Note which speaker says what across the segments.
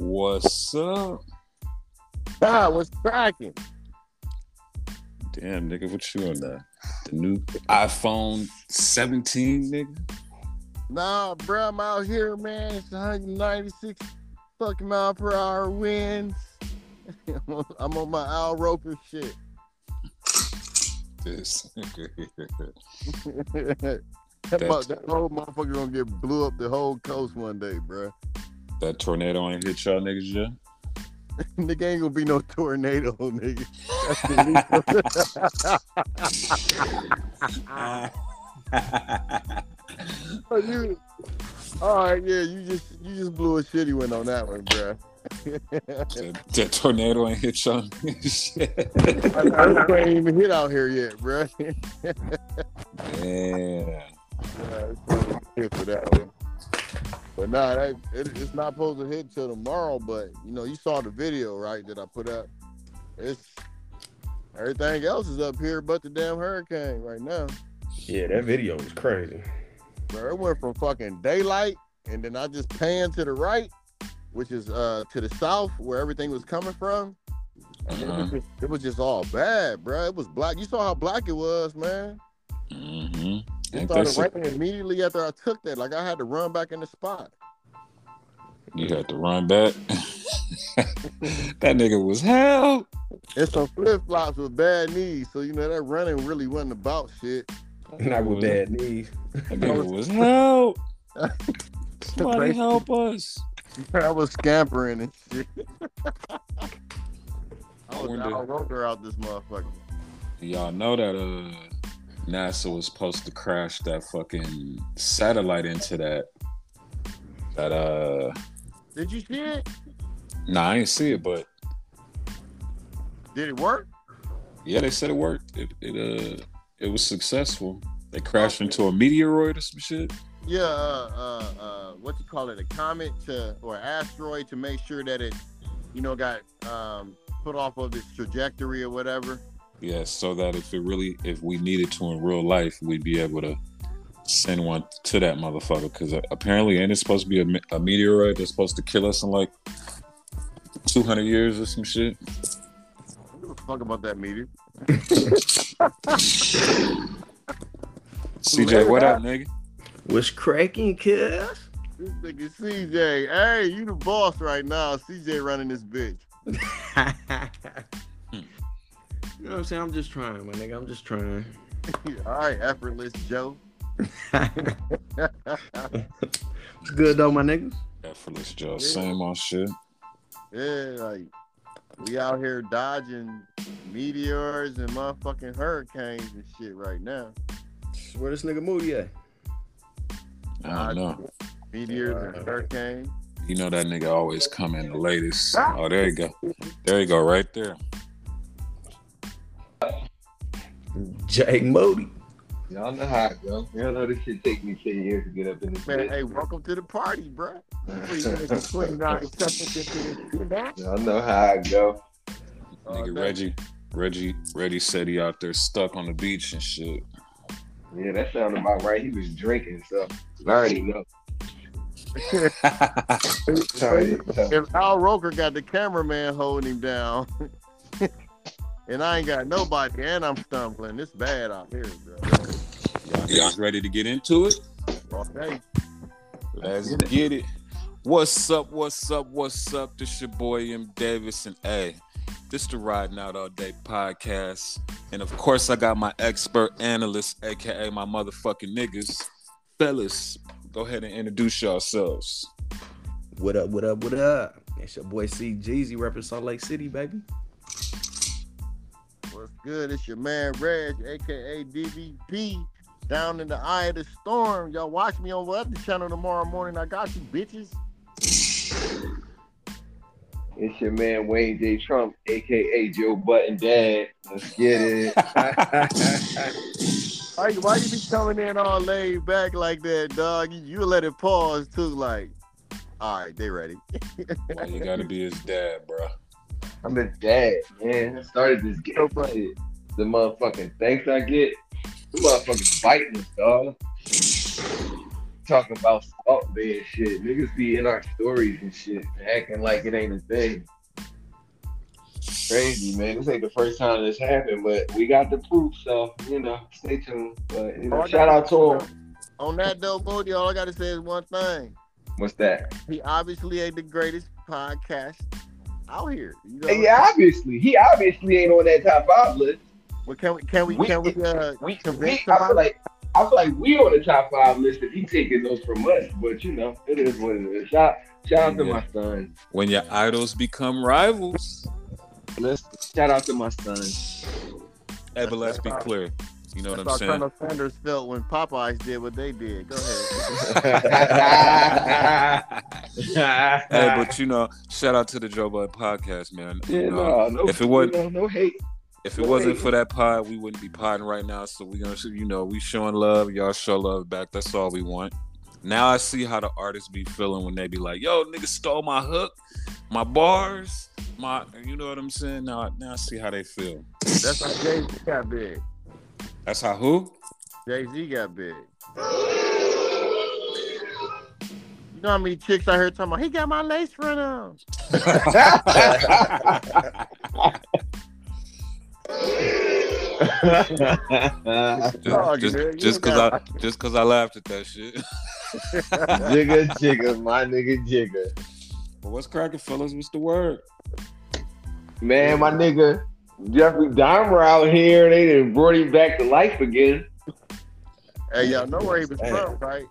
Speaker 1: What's up?
Speaker 2: God, what's cracking?
Speaker 1: Damn, nigga, what you on the the new iPhone 17, nigga?
Speaker 2: Nah, bro, I'm out here, man. It's 196 fucking mile per hour winds. I'm on, I'm on my Al Roker shit.
Speaker 1: This nigga here.
Speaker 2: that,
Speaker 1: That's-
Speaker 2: mu- that whole motherfucker gonna get blew up the whole coast one day, bro.
Speaker 1: That tornado ain't hit y'all niggas yet.
Speaker 2: Nigga ain't gonna be no tornado, nigga. That's the least- Oh, you- all right, yeah, you just you just blew a shitty one on that one, bro.
Speaker 1: that, that tornado ain't hit y'all niggas yet.
Speaker 2: Earthquake ain't even hit out here yet, bro.
Speaker 1: Yeah.
Speaker 2: Yeah, it's gonna hit for that one. But nah, that, it, it's not supposed to hit till tomorrow. But you know, you saw the video, right? That I put up. It's everything else is up here, but the damn hurricane right now.
Speaker 3: Yeah, that video was crazy.
Speaker 2: Bro, it went from fucking daylight, and then I just panned to the right, which is uh to the south where everything was coming from. And it, was
Speaker 1: Uh-huh.
Speaker 2: just, it was just all bad, bro. It was black. You saw how black it was, man.
Speaker 1: hmm
Speaker 2: It started raining immediately after I took that. Like I had to run back in the spot.
Speaker 1: you had to run back. that nigga was hell.
Speaker 2: It's some flip flops with bad knees, so you know that running really wasn't about shit.
Speaker 3: Not with bad knees.
Speaker 1: That nigga was hell. Somebody
Speaker 2: Crazy.
Speaker 1: help us.
Speaker 2: I was scampering and shit. I
Speaker 1: I
Speaker 2: was
Speaker 1: wonder-
Speaker 2: out roller out this motherfucker.
Speaker 1: Y'all know that uh NASA was supposed to crash that fucking satellite into that that uh
Speaker 2: Did you see it?
Speaker 1: nah I ain't see it but
Speaker 2: Did it work?
Speaker 1: yeah they said it worked. It it uh it was successful. They crashed into a meteoroid or some shit.
Speaker 2: Yeah, uh, uh, uh, what you call it, a comet to or asteroid to make sure that it, you know, got um, put off of its trajectory or whatever.
Speaker 1: Yeah, so that if it really if we needed to in real life we'd be able to send one to that motherfucker because apparently ain't it supposed to be a, me- a meteoroid that's supposed to kill us in like 200 years or some shit
Speaker 2: What the fuck about that meteor?
Speaker 1: cj what up nigga
Speaker 3: What's cracking, cuz?
Speaker 2: This nigga CJ, hey, you the boss right now. CJ running this bitch.
Speaker 3: you know what I'm saying? I'm just trying, my nigga. I'm just trying.
Speaker 2: All right, effortless Joe.
Speaker 3: It's good though, my niggas.
Speaker 1: Effortless Joe,
Speaker 2: Yeah.
Speaker 1: same old shit.
Speaker 2: Yeah, like we out here dodging meteors and motherfucking hurricanes and shit right now.
Speaker 3: Where this nigga Moody at?
Speaker 1: I don't know.
Speaker 2: Meteors and hurricanes.
Speaker 1: You know that nigga always come in the latest. Oh, there you go. There you go, right there.
Speaker 3: Jake Moody.
Speaker 4: Y'all know how it go. Y'all know this shit take me 10 years to get up in this
Speaker 2: Man,
Speaker 4: bitch.
Speaker 2: hey, welcome to the party, bruh. Before you make a swing, knock it, suck it, get to the-
Speaker 4: Y'all know how it go.
Speaker 2: Oh,
Speaker 1: nigga
Speaker 2: that-
Speaker 1: Reggie, Reggie, Reggie said he out there stuck on the beach and shit.
Speaker 4: Yeah, that sounded about right. He was drinking, so I already know. Sorry.
Speaker 2: If Al Roker got the cameraman holding him down, and I ain't got nobody, and I'm stumbling, it's bad out here, bro.
Speaker 1: Y'all ready to get into it?
Speaker 2: Okay.
Speaker 1: Let's get it. What's up? What's up? What's up? This your boy M Davis and A. This the Riding Out All Day podcast, and of course I got my expert analyst, aka my motherfucking niggas, fellas. Go ahead and introduce yourselves.
Speaker 3: What up, what up, what up? It's your boy C Jeezy repping Salt Lake City, baby.
Speaker 2: What's good? It's your man Reg, aka DVP, down in the eye of the storm. Y'all watch me on what other channel tomorrow morning. I got you, bitches.
Speaker 4: It's your man Wayne J. Trump, aka Joe Button Dad. Let's get it.
Speaker 2: Why you, why you be coming in all laid back like that, dog? You, you let it pause too, like, all right, they ready.
Speaker 1: Why you gotta be his dad, bro?
Speaker 4: I'm a dad, man. I started this game. shit. The motherfucking thanks I get. The motherfucking biting, dog. talking about some up there and shit. Niggas be in our stories and shit, acting like it ain't a thing. Crazy, man. This ain't the first time this happened, but we got the proof, so you know, stay tuned. But you know, Oh, shout out to him.
Speaker 2: On that though, Bodie, all I gotta say is one thing.
Speaker 4: What's that?
Speaker 2: He obviously ain't the greatest podcast out here. You know?
Speaker 4: Yeah, obviously, he obviously ain't on that top five list.
Speaker 2: But can we can we
Speaker 4: We-
Speaker 2: can we uh
Speaker 4: We, we
Speaker 2: convince
Speaker 4: I
Speaker 2: somebody?
Speaker 4: feel like I feel like we on the top five list if he taking those from us, but you know, it is what it is. Shout shout out to
Speaker 1: Yeah.
Speaker 4: my son.
Speaker 1: When your idols become rivals,
Speaker 4: Let's shout out to my son.
Speaker 1: ever let's be clear. You know what I'm
Speaker 2: That's how
Speaker 1: saying?
Speaker 2: Colonel Sanders felt when Popeyes did what they did. Go ahead.
Speaker 1: hey,
Speaker 4: yeah,
Speaker 1: but you know, shout out to the Joe Bud podcast, man. You know,
Speaker 4: no, no,
Speaker 1: if it wasn't-
Speaker 4: you know, no hate.
Speaker 1: if it wasn't for that pod, we wouldn't be podding right now. So we're gonna, you know, we showing love. Y'all show love back. That's all we want. Now I see how the artists be feeling when they be like, "Yo, nigga stole my hook, my bars, my," you know what I'm saying? Now, now I see how they feel.
Speaker 2: That's how Jay Z got big.
Speaker 1: That's how who?
Speaker 2: Jay Z got big. You know how many chicks I heard talking about? He got my lace front on. Dog,
Speaker 1: Just, just,
Speaker 2: man, you
Speaker 1: just cause I, just cause I laughed at that shit.
Speaker 4: jigga, jigga, my nigga, jigga.
Speaker 1: but what's cracking, fellas? What's the word?
Speaker 4: Man, my nigga, Jeffrey Dahmer out here. They done brought him back to life again.
Speaker 2: Hey, y'all know where he was from, right?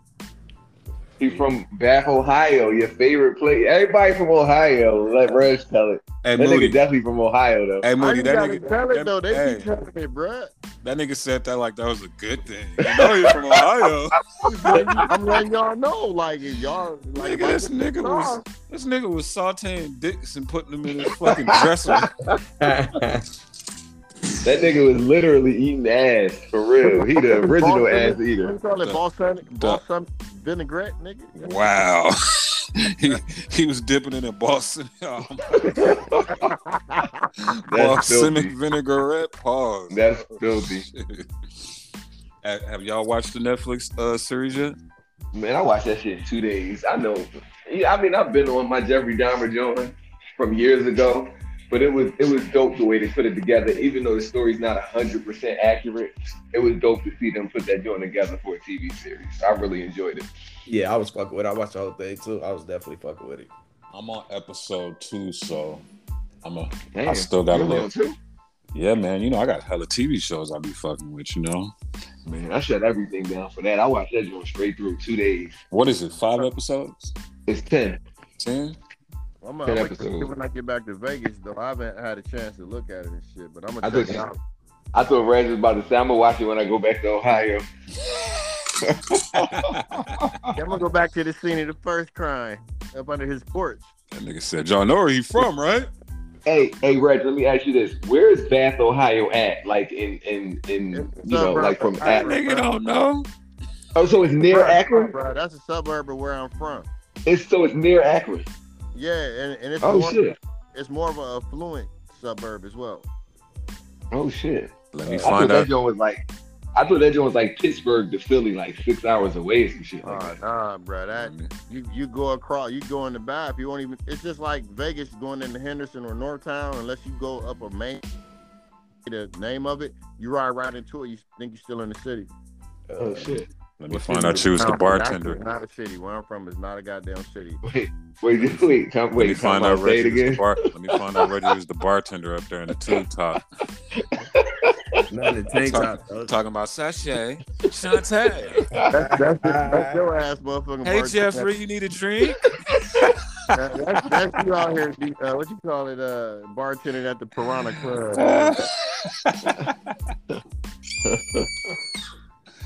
Speaker 4: He from Bath, Ohio, your favorite place. Everybody from Ohio. Let Reg tell it.
Speaker 1: Hey,
Speaker 4: That nigga
Speaker 1: Moody.
Speaker 4: definitely from Ohio though.
Speaker 1: Hey,
Speaker 2: I
Speaker 1: Moody.
Speaker 2: ain't
Speaker 1: That
Speaker 2: gotta
Speaker 1: nigga.
Speaker 2: tell it
Speaker 1: that-
Speaker 2: though. They
Speaker 1: hey.
Speaker 2: be telling me, bruh.
Speaker 1: That nigga said that like that was a good thing. You know you're from Ohio.
Speaker 2: I'm letting y'all know, like if y'all like
Speaker 1: Nigga,
Speaker 2: if I
Speaker 1: this
Speaker 2: get
Speaker 1: nigga was
Speaker 2: lost,
Speaker 1: this nigga was sauteing dicks and putting them in his fucking dresser.
Speaker 4: That nigga was literally eating ass for real. He the original ass
Speaker 2: What you
Speaker 4: eater.
Speaker 2: call it?
Speaker 1: Duh.
Speaker 2: Balsamic,
Speaker 1: Duh.
Speaker 2: balsamic vinaigrette, nigga.
Speaker 1: Wow. he he was dipping it in balsamic, um,
Speaker 4: That's
Speaker 1: balsamic
Speaker 4: filthy.
Speaker 1: vinaigrette. Pause.
Speaker 4: That's filthy.
Speaker 1: have, have y'all watched the Netflix uh, series yet?
Speaker 4: Man, I watched that shit in two days. I know. Yeah, I mean, I've been on my Jeffrey Dahmer joint from years ago, but it was it was dope the way they put it together. Even though the story's not hundred percent accurate, it was dope to see them put that joint together for a TV series. I really enjoyed it.
Speaker 3: Yeah, I was fucking with it. I watched the whole thing too. I was definitely fucking with it.
Speaker 1: I'm on episode two, so I'm a.
Speaker 4: Damn.
Speaker 1: I still got a
Speaker 4: You
Speaker 1: little.
Speaker 4: on too?
Speaker 1: Yeah, man. You know I got hella TV shows I be fucking with. You know
Speaker 4: Man, I shut everything down for that. I watched that joint straight through two days.
Speaker 1: what is it? Five episodes?
Speaker 4: It's ten.
Speaker 1: Ten?
Speaker 2: I'm gonna
Speaker 4: Ten
Speaker 2: I'm gonna-
Speaker 4: episodes.
Speaker 2: when I get back to Vegas though. I haven't had a chance to look at it and shit, but I'm
Speaker 4: I
Speaker 2: gonna check
Speaker 4: think-
Speaker 2: it out.
Speaker 4: I thought Reg was about to say I'm gonna watch it when I go back to Ohio.
Speaker 2: Yeah, I'm gonna go back to the scene of the first crime up under his porch.
Speaker 1: That nigga said, "Y'all know where he from, right?"
Speaker 4: Hey, hey, Reg, let me ask you this: Where is Bath, Ohio at? Like in in in you
Speaker 2: It's
Speaker 4: know,
Speaker 2: suburb
Speaker 4: like from
Speaker 2: of
Speaker 1: That
Speaker 2: Akron.
Speaker 4: Akron.
Speaker 1: nigga don't know.
Speaker 4: Oh, so it's near Akron.
Speaker 2: bro. That's a suburb of where I'm from.
Speaker 4: It's so it's near Akron.
Speaker 2: Yeah, and, and it's
Speaker 4: Oh
Speaker 2: more,
Speaker 4: shit.
Speaker 2: it's more of a affluent suburb as well.
Speaker 4: Oh shit.
Speaker 1: Let me
Speaker 4: I thought
Speaker 1: find
Speaker 4: that
Speaker 1: out.
Speaker 4: joint was like, I thought that joint was like Pittsburgh to Philly, like six hours away or some shit like
Speaker 2: Uh,
Speaker 4: that.
Speaker 2: nah, bro. That
Speaker 4: Mm-hmm.
Speaker 2: you you go across, you go in the bath. You won't even. It's just like Vegas going into Henderson or Northtown, unless you go up a main. The name of it, you ride right into it. You think you're still in the city.
Speaker 4: Oh shit.
Speaker 1: Let me find out. She was the
Speaker 2: Town, Akron is
Speaker 1: bartender.
Speaker 2: Not a city. Where I'm from is not a goddamn city.
Speaker 4: Wait, wait, wait, come,
Speaker 1: Let me
Speaker 4: wait,
Speaker 1: find
Speaker 4: come
Speaker 1: out.
Speaker 4: out, say
Speaker 1: Reggie
Speaker 4: it
Speaker 1: was the
Speaker 4: again.
Speaker 1: bar. Let me find out. Reggie was the bartender up there in the tube top,
Speaker 3: Not in the tank top. though.
Speaker 1: talking about sachet, Shantae.
Speaker 2: That's, that's, that's your ass, motherfucking.
Speaker 1: Hey
Speaker 2: bartender.
Speaker 1: Jeffrey, you need a drink?
Speaker 2: That- that's, that's you out here. D- Uh, what you call it? Uh, bartending at the Piranha Club.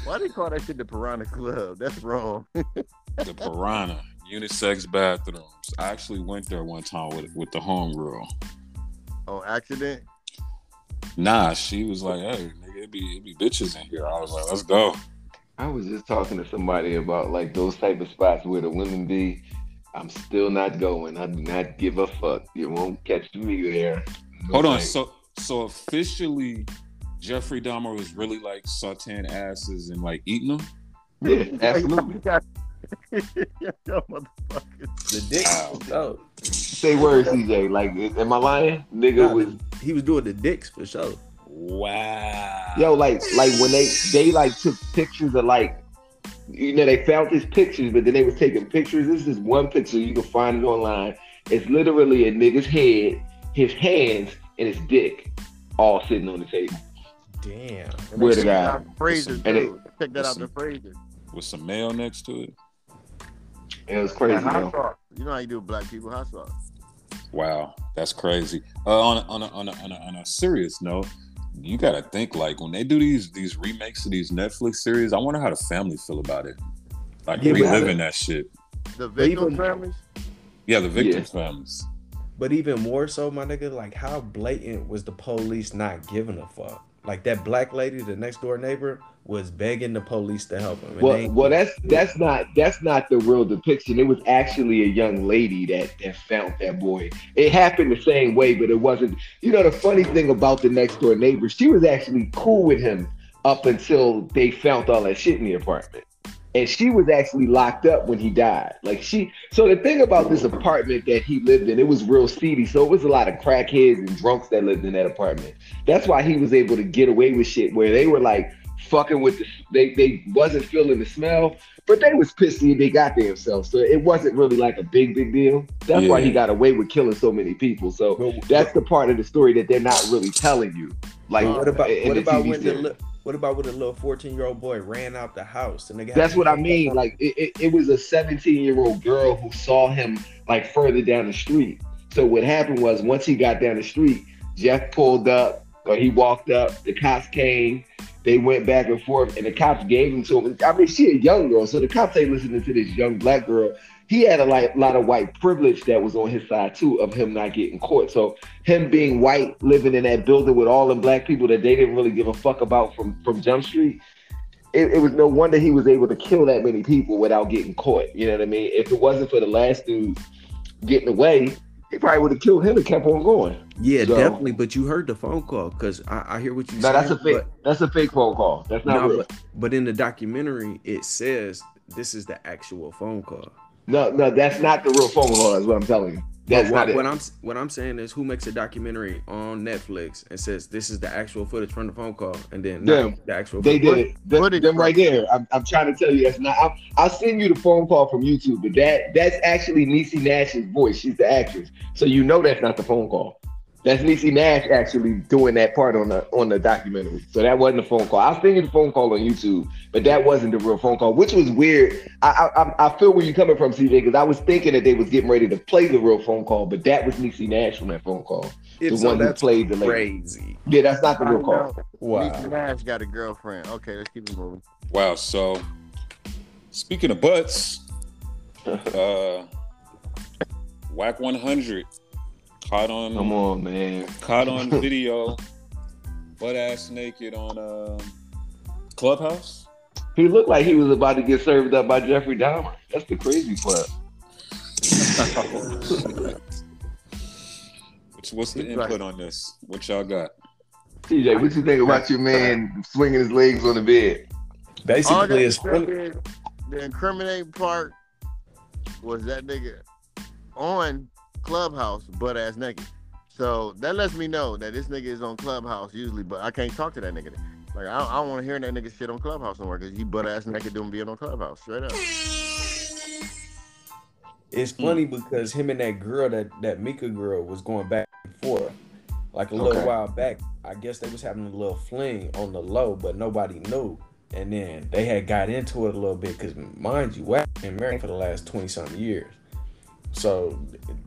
Speaker 2: Why do you call that shit the Piranha Club? That's wrong.
Speaker 1: the Piranha unisex bathrooms. I actually went there one time with with the homegirl.
Speaker 2: On accident.
Speaker 1: Nah, she was like, "Hey, nigga, it be it be bitches in here." I was like, "Let's go."
Speaker 4: I was just talking to somebody about like those type of spots where the women be. I'm still not going. I do not give a fuck. You won't catch me there.
Speaker 1: Hold on.
Speaker 4: Like,
Speaker 1: So so officially, Jeffrey Dahmer was really like sauteing asses and like eating them.
Speaker 4: yeah, absolutely.
Speaker 2: You got, Y'all motherfuckers.
Speaker 5: The dick. Oh,
Speaker 4: Say word, CJ. Like, am I lying? Nigga
Speaker 3: Nah,
Speaker 4: was
Speaker 3: He was doing the dicks for sure.
Speaker 5: wow.
Speaker 4: Yo, like like when they they like took pictures of like you know they found these pictures, but then they was taking pictures. This is one picture you can find it online. It's literally a nigga's head, his hands, and his dick all sitting on the table.
Speaker 5: damn.
Speaker 2: And
Speaker 4: Word
Speaker 2: they
Speaker 4: to
Speaker 2: checked
Speaker 4: God.
Speaker 2: out the Phrases,
Speaker 4: And it-
Speaker 2: too. Check that out the phrases.
Speaker 1: with some mail next to it.
Speaker 4: It was
Speaker 2: Like
Speaker 4: crazy.
Speaker 2: hot
Speaker 4: Yo.
Speaker 2: sauce. You know how you do black people hot sauce.
Speaker 1: Wow, that's crazy. Uh, on a, on a, on a, on a, on a serious note, you gotta think like when they do these these remakes of these Netflix series. I wonder how the family feel about it, like
Speaker 3: Yeah, but-
Speaker 1: reliving that shit.
Speaker 2: The victim
Speaker 3: even-
Speaker 2: families.
Speaker 1: Yeah, the victims' families.
Speaker 5: But even more so, my nigga, like how blatant was the police not giving a fuck? Like that black lady, the next door neighbor, was begging the police to help him. and they
Speaker 4: Well,
Speaker 5: ain't-
Speaker 4: well, that's that's not that's not the real depiction. It was actually a young lady that that found that boy. It happened the same way, but it wasn't. You know, the funny thing about the next door neighbor, she was actually cool with him up until they found all that shit in the apartment, and she was actually locked up when he died. Like she. So the thing about this apartment that he lived in, it was real seedy. So it was a lot of crackheads and drunks that lived in that apartment. That's why he was able to get away with shit where they were like fucking with the they they wasn't feeling the smell, but they was pissy and they got themselves. So it wasn't really like a big big deal. That's why
Speaker 1: Yeah.
Speaker 4: he got away with killing so many people. So
Speaker 5: But-
Speaker 4: that's the part of the story that they're not really telling you. Like
Speaker 5: but what about
Speaker 4: in
Speaker 5: what
Speaker 4: the
Speaker 5: about
Speaker 4: TV
Speaker 5: when the
Speaker 4: series.
Speaker 5: li- what about when the little fourteen year old boy ran out the house and nigga? had
Speaker 4: That's
Speaker 5: to
Speaker 4: what I
Speaker 5: pick
Speaker 4: mean.
Speaker 5: up-
Speaker 4: Like it, it, it was a 17 year old girl who saw him like further down the street. So what happened was once he got down the street, Jeff pulled up or he walked up. The cops came. They went back and forth, and the cops gave him to him. I mean, she a young girl, so the cops ain't listening to this young black girl. He had a like, lot of white privilege that was on his side too of him not getting caught. So him being white, living in that building with all them black people that they didn't really give a fuck about from from Jump Street, it, it was no wonder he was able to kill that many people without getting caught. You know what I mean? If it wasn't for the last dude getting away, he probably would have killed him and kept on going.
Speaker 3: Yeah,
Speaker 4: So-
Speaker 3: definitely. But you heard the phone call because I, I hear what you
Speaker 4: Now
Speaker 3: said.
Speaker 4: that's a fake.
Speaker 3: but-
Speaker 4: that's a fake phone call. That's not
Speaker 3: no,
Speaker 4: real.
Speaker 3: but, but in the documentary, it says this is the actual phone call.
Speaker 4: no, no, that's not the real phone call. That's what I'm telling you. That's
Speaker 3: But
Speaker 4: not
Speaker 3: what,
Speaker 4: it.
Speaker 3: what I'm s- what I'm saying is who makes a documentary on Netflix and says this is the actual footage from the phone call and then not
Speaker 4: Them.
Speaker 3: the actual
Speaker 4: They
Speaker 3: phone
Speaker 4: did it. Th-
Speaker 2: what did-
Speaker 4: them right there. I'm, I'm trying to tell you that's not. I'm, I'll send you the phone call from YouTube, but that that's actually Niecy Nash's voice. She's the actress, so you know that's not the phone call. That's Niecy Nash actually doing that part on the on the documentary. So that wasn't a phone call. I'll send you the phone call on YouTube, but that wasn't the real phone call, which was weird. I I, I- I feel where you're coming from, CJ, because I was thinking that they was getting ready to play the real phone call, but that was Niecy Nash from that phone call.
Speaker 3: If
Speaker 4: the
Speaker 3: so,
Speaker 4: one who
Speaker 3: that's
Speaker 4: played the lady.
Speaker 3: crazy.
Speaker 4: Yeah, that's not the real call.
Speaker 2: Nicki
Speaker 5: wow.
Speaker 2: Minaj got a girlfriend. Okay, let's keep it moving.
Speaker 1: Wow. So, speaking of butts, uh, Whack 100 caught on
Speaker 4: Come on, man.
Speaker 1: caught on video, butt ass naked on um, Clubhouse.
Speaker 4: He looked like he was about to get served up by Jeffrey Dahmer. That's the crazy part.
Speaker 1: Which what's the
Speaker 2: He's
Speaker 1: input
Speaker 2: right.
Speaker 1: on this? What y'all got?
Speaker 4: TJ, what you think about your man swinging his legs on the bed?
Speaker 2: All that
Speaker 5: Basically, it's
Speaker 2: stuff
Speaker 5: funny.
Speaker 2: is- the incriminating part was that nigga on Clubhouse butt ass naked. So that lets me know that this nigga is on Clubhouse usually, but I can't talk to that nigga. Like I, I don't want to hear that nigga shit on Clubhouse somewhere because he butt ass naked doing being on Clubhouse straight up.
Speaker 5: It's funny because him and that girl, that that Mika girl, was going back and forth. Like a little
Speaker 4: Okay.
Speaker 5: while back, I guess they was having a little fling on the low, but nobody knew. And then they had got into it a little bit because, mind you, Wack been married for the last twenty something years. So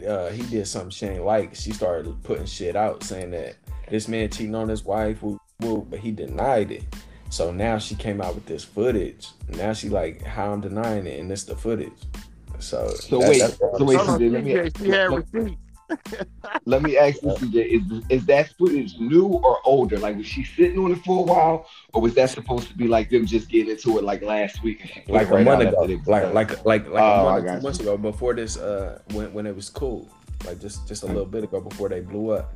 Speaker 5: uh, he did something she ain't like. She started putting shit out saying that this man cheating on his wife, woo, woo, but he denied it. So now she came out with this footage. Now she like, how I'm denying it, and it's the footage. So
Speaker 4: So wait, so wait,
Speaker 2: Hold on,
Speaker 4: CJ, let me,
Speaker 2: TJ, she had
Speaker 4: let,
Speaker 2: receipts.
Speaker 4: let me ask you, CJ, is, is that footage new or older? Like, was she sitting on it for a while, or was that supposed to be like them just getting into it like last week? and she put
Speaker 5: like
Speaker 4: it
Speaker 5: a
Speaker 4: right out
Speaker 5: month
Speaker 4: after
Speaker 5: ago,
Speaker 4: they was
Speaker 5: like
Speaker 4: done?
Speaker 5: like like like
Speaker 4: Oh,
Speaker 5: a
Speaker 4: I
Speaker 5: month or
Speaker 4: got
Speaker 5: two months
Speaker 4: you.
Speaker 5: ago, before this, uh, when when it was cool, like just just a little bit ago before they blew up.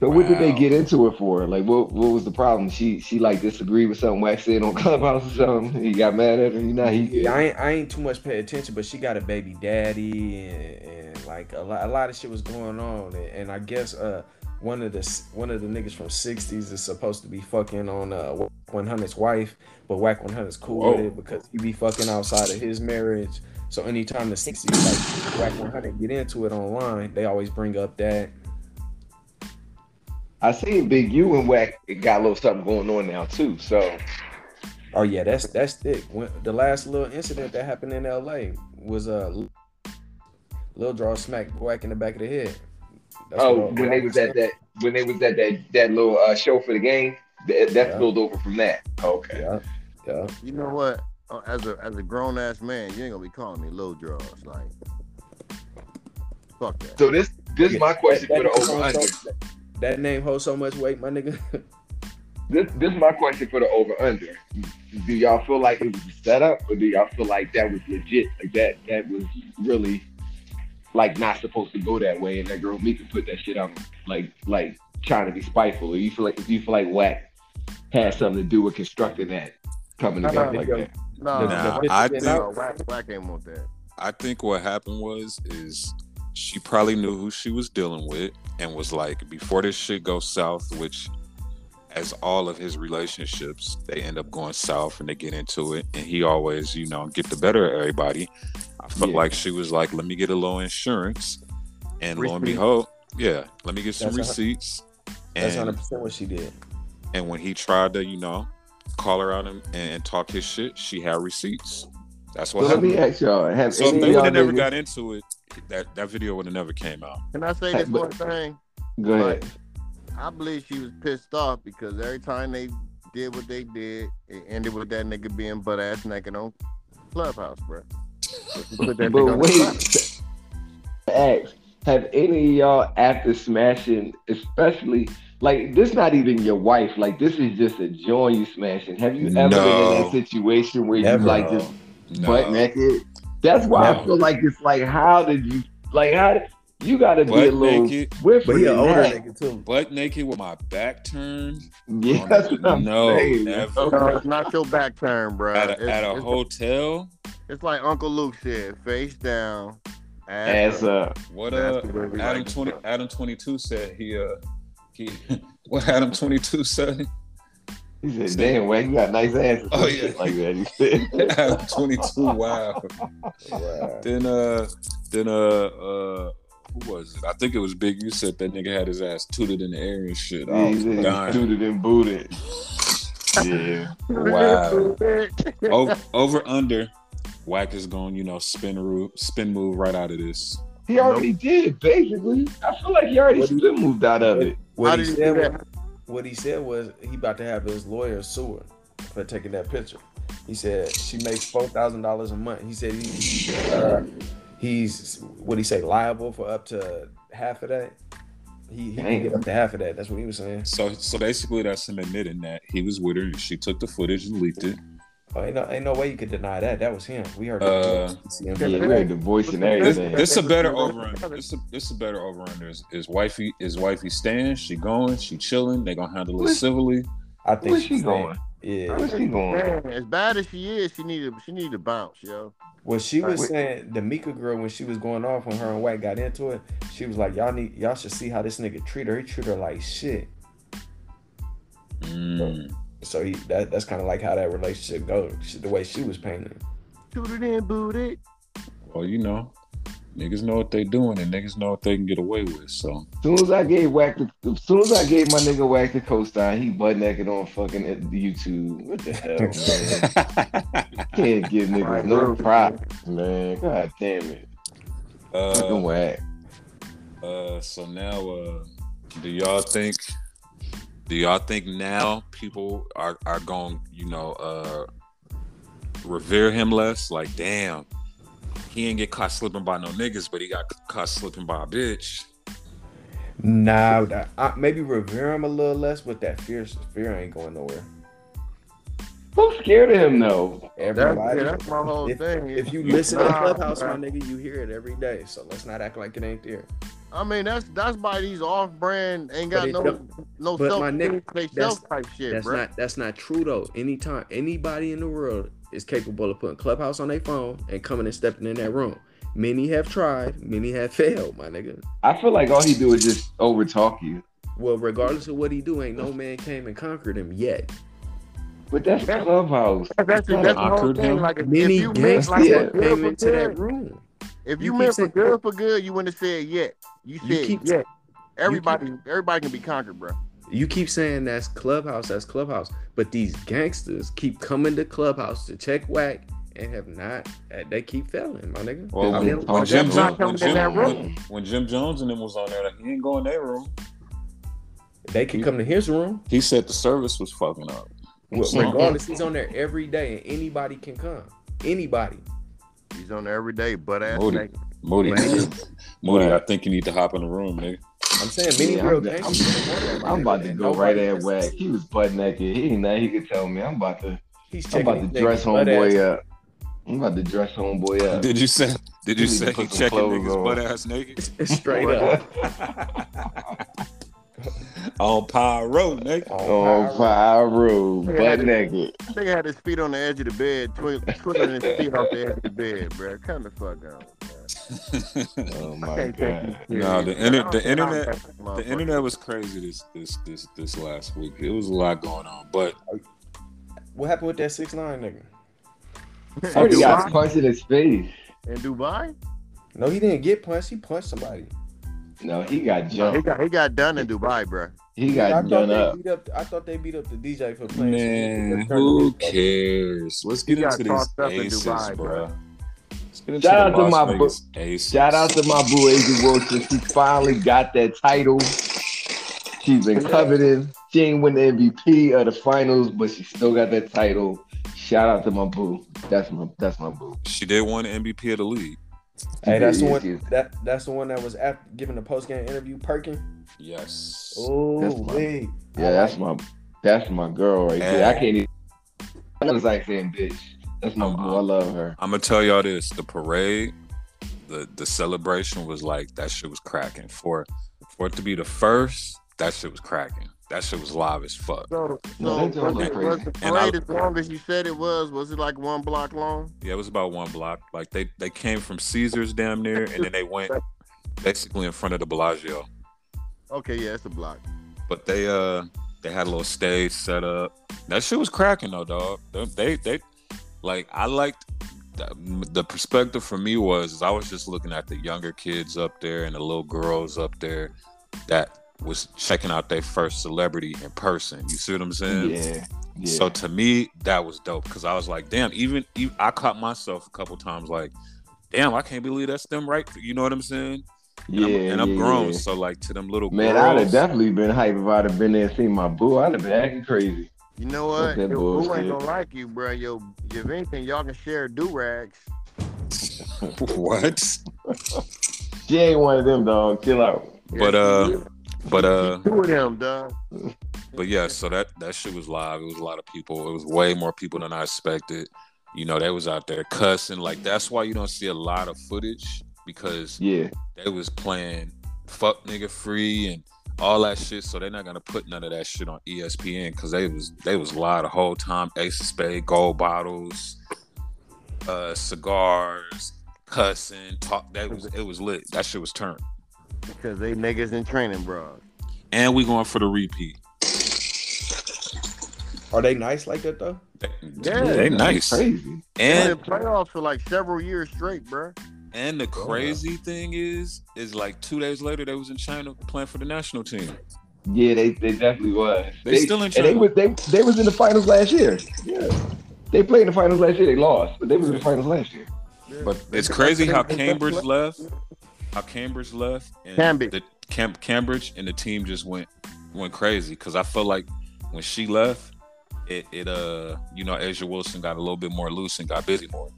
Speaker 4: So what did they
Speaker 1: Wow.
Speaker 4: get into it for? Like, what what was the problem? She she like disagreed with something Wax said on Clubhouse or something. He got mad at her. You know he.
Speaker 5: I ain't, I ain't too much pay attention, but she got a baby daddy, and, and like a lot, a lot of shit was going on, and, and I guess uh one of the s- one of the niggas from '60s is supposed to be fucking on uh Wack 100's wife, but Whack 100's cool with
Speaker 4: Oh.
Speaker 1: Whoa.
Speaker 5: it because he be fucking outside of his marriage. So anytime the '60s like Whack 100 get into it online, they always bring up that.
Speaker 4: I seen Big U and Wax got a little something going on now too. So
Speaker 5: Oh yeah, that's that's thick. When, the last little incident that happened in L.A. was uh Lil Draw smacked Whack in the back of the head. That's
Speaker 4: oh,
Speaker 5: what I-
Speaker 4: when they was at that when they was at that that little uh, show for the game, that, that
Speaker 5: Yeah.
Speaker 4: spilled over from that. Okay.
Speaker 5: Yeah, yeah.
Speaker 2: You know what? Uh, As a as a grown ass man, you ain't gonna be calling me low draws. Like, fuck that.
Speaker 4: So this this
Speaker 5: Yeah.
Speaker 4: my question for the
Speaker 5: name
Speaker 4: over
Speaker 5: holds
Speaker 4: under.
Speaker 5: so- that name holds so much weight, my nigga.
Speaker 4: This this is my question for the over under. Do y'all feel like it was a setup, or do y'all feel like that was legit? Like that that was really like not supposed to go that way, and that girl Mika put that shit on like like trying to be spiteful. Or you feel like do you feel like whack had something to do with constructing that coming
Speaker 5: Uh-uh.
Speaker 4: together like that?
Speaker 1: Nah,
Speaker 2: No, no,
Speaker 1: I
Speaker 5: Yeah,
Speaker 1: think
Speaker 5: no.
Speaker 2: whack, whack ain't want that.
Speaker 1: I think what happened was is she probably knew who she was dealing with and was like, before this shit goes south, which as all of his relationships, they end up going south and they get into it. And he always, you know, get the better of everybody. I felt
Speaker 5: Yeah.
Speaker 1: like she was like, let me get a little insurance. And lo and
Speaker 2: Receipts.
Speaker 1: behold, yeah, let me get some
Speaker 5: That's a-
Speaker 1: receipts. and
Speaker 5: That's hundred percent what she did.
Speaker 1: and when he tried to, you know, call her out and, and talk his shit, she had receipts. That's what
Speaker 4: So let
Speaker 1: happened.
Speaker 4: me ask y'all: Have
Speaker 1: So if
Speaker 4: any
Speaker 1: they
Speaker 4: of
Speaker 1: would
Speaker 4: y'all
Speaker 1: have never
Speaker 4: niggas-
Speaker 1: got into it, that, that video would have never came out.
Speaker 2: Can I say
Speaker 4: Hey,
Speaker 2: this
Speaker 4: but-
Speaker 2: one thing?
Speaker 4: Go ahead.
Speaker 2: I believe she was pissed off because every time they did what they did, it ended with that nigga being butt ass naked on Clubhouse, bro. Put that nigga
Speaker 4: But
Speaker 2: on
Speaker 4: wait, ask, have any of y'all after smashing, especially like this, not even your wife, like this is just a joint you smashing. Have you ever been in
Speaker 1: No.
Speaker 4: that situation where
Speaker 5: Never.
Speaker 4: you like just
Speaker 1: No.
Speaker 4: butt naked? That's why I
Speaker 1: No.
Speaker 4: feel like it's like, how did you like how did, you got to be a
Speaker 1: butt
Speaker 4: little
Speaker 1: naked,
Speaker 4: swift
Speaker 5: But
Speaker 4: with
Speaker 5: he an older
Speaker 4: that.
Speaker 5: nigga too.
Speaker 1: butt naked with my back turned.
Speaker 4: Yeah,
Speaker 1: on-
Speaker 4: that's what I'm
Speaker 1: no,
Speaker 4: saying. Oh,
Speaker 1: never.
Speaker 2: No, it's not your back turn, bro.
Speaker 1: At
Speaker 2: it's,
Speaker 1: a, at a
Speaker 2: it's-
Speaker 1: hotel,
Speaker 2: it's like Uncle Luke said, face down, ass,
Speaker 4: As uh,
Speaker 1: what
Speaker 2: That's
Speaker 1: uh,
Speaker 2: the way we
Speaker 1: Adam
Speaker 2: like it,
Speaker 1: twenty
Speaker 2: bro.
Speaker 1: Adam twenty two said he uh he what Adam twenty two said
Speaker 4: he said, "Damn, Wack, you got nice ass."
Speaker 1: Oh,
Speaker 4: Oh
Speaker 1: yeah.
Speaker 4: yeah, like that. He said.
Speaker 1: Adam twenty two wow
Speaker 5: Wow.
Speaker 1: then uh then uh uh who was it I think it was Big you said that nigga had his ass tooted in the air and shit I
Speaker 4: Yeah,
Speaker 1: was
Speaker 4: he's in
Speaker 1: dying
Speaker 4: suited and booted. Yeah.
Speaker 1: wow over, over under whack is going you know spin root spin move right out of this
Speaker 4: He already did, basically. I feel like he already
Speaker 5: What do you-
Speaker 4: split moved out of it.
Speaker 2: How
Speaker 5: What
Speaker 2: did
Speaker 5: he
Speaker 2: he
Speaker 5: said
Speaker 2: do
Speaker 5: was,
Speaker 2: that?
Speaker 5: what he said was he about to have his lawyer sue her for taking that picture. He said she makes four thousand dollars a month. He said he, uh, he's what he say liable for up to half of that. He he can
Speaker 4: Damn.
Speaker 5: get up to half of that. That's what he was saying.
Speaker 1: so so basically that's him admitting that he was with her and she took the footage and leaked it
Speaker 5: Oh, ain't no, ain't no way you could deny that. That was him. We heard
Speaker 1: Uh,
Speaker 5: it. See him.
Speaker 4: Yeah, we heard the voice and
Speaker 1: this,
Speaker 4: everything.
Speaker 1: this a better over under. This a, this a better over under. Is, is wifey is wifey staying? She going? She chilling? They gonna handle it
Speaker 4: What?
Speaker 1: civilly?
Speaker 5: I think
Speaker 4: Where's
Speaker 5: she's
Speaker 4: she going?
Speaker 5: saying- Yeah.
Speaker 4: Where's she going?
Speaker 2: Man, as bad as she is, she needed she needed to bounce, yo.
Speaker 5: Well, she
Speaker 2: Like,
Speaker 5: was
Speaker 4: wait.
Speaker 5: saying the Mika girl when she was going off when her and White got into it, she was like, "Y'all need, y'all should see how this nigga treat her. He treat her like shit."
Speaker 1: Mm.
Speaker 5: So he, that that's kind of like how that relationship goes. She, the way she was painted.
Speaker 2: Shoot it in, boot it.
Speaker 1: Well, you know, niggas know what they doing and niggas know what they can get away with. So
Speaker 4: As soon as I gave Wack the, as soon as I gave my nigga Wack the coastline, he butt naked on fucking YouTube. What the hell, man? Can't give niggas no props, man. God damn it. Fucking
Speaker 1: uh,
Speaker 4: Wack.
Speaker 1: uh, so now, uh, do y'all think? Do y'all think now people are are going? You know, uh, revere him less? Like, damn, he ain't get caught slipping by no niggas, but he got caught slipping by a bitch.
Speaker 5: Nah, that- I, maybe revere him a little less, but that fear, fear ain't going nowhere.
Speaker 4: Who's scared of him though?
Speaker 2: That's,
Speaker 5: Everybody.
Speaker 2: yeah, that's my whole
Speaker 5: if,
Speaker 2: thing.
Speaker 5: if you listen to
Speaker 2: Nah,
Speaker 5: Clubhouse,
Speaker 2: bruh.
Speaker 5: my nigga, you hear it every day. So let's not act like it ain't there.
Speaker 2: I mean, that's that's by these off-brand ain't got
Speaker 3: But it
Speaker 2: no
Speaker 3: don't-
Speaker 2: no
Speaker 3: but
Speaker 2: self,
Speaker 3: my nigga,
Speaker 2: they
Speaker 3: that's-
Speaker 2: self type shit,
Speaker 3: That's
Speaker 2: bro.
Speaker 3: not that's not true though. Anytime anybody in the world is capable of putting Clubhouse on their phone and coming and stepping in that room. Many have tried, many have failed, my nigga.
Speaker 4: I feel like all he do is just over talk you.
Speaker 3: Well, regardless of what he do, ain't no man came and conquered him yet.
Speaker 4: But that's clubhouse.
Speaker 2: That's, the- that's the whole
Speaker 1: Awkward,
Speaker 2: thing.
Speaker 1: huh?
Speaker 2: Like if, if
Speaker 3: Many
Speaker 2: you meant
Speaker 3: gangsters
Speaker 2: like for
Speaker 4: that
Speaker 2: good
Speaker 3: came
Speaker 2: for
Speaker 3: into that
Speaker 2: good,
Speaker 3: room.
Speaker 2: if
Speaker 3: you
Speaker 2: you
Speaker 3: keep
Speaker 2: meant for
Speaker 3: saying-
Speaker 2: good for good, you wouldn't have said yet. You
Speaker 3: You
Speaker 2: said
Speaker 3: keep-
Speaker 2: yet. Everybody, everybody can be conquered, bro.
Speaker 3: You keep saying that's clubhouse, that's clubhouse, but these gangsters keep coming to clubhouse to check whack and have not. and They keep failing, my nigga.
Speaker 1: Well,
Speaker 3: I
Speaker 1: when,
Speaker 3: mean,
Speaker 1: when Jim
Speaker 2: that's not
Speaker 1: Jones, when
Speaker 2: coming in that
Speaker 1: Jim,
Speaker 2: room.
Speaker 1: when, when Jim Jones and them was on there, like, he ain't going that room.
Speaker 3: they can come to his room.
Speaker 1: He said the service was fucking up.
Speaker 3: Well,
Speaker 1: So-
Speaker 3: Regardless, he's on there every day, and anybody can come. Anybody.
Speaker 2: He's on there every day, butt ass
Speaker 1: Moody.
Speaker 2: naked.
Speaker 1: Moody,
Speaker 4: Man.
Speaker 1: Moody, I think you need to hop in the room, nigga.
Speaker 3: I'm saying many
Speaker 4: Yeah,
Speaker 3: real
Speaker 4: I'm- I'm-
Speaker 3: gangsters. are on there, my
Speaker 4: I'm
Speaker 3: nigga,
Speaker 4: about to
Speaker 3: and
Speaker 4: go right
Speaker 3: nobody
Speaker 4: at
Speaker 3: is-
Speaker 4: Wack. He was butt naked. He ain't nothing he could tell me. I'm about to
Speaker 3: He's
Speaker 4: I'm
Speaker 3: checking
Speaker 4: about to
Speaker 3: these
Speaker 4: dress
Speaker 3: niggas' butt ass.
Speaker 4: homeboy up. I'm about to dress homeboy up.
Speaker 1: Did you say? Did
Speaker 4: You
Speaker 1: you
Speaker 4: need to
Speaker 1: say he
Speaker 4: put some
Speaker 1: checking
Speaker 4: clothes
Speaker 1: niggas
Speaker 4: on.
Speaker 1: butt ass naked?
Speaker 3: Straight up.
Speaker 1: on pyro,
Speaker 4: Oh,
Speaker 1: nigga.
Speaker 4: On Pyro, butt naked.
Speaker 2: Nigga had his feet on the edge of the bed, twi- twiddling his feet off the edge of the bed, bro. Come the fuck out.
Speaker 4: Oh
Speaker 2: I
Speaker 4: my
Speaker 2: can't take you
Speaker 1: Nah,
Speaker 2: serious.
Speaker 4: god.
Speaker 1: the inter-
Speaker 2: I don't
Speaker 1: the
Speaker 2: think
Speaker 1: internet-
Speaker 2: I'm taking
Speaker 1: the
Speaker 2: motherfucker.
Speaker 1: internet was crazy this this this this last week. It was a lot going on, but
Speaker 5: What happened with that six nine nigga?
Speaker 4: I
Speaker 2: In
Speaker 4: already got
Speaker 2: Dubai?
Speaker 4: punched in his face.
Speaker 2: In Dubai?
Speaker 5: No, he didn't get punched. He punched somebody.
Speaker 4: No, he got
Speaker 2: He
Speaker 4: jumped.
Speaker 2: got he got done in Dubai, bro.
Speaker 4: He
Speaker 5: I
Speaker 4: got
Speaker 5: thought
Speaker 4: done
Speaker 5: they
Speaker 4: up.
Speaker 5: beat up. I thought they beat up the DJ for playing.
Speaker 1: man,
Speaker 5: some-
Speaker 1: who cares? Let's get
Speaker 2: He got
Speaker 1: into these
Speaker 2: tossed up in
Speaker 1: aces,
Speaker 2: Dubai,
Speaker 1: bro.
Speaker 2: bro.
Speaker 1: Let's get into
Speaker 4: Shout
Speaker 1: the
Speaker 4: out to
Speaker 1: Las
Speaker 4: my
Speaker 1: Vegas aces.
Speaker 4: Shout out to my boo Asia Wilson. She finally got that title. She's been coveted. She ain't win the MVP of the finals, but she still got that title. Shout out to my boo. That's my that's my boo.
Speaker 1: She did win the MVP of the league.
Speaker 5: Hey, that's the
Speaker 4: Yeah,
Speaker 5: one.
Speaker 4: yeah.
Speaker 5: That that's the one that was after giving the post game interview. Perkin.
Speaker 1: Yes.
Speaker 5: Oh
Speaker 4: my-
Speaker 5: wait.
Speaker 4: Yeah, that's my that's my girl right there. I can't even I was like saying bitch. That's my boo. I
Speaker 1: Uh-huh.
Speaker 4: love her.
Speaker 1: I'm gonna tell y'all this: the parade, the the celebration was like that. Shit was cracking. For for it to be the first, that shit was cracking. That shit was live as fuck.
Speaker 2: So,
Speaker 4: No,
Speaker 2: so
Speaker 4: that don't
Speaker 2: was,
Speaker 4: look
Speaker 2: it,
Speaker 4: crazy.
Speaker 2: was the
Speaker 1: And I-
Speaker 2: parade as long as you said it was? Was it like one block long?
Speaker 1: Yeah, it was about one block. Like they they came from Caesars damn near, and then they went basically in front of the Bellagio.
Speaker 2: Okay, yeah, it's a block.
Speaker 1: But they uh they had a little stage set up. That shit was cracking though, dog. They they like I liked the, the perspective for me was I was just looking at the younger kids up there and the little girls up there that was checking out their first celebrity in person. You see what I'm saying?
Speaker 4: Yeah. Yeah.
Speaker 1: So to me, that was dope because I was like, damn, even, even I caught myself a couple times like, damn, I can't believe that's them right. You know what I'm saying? And
Speaker 4: yeah,
Speaker 1: I'm, and I'm
Speaker 4: yeah,
Speaker 1: grown,
Speaker 4: yeah.
Speaker 1: so like to them little
Speaker 4: Man, I'd
Speaker 1: girls.
Speaker 4: have definitely been hype if I'd have been there and seen my boo. I'd have been acting crazy.
Speaker 2: You know what?
Speaker 4: Fuck that
Speaker 2: Your boo
Speaker 4: bullshit.
Speaker 2: ain't gonna like you, bro. Yo, if anything, y'all can share do rags.
Speaker 1: what?
Speaker 4: She ain't one of them, dog. Chill out.
Speaker 1: But uh, but uh,
Speaker 2: two of them, dog.
Speaker 1: but yeah. So that that shit was live. It was a lot of people. It was way more people than I expected. You know, they was out there cussing. Like that's why you don't see a lot of footage because
Speaker 4: Yeah.
Speaker 1: they was playing fuck nigga free and all that shit. So they're not gonna put none of that shit on E ESPN because they was they was live the whole time. Ace of Spade, gold bottles, uh, cigars, cussing, talk. That was it was lit. That shit was turned.
Speaker 2: Because they niggas in training, bro.
Speaker 1: And we going for the repeat.
Speaker 5: Are they nice like that though?
Speaker 1: They,
Speaker 2: Yeah,
Speaker 1: they nice.
Speaker 4: Crazy.
Speaker 2: They
Speaker 1: And
Speaker 2: in playoffs for like several years straight, bro.
Speaker 1: and the crazy thing is, is like two days later they was in China playing for the national team.
Speaker 4: Yeah, they, they definitely was.
Speaker 1: They still in
Speaker 4: and they
Speaker 1: trouble.
Speaker 4: was they they was in the finals last year. Yeah. They played in the finals last year. They lost, but they was in the finals last year.
Speaker 1: But it's crazy how Cambridge left, how Cambridge left, and
Speaker 2: Cambridge.
Speaker 1: the Cam- Cambridge and the team just went went crazy because I felt like when she left, it, it uh you know Asia Wilson got a little bit more loose and got busy more.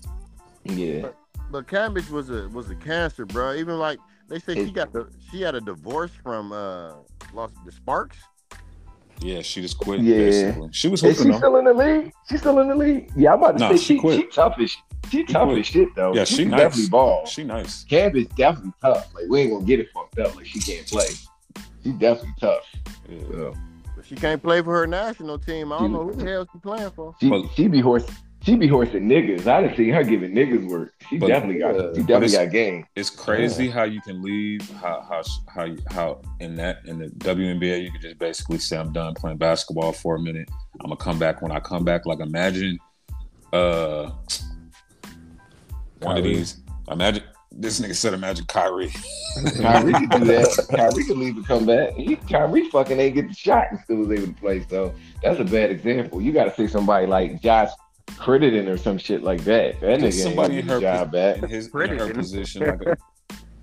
Speaker 4: Yeah.
Speaker 2: But Cabbage was a was a cancer, bro. Even like they said she
Speaker 4: It-
Speaker 2: got the she had a divorce from uh lost the Sparks.
Speaker 1: Yeah, she just quit.
Speaker 4: Yeah.
Speaker 1: basically. she was
Speaker 4: Is she
Speaker 1: hooping though.
Speaker 4: still in the league? She's still in the league. Yeah, I'm about to
Speaker 1: Nah,
Speaker 4: say
Speaker 1: she
Speaker 4: she,
Speaker 1: quit.
Speaker 4: she tough as She tough as shit though.
Speaker 1: Yeah,
Speaker 4: She's
Speaker 1: she nice.
Speaker 4: definitely ball.
Speaker 1: She nice.
Speaker 4: Cam is definitely tough. Like we ain't gonna get it fucked up. Like she can't play. She's definitely tough.
Speaker 1: Yeah.
Speaker 4: So,
Speaker 2: But she can't play for her national team. I don't know who the hell she playing for.
Speaker 4: she
Speaker 1: But-
Speaker 4: she be horse. She be horsing niggas. I didn't see her giving niggas work. She
Speaker 1: But-
Speaker 4: definitely got.
Speaker 5: Yeah.
Speaker 4: She
Speaker 1: But
Speaker 4: definitely
Speaker 1: it's-
Speaker 4: got game.
Speaker 1: It's crazy how you can leave, how how how you- how in that in the WNBA you could just basically say I'm done playing basketball for a minute. I'm gonna come back when I come back. Like imagine, uh, one of
Speaker 5: Kyrie.
Speaker 1: these. Imagine this nigga said imagine Kyrie.
Speaker 4: Kyrie could do that. Kyrie could leave and come back. He, Kyrie fucking ain't get the shot and still was able to play. So that's a bad example. You got to see somebody like Josh Crittenden or some shit like that. That nigga
Speaker 1: Somebody
Speaker 4: ain't
Speaker 1: in
Speaker 4: gonna
Speaker 1: her
Speaker 4: get his job back.
Speaker 1: in his in
Speaker 2: Pretty,
Speaker 1: her
Speaker 2: dude.
Speaker 1: position, like a,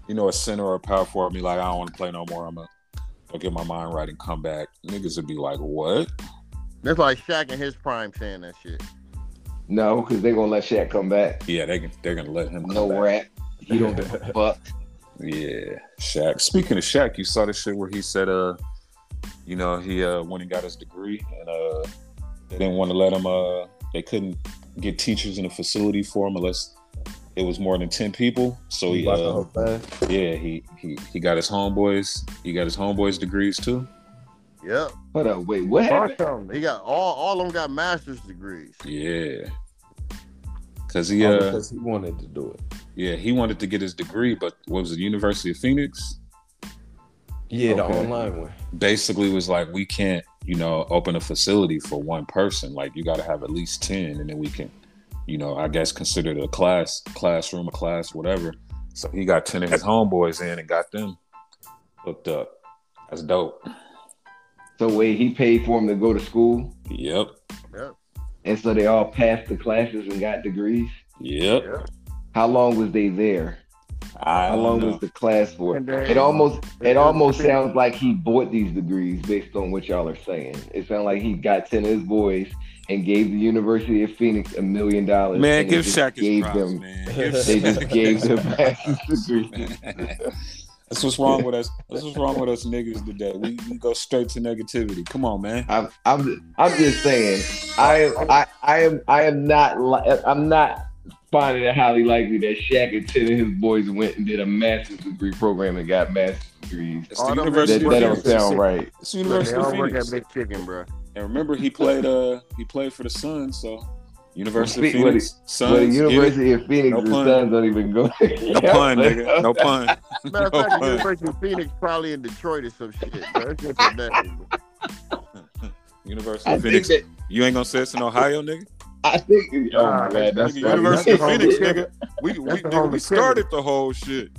Speaker 1: you know, a center or a power forward, be like, I don't want to play no more. I'm gonna go get my mind right and come back. Niggas would be like, what?
Speaker 2: That's like Shaq in his prime saying that shit.
Speaker 4: No, because they gonna let Shaq come back.
Speaker 1: Yeah, they can, they're gonna let him. Come
Speaker 4: No
Speaker 1: back.
Speaker 4: rap. He don't give a fuck.
Speaker 1: Yeah, Shaq. Speaking of Shaq, you saw the shit where he said, uh, you know, he uh went and got his degree, and uh, they didn't want to let him. Uh, they couldn't get teachers in the facility for him unless it was more than ten people. So he,
Speaker 5: About the
Speaker 1: uh,
Speaker 5: whole thing.
Speaker 1: yeah, he he he got his homeboys. He got his homeboys degrees too.
Speaker 2: Yep.
Speaker 4: Hold up, wait, what happened?
Speaker 2: First of them, he got all all of them got master's degrees.
Speaker 1: Yeah, cause he
Speaker 5: Yeah.
Speaker 1: uh
Speaker 5: Oh, Because he wanted to do it.
Speaker 1: yeah he wanted to get his degree, but what was it, University of Phoenix?
Speaker 5: Yeah, the
Speaker 4: Okay.
Speaker 5: online one.
Speaker 1: basically was like, we can't, you know, open a facility for one person. Like you got to have at least ten, and then we can, you know, I guess consider it a class, classroom, a class, whatever. So he got ten of his homeboys in and got them hooked up. That's dope.
Speaker 4: So wait, he paid for him to go to school,
Speaker 1: Yep.
Speaker 2: Yep.
Speaker 4: and so they all passed the classes and got degrees.
Speaker 1: Yep.
Speaker 4: How long was they there?
Speaker 1: I
Speaker 4: How
Speaker 1: don't
Speaker 4: long
Speaker 1: know.
Speaker 4: was the class for?
Speaker 2: And then-
Speaker 4: It almost it
Speaker 2: then-
Speaker 4: almost sounds like he bought these degrees based on what y'all are saying. It sounds like he got ten of his boys and gave the University of Phoenix a million dollars.
Speaker 1: man?
Speaker 4: and
Speaker 1: Give
Speaker 4: they just
Speaker 1: Shaq his
Speaker 4: gave
Speaker 1: props,
Speaker 4: them-
Speaker 1: man. Give
Speaker 5: They
Speaker 4: They
Speaker 1: Shaq
Speaker 4: just gave
Speaker 1: his
Speaker 4: him
Speaker 1: props.
Speaker 4: master's degrees.
Speaker 1: That's what's wrong with us. That's what's wrong with us niggas today. We, we go straight to negativity. Come on, man.
Speaker 4: I'm I'm I'm just saying. I am I, I am I am not li- I'm not finding it highly likely that Shaq and ten of his boys went and did a master's degree program and got master's degrees.
Speaker 1: It's the
Speaker 2: All them
Speaker 1: University
Speaker 4: That,
Speaker 1: of
Speaker 4: that don't
Speaker 1: Phoenix.
Speaker 4: sound right.
Speaker 1: It's
Speaker 2: Look,
Speaker 1: University
Speaker 2: they
Speaker 1: of
Speaker 2: all work
Speaker 1: Phoenix.
Speaker 2: at Big Chicken, bro.
Speaker 1: And remember, he played. Uh, he played for the Suns. So, University of
Speaker 4: Speak with
Speaker 1: Phoenix,
Speaker 4: Well, the
Speaker 1: Suns. get it?
Speaker 4: University of Phoenix
Speaker 1: No
Speaker 4: and
Speaker 1: pun.
Speaker 4: Suns don't even go there.
Speaker 1: No pun, nigga. No pun.
Speaker 2: Matter
Speaker 1: No
Speaker 2: of fact, the
Speaker 1: pun.
Speaker 2: University of Phoenix probably in Detroit or some shit. Bro. It's just a name.
Speaker 1: University
Speaker 4: I
Speaker 1: of
Speaker 4: think
Speaker 1: Phoenix.
Speaker 4: that
Speaker 1: You ain't gonna say it's in Ohio, nigga.
Speaker 4: I think. Oh
Speaker 2: Nah,
Speaker 4: my god, that's
Speaker 1: nigga
Speaker 4: funny.
Speaker 1: University of
Speaker 2: That's
Speaker 1: Phoenix,
Speaker 2: the
Speaker 1: nigga. We we,
Speaker 2: That's the
Speaker 1: nigga,
Speaker 2: homie
Speaker 1: we started the whole shit.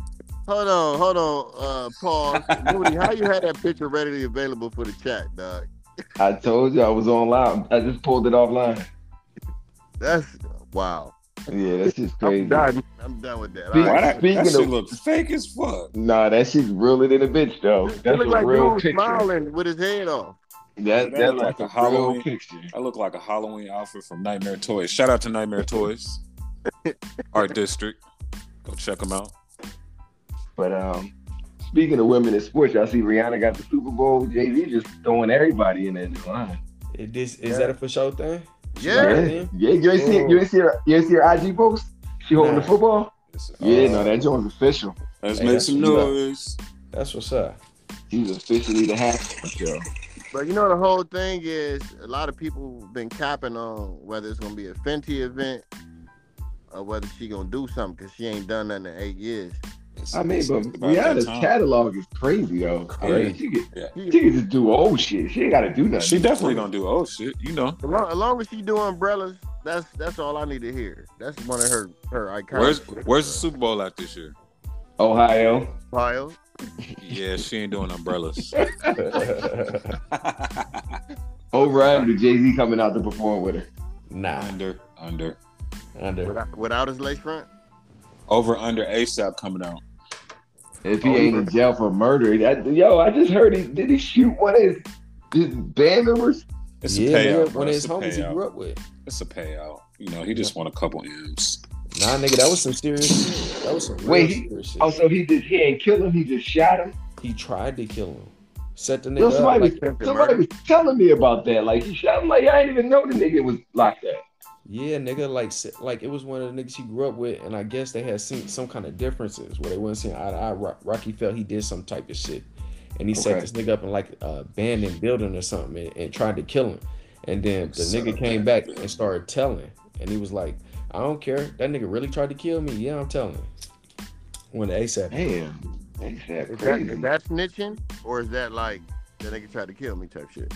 Speaker 2: Hold on, hold on, uh, Paul. Moody, how you had that picture readily available for the chat, dog?
Speaker 4: I told you I was online. I just pulled it offline.
Speaker 2: That's wow.
Speaker 4: Yeah, that's just crazy.
Speaker 2: I'm done with that.
Speaker 4: Speak-
Speaker 2: All
Speaker 1: Why
Speaker 2: right.
Speaker 1: that, that
Speaker 4: Speaking
Speaker 1: shit
Speaker 4: of-
Speaker 1: look fake as fuck.
Speaker 4: Nah, that shit's realer than a bitch though.
Speaker 2: He
Speaker 4: That's a
Speaker 2: look like
Speaker 4: real
Speaker 2: dude
Speaker 4: picture.
Speaker 2: smiling with his head off.
Speaker 4: That,
Speaker 1: That
Speaker 4: that's
Speaker 1: look like
Speaker 4: like a
Speaker 1: a
Speaker 4: real
Speaker 1: Halloween.
Speaker 4: picture.
Speaker 1: I look like a Halloween outfit from Nightmare Toys. Shout out to Nightmare Toys, Art District. Go check them out.
Speaker 4: But um, speaking of women in sports, y'all see Rihanna got the Super Bowl. Jay Z just throwing everybody in that line.
Speaker 5: It, this, is
Speaker 2: Yeah.
Speaker 5: that a for sure thing?
Speaker 2: Yeah.
Speaker 4: yeah. You ain't see you ain't see her you ain't see her IG post. She holding
Speaker 5: Nah.
Speaker 4: the football. Yeah, no, that joint's official.
Speaker 1: uh, Let's
Speaker 5: Hey,
Speaker 1: make
Speaker 5: that's
Speaker 1: some
Speaker 4: what's up.
Speaker 1: noise.
Speaker 5: That's what's up.
Speaker 4: He's officially the half yo.
Speaker 2: But you know the whole thing is a lot of people been capping on whether it's gonna be a Fenty event or whether she gonna do something because she ain't done nothing in eight years.
Speaker 1: It's-
Speaker 4: I mean,
Speaker 1: it's
Speaker 4: but
Speaker 1: about that
Speaker 4: Rihanna's
Speaker 1: time.
Speaker 4: catalog is crazy though. I mean,
Speaker 5: Crazy.
Speaker 4: she, could,
Speaker 1: Yeah.
Speaker 4: she could just do old shit. She ain't gotta do nothing.
Speaker 1: She definitely gonna do oh shit, you know.
Speaker 2: As long, as long as she do umbrellas, that's that's all I need to hear. That's one of her her iconic.
Speaker 1: Where's where's the Super Bowl at this year?
Speaker 4: Ohio.
Speaker 2: Ohio?
Speaker 1: Yeah, she ain't doing umbrellas.
Speaker 4: Over under Jay Z coming out to perform with her.
Speaker 5: nah,
Speaker 1: under, under,
Speaker 5: under.
Speaker 2: Without, without his lace front?
Speaker 1: over, under. ASAP coming out.
Speaker 4: If he ain't in jail for murder, that, yo, I just heard he did he shoot one of his, his band members.
Speaker 1: It's
Speaker 5: yeah,
Speaker 1: a payout.
Speaker 5: nigga,
Speaker 1: bro.
Speaker 5: one of
Speaker 1: It's
Speaker 5: his
Speaker 1: a
Speaker 5: homies he
Speaker 1: payout.
Speaker 5: grew up with.
Speaker 1: It's a payout. You know, he just won a couple M's.
Speaker 5: Nah, nigga, that was some serious shit. That was some real
Speaker 4: Wait, he-
Speaker 5: serious shit.
Speaker 4: Oh, so he just he ain't kill him. He just shot him.
Speaker 5: He tried to kill him. Set the
Speaker 4: Yo,
Speaker 5: nigga up.
Speaker 4: somebody,
Speaker 5: Like,
Speaker 4: was, somebody was telling me about that. Like he shot him. Like I didn't even know the nigga was locked up.
Speaker 5: Yeah, nigga, like s- like it was one of the niggas he grew up with, and I guess they had seen some kind of differences where they weren't seeing eye to eye. Ro- Rocky felt he did some type of shit, and he set
Speaker 4: Okay.
Speaker 5: this nigga up in like a abandoned building or something, and, and tried to kill him. And then the
Speaker 1: Son of
Speaker 5: nigga
Speaker 1: a
Speaker 5: came
Speaker 1: bitch.
Speaker 5: back and started telling, and he was like, "I don't care. That nigga really tried to kill me. Yeah, I'm telling." When the ASAP,
Speaker 4: Damn. That's that
Speaker 2: Is that,
Speaker 4: crazy.
Speaker 2: is that snitching or is that like that nigga tried to kill me type shit?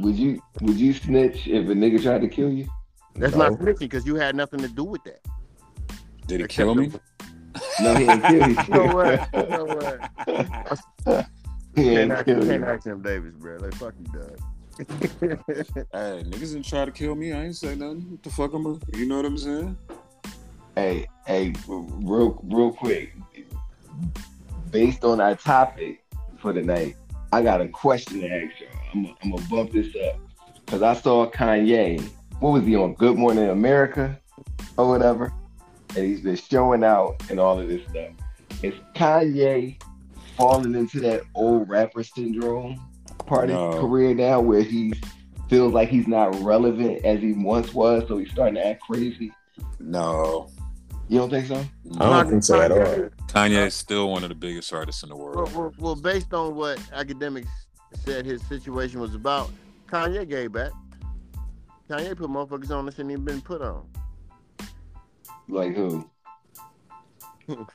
Speaker 4: Would you would you snitch if a nigga tried to kill you?
Speaker 2: That's
Speaker 5: No.
Speaker 2: not snitching because you had nothing to do with that.
Speaker 1: Did it
Speaker 2: Except
Speaker 1: kill me?
Speaker 2: the-
Speaker 4: No, he ain't kill you.
Speaker 2: You know what? You know what?
Speaker 4: he
Speaker 2: Can't
Speaker 4: ain't
Speaker 2: ask,
Speaker 4: kill
Speaker 2: can't
Speaker 4: you.
Speaker 2: ask him Davis, bro. Like fuck you, Doug.
Speaker 1: Hey, niggas didn't try to kill me. I ain't say nothing. What the fuck am I? You know what I'm saying?
Speaker 4: Hey, hey, real real quick. Based on our topic for tonight, I got a question to ask y'all. I'm, I'm gonna bump this up because I saw Kanye. What was he on? Good Morning America or whatever, and he's been showing out and all of this stuff. Is Kanye falling into that old rapper syndrome part of
Speaker 1: No.
Speaker 4: his career now, where he feels like he's not relevant as he once was, so he's starting to act crazy?
Speaker 1: No.
Speaker 4: You don't think so?
Speaker 5: I don't
Speaker 2: Not
Speaker 5: think so at
Speaker 2: Kanye.
Speaker 5: all.
Speaker 1: Kanye is still one of the biggest artists in the
Speaker 2: Well,
Speaker 5: Oh.
Speaker 1: world.
Speaker 2: well, well, based on what academics said his situation was about, Kanye gave back. Kanye put motherfuckers on that shouldn't even been put on.
Speaker 4: Like who?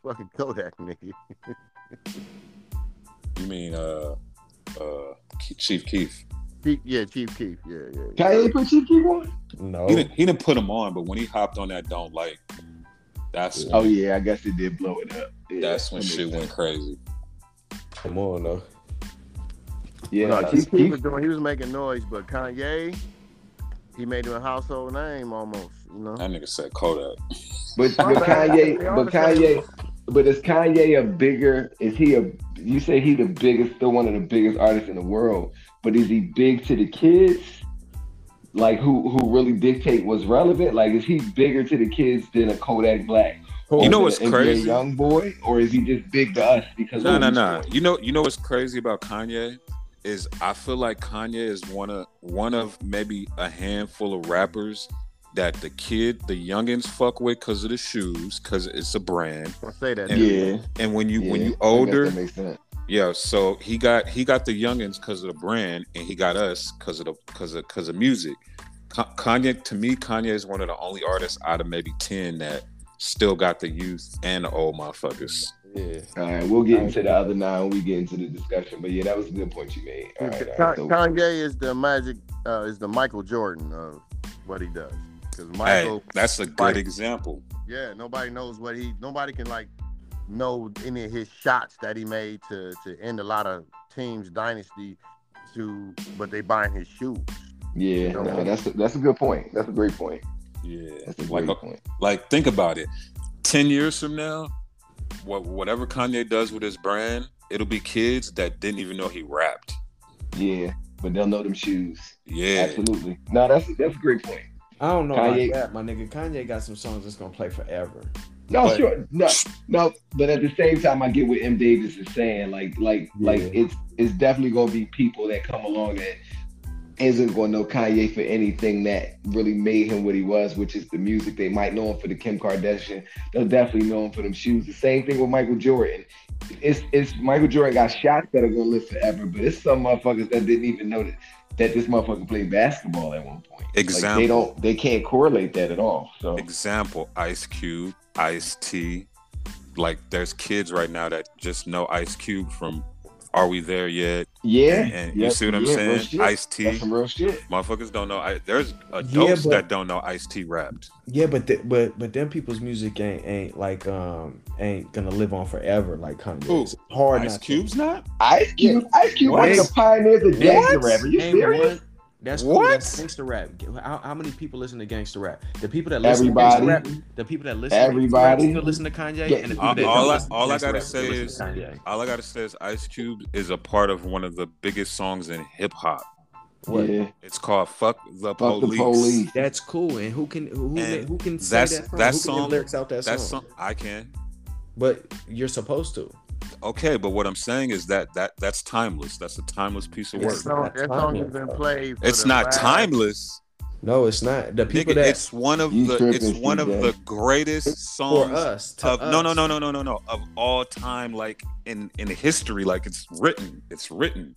Speaker 2: Fucking Kodak nigga.
Speaker 1: You mean uh uh Ke- Chief Keef?
Speaker 2: Chief, yeah, Chief Keef. Yeah, yeah. yeah.
Speaker 4: Kanye put you keep one?
Speaker 5: No,
Speaker 1: He didn't he didn't put him on, but when he hopped on that don't like, that's
Speaker 4: Oh yeah, I guess it did blow it up.
Speaker 5: Oh,
Speaker 4: Yeah,
Speaker 1: that's when
Speaker 4: that
Speaker 1: shit
Speaker 4: makes
Speaker 1: went crazy.
Speaker 5: come on though.
Speaker 4: sense. Yeah,
Speaker 2: No, Chief Keef
Speaker 4: keep,
Speaker 2: was doing. He was making noise, but Kanye, he made him a household name almost. You know.
Speaker 1: That nigga said Kodak.
Speaker 4: but,
Speaker 2: My
Speaker 4: but
Speaker 2: bad.
Speaker 4: Kanye,
Speaker 2: We all
Speaker 4: but
Speaker 2: the same.
Speaker 4: Kanye, but is Kanye a bigger? Is he a? You say he the biggest, still one of the biggest artists in the world, but is he big to the kids? Like who who really dictate what's relevant? Like is he bigger to the kids than a Kodak Black?
Speaker 1: You
Speaker 4: Or
Speaker 1: know
Speaker 4: than
Speaker 1: what's
Speaker 4: an NBA
Speaker 1: crazy?
Speaker 4: Young boy, or is he just big to us because
Speaker 1: No,
Speaker 4: of
Speaker 1: no,
Speaker 4: what
Speaker 1: no.
Speaker 4: he's doing?
Speaker 1: You know, you know what's crazy about Kanye is I feel like Kanye is one of one of maybe a handful of rappers that the kid, the youngins, fuck with because of the shoes, because it's a brand.
Speaker 2: Don't say that.
Speaker 1: And-
Speaker 4: Yeah,
Speaker 1: And when you when
Speaker 4: yeah, I
Speaker 1: you
Speaker 4: guess
Speaker 1: older,
Speaker 4: that makes sense.
Speaker 1: yeah. So he got he got the youngins because of the brand, and he got us because of the because of because of music. Ka- Kanye to me, Kanye is one of the only artists out of maybe ten that still got the youth and the old motherfuckers.
Speaker 5: Yeah,
Speaker 4: All right, we'll get into the other nine when we get into the discussion. But yeah, that was a good point you made. All right, all right, so-
Speaker 2: Kanye is the magic. Uh, is the Michael Jordan of what he does. Because Michael.
Speaker 1: Hey, that's a good
Speaker 2: Mike-
Speaker 1: example.
Speaker 2: Yeah, nobody knows what he. Nobody can like know any of his shots that he made to to end a lot of teams' dynasty. To but they buying his shoes.
Speaker 4: yeah, no, that's a, that's a good point. That's a great point.
Speaker 1: Yeah,
Speaker 4: That's a
Speaker 1: like uh,
Speaker 4: great point.
Speaker 1: like think about it. Ten years from now, what whatever Kanye does with his brand, it'll be kids that didn't even know he rapped.
Speaker 4: Yeah, but they'll know them shoes.
Speaker 1: Yeah,
Speaker 4: Absolutely. No, that's that's a great point.
Speaker 5: I don't know
Speaker 4: Kanye-
Speaker 5: about that, my nigga. Kanye got some songs that's gonna play forever.
Speaker 4: No,
Speaker 1: But-
Speaker 4: sure. No, no, but at the same time, I get what M. Davis is saying. Like, like, like
Speaker 5: Yeah.
Speaker 4: it's it's definitely gonna be people that come along that isn't gonna know Kanye for anything that really made him what he was, which is the music. They might know him for the Kim Kardashian. They'll definitely know him for them shoes. The same thing with Michael Jordan. It's it's Michael Jordan got shots that are gonna live forever, but it's some motherfuckers that didn't even know that, that this motherfucker played basketball at one point. Like,
Speaker 1: Example.
Speaker 4: they don't they can't correlate that at all. So
Speaker 1: example: Ice Cube, Ice T. Like there's kids right now that just know Ice Cube from "Are We There Yet?"
Speaker 4: yeah,
Speaker 1: And you
Speaker 4: yeah,
Speaker 1: see what I'm
Speaker 4: yeah, real
Speaker 1: saying?
Speaker 4: shit.
Speaker 1: Ice T.
Speaker 4: That's some real shit.
Speaker 1: Motherfuckers don't know. I, there's adults
Speaker 5: but-
Speaker 1: that don't know Ice T rapped.
Speaker 5: Yeah, but th- but but them people's music ain't ain't like um ain't gonna live on forever like Kanye.
Speaker 1: Who?
Speaker 5: It's hard
Speaker 1: Ice
Speaker 5: not to.
Speaker 1: Cube's not.
Speaker 4: Ice Cube, Ice Cube,
Speaker 5: What?
Speaker 4: one of the pioneers of gangster rap. Are you
Speaker 5: Name
Speaker 4: serious?
Speaker 5: one- That's
Speaker 1: What?
Speaker 5: cool. That's gangster rap. How, how many people listen to gangster rap? The people that listen
Speaker 4: Everybody,
Speaker 5: to gangster rap, the people that listen
Speaker 4: Everybody.
Speaker 5: to gangsta rap still listen to Kanye,
Speaker 4: Yeah.
Speaker 5: and the people
Speaker 1: All-
Speaker 5: that
Speaker 1: all
Speaker 5: don't
Speaker 1: I-
Speaker 5: listen to
Speaker 1: all I
Speaker 5: gangsta
Speaker 1: gotta
Speaker 5: rap still
Speaker 1: say
Speaker 5: listen to Kanye.
Speaker 1: All I gotta say is Ice Cube is a part of one of the biggest songs in hip hop.
Speaker 5: What?
Speaker 4: Yeah,
Speaker 1: It's called "Fuck the
Speaker 4: fuck
Speaker 1: Police."
Speaker 4: the police.
Speaker 5: That's cool, and who can who
Speaker 1: And
Speaker 5: who can say
Speaker 1: that's-
Speaker 5: that song?
Speaker 1: that
Speaker 5: who can
Speaker 1: song-
Speaker 5: get lyrics out that song?
Speaker 1: That's some, I can.
Speaker 5: But you're supposed to.
Speaker 1: Okay, but what I'm saying is that that that's timeless. That's a timeless piece of
Speaker 5: It's
Speaker 1: work.
Speaker 2: That song, that song has been played. for
Speaker 1: It's
Speaker 2: the
Speaker 1: not
Speaker 2: last-
Speaker 1: timeless.
Speaker 5: No, it's not. The people
Speaker 1: Nigga,
Speaker 5: that
Speaker 1: it's one of
Speaker 4: You
Speaker 1: the
Speaker 4: tripping,
Speaker 1: it's one of
Speaker 4: Steve,
Speaker 1: the greatest
Speaker 3: for
Speaker 1: songs
Speaker 3: us. To
Speaker 1: of
Speaker 3: us.
Speaker 1: no no no no no no no of all time like in in history like it's written it's written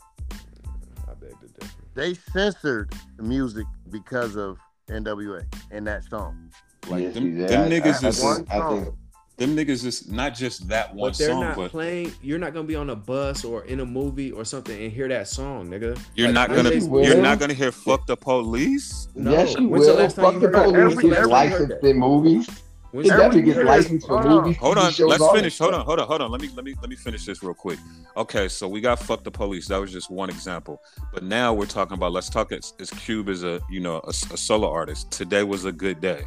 Speaker 5: I beg to differ.
Speaker 2: They censored music because of NWA and that song.
Speaker 1: Like,
Speaker 4: Yes,
Speaker 1: them-
Speaker 4: yeah,
Speaker 1: them
Speaker 4: I-
Speaker 1: niggas
Speaker 4: I,
Speaker 1: is-
Speaker 4: I think, I think
Speaker 1: them niggas is not just that one
Speaker 3: But they're
Speaker 1: song
Speaker 3: not
Speaker 1: but
Speaker 3: playing. You're not gonna be on a bus or in a movie or something and hear that song, nigga.
Speaker 1: you're
Speaker 3: Like,
Speaker 1: not
Speaker 3: how
Speaker 1: gonna
Speaker 3: they-
Speaker 1: you're
Speaker 4: Well-
Speaker 1: not gonna hear fuck the police
Speaker 3: No.
Speaker 4: Yes, you
Speaker 3: When's the
Speaker 4: will.
Speaker 3: last time
Speaker 4: Fuck
Speaker 3: you
Speaker 4: the
Speaker 3: heard that?
Speaker 4: police
Speaker 3: Every-
Speaker 4: gets
Speaker 3: every-
Speaker 4: licensed in movies.
Speaker 3: When's
Speaker 4: It
Speaker 3: that-
Speaker 4: definitely gets
Speaker 2: Every-
Speaker 4: licensed for
Speaker 2: Hold on.
Speaker 4: movies.
Speaker 1: hold
Speaker 4: TV
Speaker 1: on
Speaker 4: shows,
Speaker 1: let's
Speaker 4: all that
Speaker 1: finish hold
Speaker 4: stuff.
Speaker 1: on hold on hold on let me let me let me finish this real quick okay so we got fuck the police that was just one example but now we're talking about let's talk as, as cube is a you know a, s- a solo artist today was a good day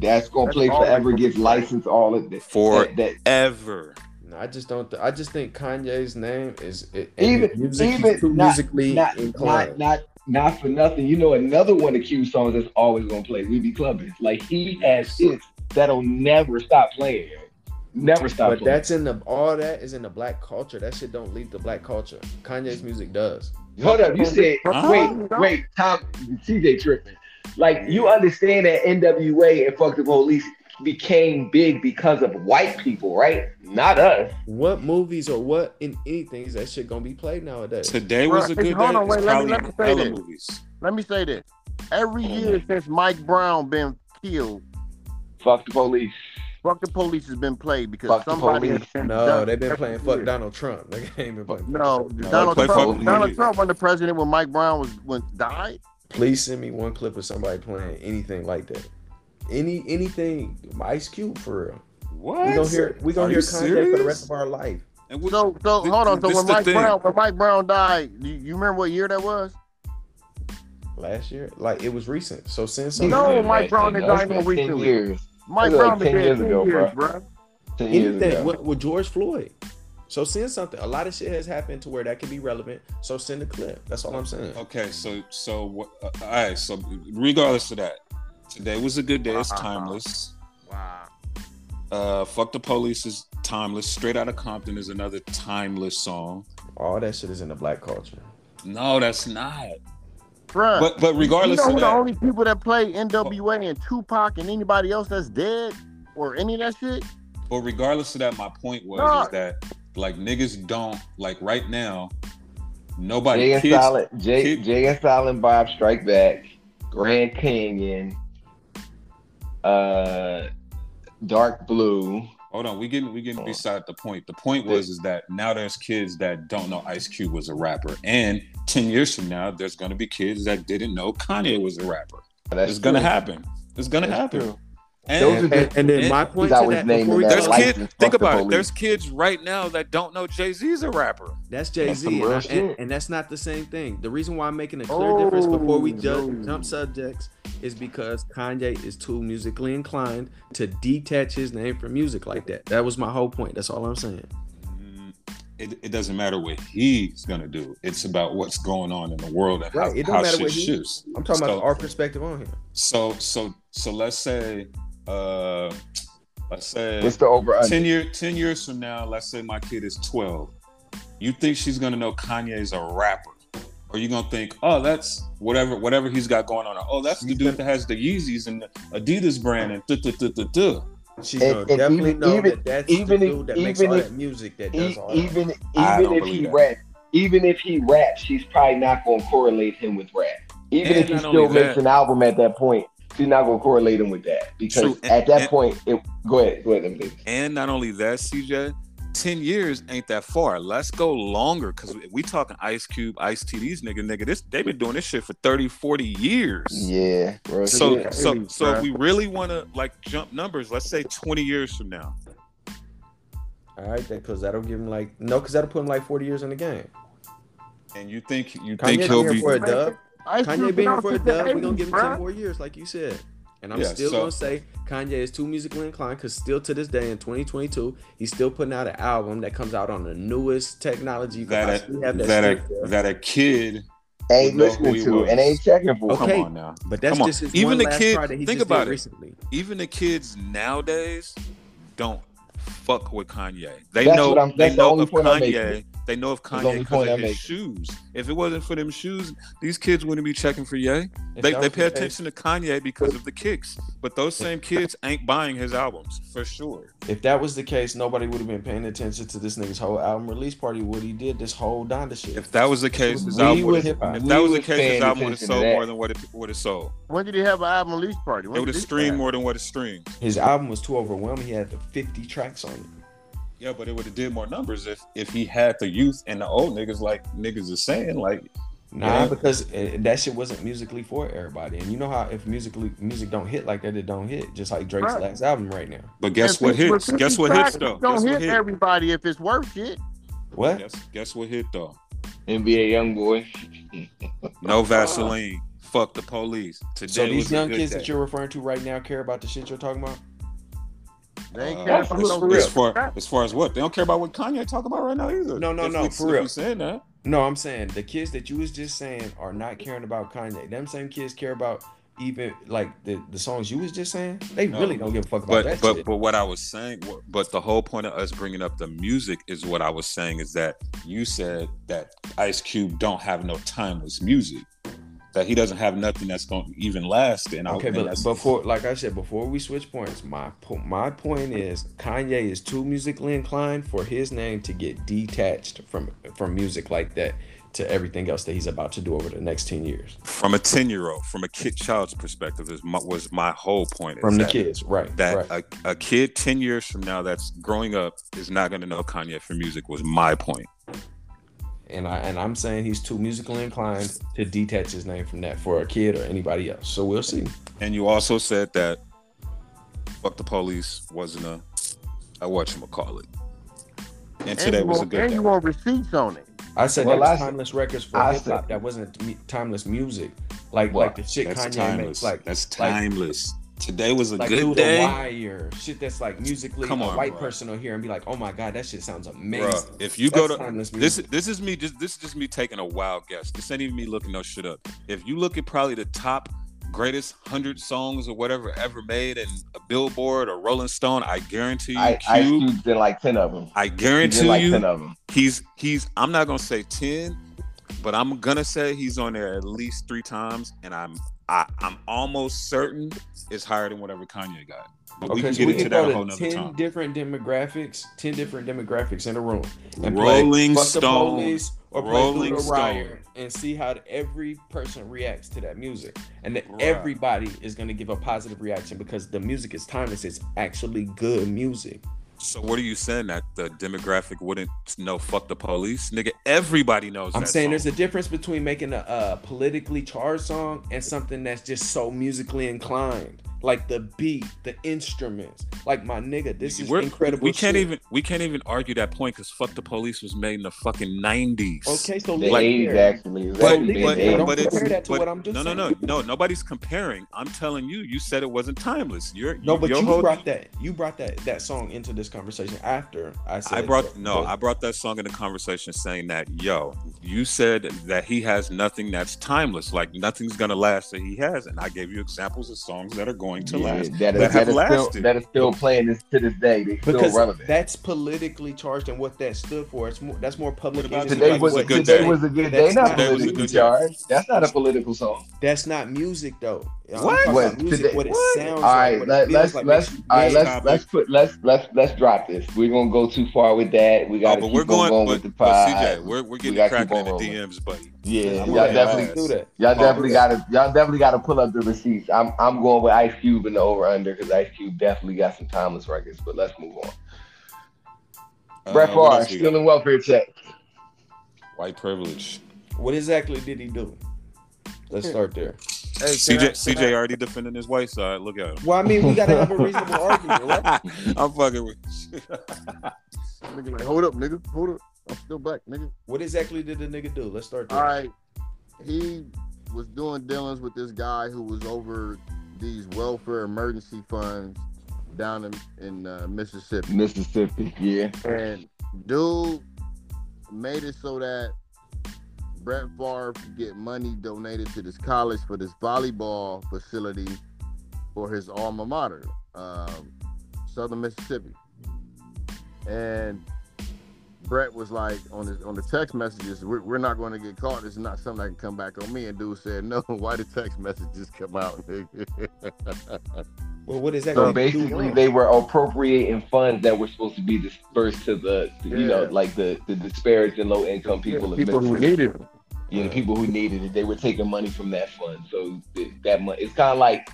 Speaker 4: That's gonna
Speaker 2: That's
Speaker 4: play
Speaker 2: all
Speaker 4: forever.
Speaker 2: that-
Speaker 4: Gets licensed all of that.
Speaker 1: for
Speaker 4: that, that
Speaker 1: ever
Speaker 5: No, I just don't. Th- I just think Kanye's name is it,
Speaker 4: Even-
Speaker 5: and his music, he's
Speaker 4: even
Speaker 5: too
Speaker 4: not-
Speaker 5: musically
Speaker 4: not,
Speaker 5: inclined.
Speaker 4: not, not, not for nothing. You know, another one of Q's songs that's always gonna play. We be clubbing. Like he has hits that'll never stop playing. yo. Never stop.
Speaker 5: but
Speaker 4: playing.
Speaker 5: that's in the all that is in the black culture. That shit don't leave the black culture. Kanye's music does.
Speaker 4: Hold up, you said
Speaker 1: Huh?
Speaker 2: Oh,
Speaker 4: wait, wait, Tom, TJ tripping. Like you understand that NWA and fuck the police became big because of white people, right? Not us.
Speaker 5: What movies or what in anything is that shit gonna be played nowadays?
Speaker 1: today was a
Speaker 2: Bruh,
Speaker 1: good day
Speaker 2: hold on,
Speaker 1: It's
Speaker 2: wait, let me-
Speaker 1: probably
Speaker 2: let me say
Speaker 1: hella
Speaker 2: this.
Speaker 1: movies
Speaker 2: Let me say this: every year since Mike Brown been killed,
Speaker 4: Fuck the police.
Speaker 2: "Fuck the Police" has been played because
Speaker 4: Fuck the
Speaker 2: somebody.
Speaker 4: police.
Speaker 2: has
Speaker 5: No,
Speaker 2: done
Speaker 5: they've been
Speaker 2: every
Speaker 5: playing
Speaker 2: year.
Speaker 5: fuck Donald Trump. Nigga they ain't been playing.
Speaker 2: No,
Speaker 5: fuck
Speaker 2: Donald
Speaker 1: play fuck
Speaker 2: Trump.
Speaker 1: the
Speaker 2: Donald
Speaker 1: police.
Speaker 2: Trump wasn't the president when Mike Brown was when died.
Speaker 5: Please send me one clip of somebody playing anything like that. Any anything Ice Cube for real.
Speaker 1: what
Speaker 5: We gonna hear we
Speaker 1: Are
Speaker 5: gonna hear
Speaker 1: you
Speaker 5: Kanye for the
Speaker 1: serious?
Speaker 5: rest of our life.
Speaker 1: And we-
Speaker 2: So, so
Speaker 1: Th-
Speaker 2: hold on. So
Speaker 1: this
Speaker 2: when
Speaker 1: the
Speaker 2: Mike
Speaker 1: thing.
Speaker 2: Brown, when Mike Brown died, you, you remember what year that was?
Speaker 5: Last year, like it was recent. So send
Speaker 4: These
Speaker 5: something.
Speaker 2: No,
Speaker 4: men,
Speaker 2: Mike
Speaker 4: right?
Speaker 2: Brown is
Speaker 4: Yo, it's
Speaker 2: not
Speaker 4: been
Speaker 2: even
Speaker 4: 10
Speaker 2: recently.
Speaker 4: Years,
Speaker 2: Mike
Speaker 4: It was like
Speaker 2: Brown
Speaker 4: 10
Speaker 2: been dead
Speaker 4: years
Speaker 2: ten
Speaker 4: ago,
Speaker 2: years,
Speaker 4: bruh.
Speaker 2: bro.
Speaker 4: ten years
Speaker 5: anything
Speaker 4: ago.
Speaker 5: with, with George Floyd. So send something. A lot of shit has happened to where that can be relevant. So send a clip. That's all I'm saying.
Speaker 1: Okay, so so what? Uh, all right, so regardless of that, today was a good day. It's
Speaker 2: Wow.
Speaker 1: timeless.
Speaker 2: Wow.
Speaker 1: Uh, fuck the police is timeless. Straight out of Compton is another timeless song.
Speaker 5: All that shit is in the black culture.
Speaker 1: No, that's not.
Speaker 2: Bruh.
Speaker 1: But but regardless
Speaker 2: you know who
Speaker 1: of
Speaker 2: the
Speaker 1: that,
Speaker 2: only people that play NWA and Tupac and anybody else that's dead or any of that shit?
Speaker 1: but regardless of that, my point was
Speaker 2: No.
Speaker 1: is that like niggas don't like right now. Nobody
Speaker 4: Jay and
Speaker 1: kids,
Speaker 4: Silent, Jay,
Speaker 1: kids-
Speaker 4: Jay and Silent Bob Strike Back, Grand Canyon, uh, Dark Blue.
Speaker 1: Hold on, we getting we getting
Speaker 4: Hold on.
Speaker 1: beside the point. The point was is that now there's kids that don't know Ice Cube was a rapper, and ten years from now, there's gonna be kids that didn't know Kanye was a rapper.
Speaker 4: That's
Speaker 1: it's gonna
Speaker 4: true.
Speaker 1: happen. It's gonna
Speaker 4: That's
Speaker 1: happen.
Speaker 4: true. Those are
Speaker 1: And
Speaker 4: the-
Speaker 3: And, and then my point
Speaker 4: I
Speaker 3: to
Speaker 4: was
Speaker 3: that
Speaker 4: naming
Speaker 3: before we
Speaker 4: that
Speaker 1: there's
Speaker 3: go,
Speaker 4: license,
Speaker 1: kids.
Speaker 4: fuck
Speaker 1: Think
Speaker 4: the
Speaker 1: about it.
Speaker 4: police.
Speaker 1: There's kids right now that don't know Jay Z's a rapper.
Speaker 3: that's Jay
Speaker 4: That's some
Speaker 3: Z,
Speaker 4: real
Speaker 3: and, and,
Speaker 4: shit.
Speaker 3: and that's not the same thing. The reason why I'm making a clear difference before we
Speaker 2: Oh,
Speaker 3: judge
Speaker 2: no.
Speaker 3: jump subjects is because Kanye is too musically inclined to detach his name from music like that. That was my whole point. That's all I'm saying.
Speaker 1: Mm, It, it doesn't matter what he's gonna do. It's about what's going on in the world and
Speaker 5: Right, it
Speaker 1: how,
Speaker 5: don't
Speaker 1: how
Speaker 5: matter
Speaker 1: shit
Speaker 5: what he-
Speaker 1: shifts.
Speaker 5: I'm
Speaker 1: So-
Speaker 5: talking about our perspective on him.
Speaker 1: So so so let's say uh let's say
Speaker 4: What's the over under?
Speaker 1: 10 year 10 years from now let's say my kid is 12 you think she's gonna know kanye's a rapper or you gonna think oh that's whatever whatever he's got going on or, oh that's the dude that has the yeezys and the adidas brand and duh, duh, duh, duh, duh.
Speaker 5: She's
Speaker 4: And-
Speaker 5: gonna
Speaker 4: and
Speaker 5: definitely
Speaker 4: even-
Speaker 5: know
Speaker 4: even-
Speaker 5: that that's
Speaker 4: even
Speaker 5: the
Speaker 4: if-
Speaker 5: dude that makes
Speaker 4: even
Speaker 5: all
Speaker 4: if-
Speaker 5: that music that does
Speaker 4: E-
Speaker 5: all that.
Speaker 4: even
Speaker 1: I
Speaker 4: even
Speaker 1: don't
Speaker 4: if he
Speaker 1: believe that.
Speaker 4: raps, even if he raps, she's probably not gonna correlate him with rap. Even
Speaker 1: And
Speaker 4: if he
Speaker 1: not
Speaker 4: still
Speaker 1: only
Speaker 4: makes
Speaker 1: that-
Speaker 4: an album at that point, she's not gonna correlate him with that because
Speaker 1: True, and-
Speaker 4: at that
Speaker 1: and-
Speaker 4: point, it. Go ahead, go ahead, let me finish.
Speaker 1: and not only that cj 10 years ain't that far let's go longer because we, we talking ice cube ice t these nigga nigga this they've been doing this shit for 30 40 years
Speaker 4: Yeah, bro.
Speaker 1: so
Speaker 4: yeah.
Speaker 1: so so if we really want to like jump numbers let's say 20 years from now
Speaker 5: all right, because that'll give him like no, because that'll put him like 40 years in the game.
Speaker 1: and you think you think
Speaker 5: Kanye
Speaker 1: he'll
Speaker 5: being
Speaker 1: be
Speaker 5: here for a dub.
Speaker 2: Ice
Speaker 3: Kanye
Speaker 2: Cube
Speaker 3: being
Speaker 2: out
Speaker 3: for a
Speaker 2: since the
Speaker 3: dub, we're gonna give him
Speaker 2: 80s,
Speaker 3: 10
Speaker 2: bruh.
Speaker 3: more years, like you said. And I'm
Speaker 1: Yeah,
Speaker 3: still
Speaker 1: so-
Speaker 3: gonna say Kanye is too musically inclined because still to this day in 2022, he's still putting out an album that comes out on the newest technology. You can
Speaker 1: that a,
Speaker 3: possibly have that
Speaker 1: that
Speaker 3: shit
Speaker 1: a,
Speaker 3: there.
Speaker 1: that a kid
Speaker 4: ain't
Speaker 1: know who
Speaker 4: listening
Speaker 1: he
Speaker 4: to
Speaker 1: was.
Speaker 4: and ain't checking for.
Speaker 3: Okay.
Speaker 1: Come on now.
Speaker 3: but that's
Speaker 1: come on.
Speaker 3: just his
Speaker 1: Even
Speaker 3: one
Speaker 1: the
Speaker 3: last
Speaker 1: kid-
Speaker 3: try that he
Speaker 1: think
Speaker 3: just
Speaker 1: about
Speaker 3: did
Speaker 1: it.
Speaker 3: recently.
Speaker 1: Even the kids nowadays don't fuck with Kanye. They
Speaker 4: That's
Speaker 1: know
Speaker 4: what I'm-
Speaker 1: they
Speaker 4: that's the
Speaker 1: know
Speaker 4: only
Speaker 1: of
Speaker 4: point I'm
Speaker 1: Kanye They know if
Speaker 6: That's the only
Speaker 1: Kanye
Speaker 6: point
Speaker 1: because
Speaker 6: I
Speaker 1: of his
Speaker 6: make.
Speaker 1: shoes. If it wasn't for them shoes, these kids wouldn't be checking for Ye.
Speaker 6: If
Speaker 1: They,
Speaker 6: that
Speaker 1: they
Speaker 6: was
Speaker 1: pay
Speaker 6: the case-
Speaker 1: attention to Kanye because of the kicks, but those same kids ain't buying his albums for sure.
Speaker 5: If that was the case, nobody would have been paying attention to this nigga's whole album release party. What he did, this whole Donda shit.
Speaker 1: If that was the case, his
Speaker 5: We
Speaker 1: album would
Speaker 5: was-
Speaker 1: have.
Speaker 5: if
Speaker 1: If that
Speaker 4: we
Speaker 1: was the
Speaker 4: was
Speaker 1: case, his
Speaker 4: paying
Speaker 1: album would have
Speaker 4: attention to
Speaker 1: sold
Speaker 4: that.
Speaker 1: more than what it would have sold.
Speaker 2: When did he have an album release party?
Speaker 1: It
Speaker 2: When
Speaker 1: would have
Speaker 2: did this
Speaker 1: streamed
Speaker 2: happen?
Speaker 1: more than what it streamed.
Speaker 5: his album was too overwhelming, he had the 50 tracks on it.
Speaker 1: Yeah, but it would have did more numbers if if he had the youth and the old niggas like niggas is saying like
Speaker 5: Nah,
Speaker 1: Yeah.
Speaker 5: because uh that shit wasn't musically for everybody. And you know how if musically music don't hit like that, it don't hit. Just like Drake's
Speaker 2: Right.
Speaker 5: last album right now.
Speaker 1: But guess what
Speaker 2: If it's
Speaker 1: hits?
Speaker 2: with
Speaker 1: Guess what
Speaker 2: 50
Speaker 1: hits though?
Speaker 2: tracks, Don't
Speaker 1: guess
Speaker 2: hit,
Speaker 1: what hit?
Speaker 2: everybody if it's worth it.
Speaker 5: What?
Speaker 1: Guess, guess what hit though?
Speaker 4: NBA young boy.
Speaker 1: No Vaseline. Fuck the police. Today
Speaker 5: So these
Speaker 1: was a
Speaker 5: young
Speaker 1: good
Speaker 5: kids
Speaker 1: day.
Speaker 5: that you're referring to right now care about the shit you're talking about?
Speaker 2: They ain't
Speaker 1: Uh,
Speaker 2: care
Speaker 4: that's
Speaker 2: about
Speaker 4: for
Speaker 2: no
Speaker 4: real.
Speaker 1: as far
Speaker 2: Crap.
Speaker 1: as far as what they don't care about what Kanye talk about right now either.
Speaker 5: No, no,
Speaker 1: If
Speaker 5: no,
Speaker 1: we-
Speaker 5: for
Speaker 1: if
Speaker 5: real.
Speaker 1: we Saying that.
Speaker 5: No, I'm saying the kids that you was just saying are not caring about Kanye. Them same kids care about even like the, the songs you was just saying. They
Speaker 1: No.
Speaker 5: really don't give a fuck about
Speaker 1: But
Speaker 5: that
Speaker 1: but
Speaker 5: shit.
Speaker 1: but what I was saying, wa- but the whole point of us bringing up the music is what I was saying is that you said that Ice Cube don't have no timeless music, that he doesn't have nothing that's going to even last. And I-
Speaker 5: Okay,
Speaker 1: and
Speaker 5: but
Speaker 1: that's-
Speaker 5: before, like I said, before we switch points, my po- my point is Kanye is too musically inclined for his name to get detached from from music like that to everything else that he's about to do over the next ten years
Speaker 1: from a ten year old, from a kid child's perspective, is my, was my whole point. is
Speaker 5: from the
Speaker 1: that-
Speaker 5: kids, right?
Speaker 1: that
Speaker 5: right.
Speaker 1: a, a kid 10 years from now that's growing up is not going to know Kanye for music was my point.
Speaker 5: and I and I'm saying he's too musically inclined to detach his name from that for a kid or anybody else. So we'll see.
Speaker 1: And you also said that Fuck the Police wasn't a, a whatchamacallit. And
Speaker 2: And
Speaker 1: today
Speaker 2: you
Speaker 1: was a
Speaker 2: want-
Speaker 1: good
Speaker 2: and
Speaker 1: day.
Speaker 2: you want receipts on it.
Speaker 5: I said
Speaker 4: Well,
Speaker 5: that
Speaker 4: I
Speaker 5: was
Speaker 4: said-
Speaker 5: timeless records for
Speaker 4: I
Speaker 5: hip hop.
Speaker 4: said-
Speaker 5: That wasn't mu- timeless music, like
Speaker 4: Well,
Speaker 5: like the shit
Speaker 1: That's
Speaker 5: Kanye
Speaker 1: timeless.
Speaker 5: makes, like
Speaker 1: that's
Speaker 5: like-
Speaker 1: timeless. today was a
Speaker 5: like through
Speaker 1: good
Speaker 5: the
Speaker 1: day.
Speaker 5: wire shit that's like musically
Speaker 1: Come
Speaker 5: a
Speaker 1: on,
Speaker 5: white
Speaker 1: bruh.
Speaker 5: person will hear and be like oh my god that shit sounds amazing
Speaker 1: Bruh, if you go
Speaker 5: That's
Speaker 1: to
Speaker 5: timeless
Speaker 1: this,
Speaker 5: music.
Speaker 1: this is me just this is just me taking a wild guess. This ain't even me looking no shit up. If you look at probably the top greatest hundred songs or whatever ever made, and a Billboard or Rolling Stone, I guarantee you,
Speaker 4: I, I
Speaker 1: Cube,
Speaker 4: did like ten of them.
Speaker 1: I
Speaker 4: He
Speaker 1: guarantee
Speaker 4: did like
Speaker 1: you,
Speaker 4: ten of them.
Speaker 1: he's he's. I'm not gonna say ten, but I'm gonna say he's on there at least three times, and I'm I, I'm almost certain it's higher than whatever Kanye got. But we
Speaker 5: okay
Speaker 1: can
Speaker 5: so
Speaker 1: get
Speaker 5: we
Speaker 1: into
Speaker 5: can
Speaker 1: that
Speaker 5: go
Speaker 1: a
Speaker 5: to
Speaker 1: whole nother
Speaker 5: 10
Speaker 1: time.
Speaker 5: different demographics 10 different demographics in a room and play
Speaker 1: Rolling
Speaker 5: Fuck the
Speaker 1: Stone.
Speaker 5: Police or play
Speaker 1: Rolling
Speaker 5: Through the
Speaker 1: Stone.
Speaker 5: Wire and see how every person reacts to that music and that
Speaker 1: Bruh.
Speaker 5: everybody is going to give a positive reaction because the music is timeless it's actually good music
Speaker 1: So what are you saying that the demographic wouldn't know? Fuck the police, nigga. Everybody knows.
Speaker 5: I'm
Speaker 1: that
Speaker 5: saying
Speaker 1: song.
Speaker 5: there's a difference between making a, a politically charged song and something that's just so musically inclined, like the beat, the instruments. Like my nigga, this is
Speaker 1: We're-
Speaker 5: incredible.
Speaker 1: We can't
Speaker 5: shit.
Speaker 1: even we can't even argue that point because fuck the police was made in the fucking nineties.
Speaker 5: Okay, so
Speaker 4: The
Speaker 5: let's
Speaker 4: eighties
Speaker 5: compare.
Speaker 4: actually. It's
Speaker 1: But,
Speaker 4: actually the
Speaker 1: but,
Speaker 5: yeah,
Speaker 1: but,
Speaker 5: don't
Speaker 4: 80s.
Speaker 1: but it's,
Speaker 5: compare that to
Speaker 1: but-
Speaker 5: what I'm just
Speaker 1: no, no, no, no. Nobody's comparing. I'm telling you. You said it wasn't timeless. You're
Speaker 5: No, but
Speaker 1: your
Speaker 5: you
Speaker 1: whole-
Speaker 5: brought that you brought that that song into this conversation after I said
Speaker 1: I brought no. I brought that song in the conversation, saying that yo, you said that he has nothing that's timeless. Like nothing's gonna last that he has, and I gave you examples of songs that are going to
Speaker 4: Yeah,
Speaker 1: last.
Speaker 4: that is,
Speaker 1: that
Speaker 4: that,
Speaker 1: have
Speaker 4: is still,
Speaker 1: lasted.
Speaker 4: that is still playing this to this day. They still
Speaker 5: because
Speaker 4: relevant.
Speaker 5: that's politically charged and what that stood for. It's more that's more public.
Speaker 1: about
Speaker 5: enemy
Speaker 4: today
Speaker 5: than
Speaker 4: was
Speaker 1: a
Speaker 4: a
Speaker 1: good
Speaker 4: good
Speaker 1: day.
Speaker 4: today was a good day.
Speaker 5: That's
Speaker 4: Not
Speaker 5: not- Today was a
Speaker 4: politically
Speaker 1: good day.
Speaker 4: charged. That's not a political song.
Speaker 5: That's not music though.
Speaker 1: What?
Speaker 5: I'm talking about
Speaker 4: What?
Speaker 5: music,
Speaker 4: Today-
Speaker 5: what it
Speaker 1: what?
Speaker 5: sounds
Speaker 4: All
Speaker 5: like.
Speaker 4: right,
Speaker 5: what it
Speaker 4: let,
Speaker 5: feels
Speaker 4: let's
Speaker 5: like,
Speaker 4: let's
Speaker 5: makes you
Speaker 4: all right,
Speaker 5: mad.
Speaker 1: topic.
Speaker 4: let's let's put let's let's let's drop this. We're gonna go too far with that. We
Speaker 1: Oh,
Speaker 4: gotta
Speaker 1: but
Speaker 4: keep
Speaker 1: we're
Speaker 4: on
Speaker 1: going.
Speaker 4: going
Speaker 1: but,
Speaker 4: with the
Speaker 1: but
Speaker 4: pod.
Speaker 1: CJ, we're we're getting
Speaker 4: gotta
Speaker 1: cracking
Speaker 4: keep
Speaker 1: in the
Speaker 4: on rolling.
Speaker 1: DMs, buddy.
Speaker 4: yeah,
Speaker 5: I'm
Speaker 4: y'all
Speaker 5: gonna
Speaker 4: definitely
Speaker 5: do that.
Speaker 4: y'all
Speaker 5: Hold on.
Speaker 4: definitely gotta y'all definitely gotta pull up the receipts. I'm I'm going with Ice Cube in the over under because Ice Cube definitely got some timeless records. But let's move on.
Speaker 1: Uh, what
Speaker 4: Brett Favre
Speaker 1: else we got?
Speaker 4: still in welfare check.
Speaker 1: white privilege.
Speaker 5: What exactly did he do? Let's start there.
Speaker 2: Hey, can
Speaker 1: CJ
Speaker 2: I-
Speaker 1: CJ already defending his white side. Look at him.
Speaker 5: Well, I mean, we gotta have a reasonable argument, right?
Speaker 1: I'm fucking with you.
Speaker 2: Nigga, like, hold up, nigga. Hold up. I'm still black, nigga.
Speaker 5: What exactly did the nigga do? Let's start
Speaker 2: All
Speaker 5: there.
Speaker 2: right. He was doing dealings with this guy who was over these welfare emergency funds down in, in uh, Mississippi.
Speaker 4: Mississippi, yeah.
Speaker 2: And dude made it so that Brett Favre could get money donated to this college for this volleyball facility for his alma mater, um, Southern Mississippi. And Brett was like on the on the text messages, we're, we're not going to get caught. This is not something that can come back on me. And dude said, no. Why did text messages come out? nigga?
Speaker 5: Well, what is that?
Speaker 4: So
Speaker 5: gonna do
Speaker 4: basically,
Speaker 5: wrong?
Speaker 4: they were appropriating funds that were supposed to be dispersed to the, the- you know,
Speaker 2: Yeah.
Speaker 4: like the, the disparaged and low income people, of
Speaker 2: people who
Speaker 4: Memphis.
Speaker 2: needed them.
Speaker 4: you know, people who needed it. They were taking money from that fund. So th- that money, it's kind of like,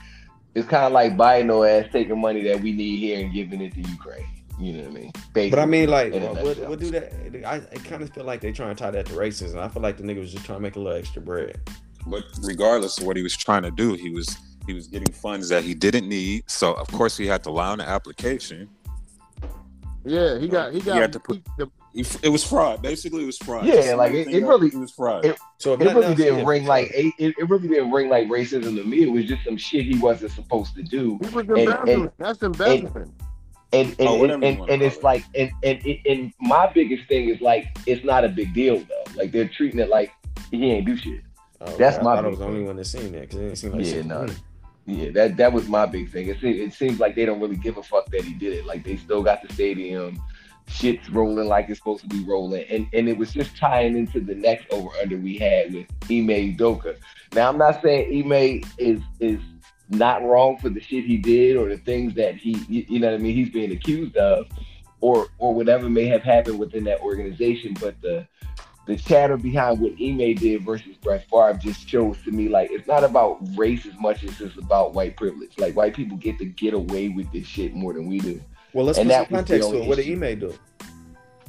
Speaker 4: it's kind of like Biden ass taking money that we need here and giving it to Ukraine. You know what I mean? Basically.
Speaker 5: But I mean, like,
Speaker 4: In a
Speaker 5: what,
Speaker 4: nutshell.
Speaker 5: what do that? I, I kind of feel like they trying to tie that to racism. I feel like the nigga was just trying to make a little extra bread.
Speaker 1: But regardless of what he was trying to do, he was he was getting funds that he didn't need. So of course he had to lie on the application.
Speaker 2: Yeah, he got he got
Speaker 1: had to put-
Speaker 2: the-
Speaker 1: He f- It was fraud. Basically, it was fraud.
Speaker 4: Yeah,
Speaker 1: Just
Speaker 4: like, it-
Speaker 1: everything
Speaker 4: it
Speaker 1: else,
Speaker 4: really-
Speaker 1: it was fraud.
Speaker 4: it-
Speaker 5: So if
Speaker 4: it
Speaker 5: nothing
Speaker 4: really
Speaker 5: else,
Speaker 4: didn't
Speaker 5: yeah.
Speaker 4: ring like it, it really didn't ring like racism to me. It was just some shit he wasn't supposed to do.
Speaker 2: he was embezzling. That's embezzlement.
Speaker 4: and and,
Speaker 1: Oh, whatever
Speaker 4: and,
Speaker 1: you
Speaker 4: and,
Speaker 1: wanna
Speaker 4: and
Speaker 1: call
Speaker 4: it's
Speaker 1: it.
Speaker 4: like and, and and my biggest thing is like it's not a big deal though. Like they're treating it like he ain't do shit.
Speaker 5: Oh,
Speaker 4: That's
Speaker 5: I
Speaker 4: my
Speaker 5: thought I was
Speaker 4: big
Speaker 5: the only
Speaker 4: thing.
Speaker 5: one that seen that because it didn't seem like
Speaker 4: Yeah,
Speaker 5: shit.
Speaker 4: nah.
Speaker 5: happened.
Speaker 4: Yeah, that that was my big thing. It seems, it seems like they don't really give a fuck that he did it. Like they still got the stadium, shit's rolling like it's supposed to be rolling, and and it was just tying into the next over under we had with Ime Udoka. Now I'm not saying Ime is is not wrong for the shit he did or the things that he you, you know what I mean he's being accused of, or or whatever may have happened within that organization, but the the chatter behind what Ime did versus Brett Favre just shows to me like it's not about race as much as it's about white privilege. Like white people get to get away with this shit more than we do.
Speaker 5: Well, let's
Speaker 4: And
Speaker 5: put some
Speaker 4: that was the
Speaker 5: context to it.
Speaker 4: only
Speaker 5: What did
Speaker 4: issue.
Speaker 5: Ime do?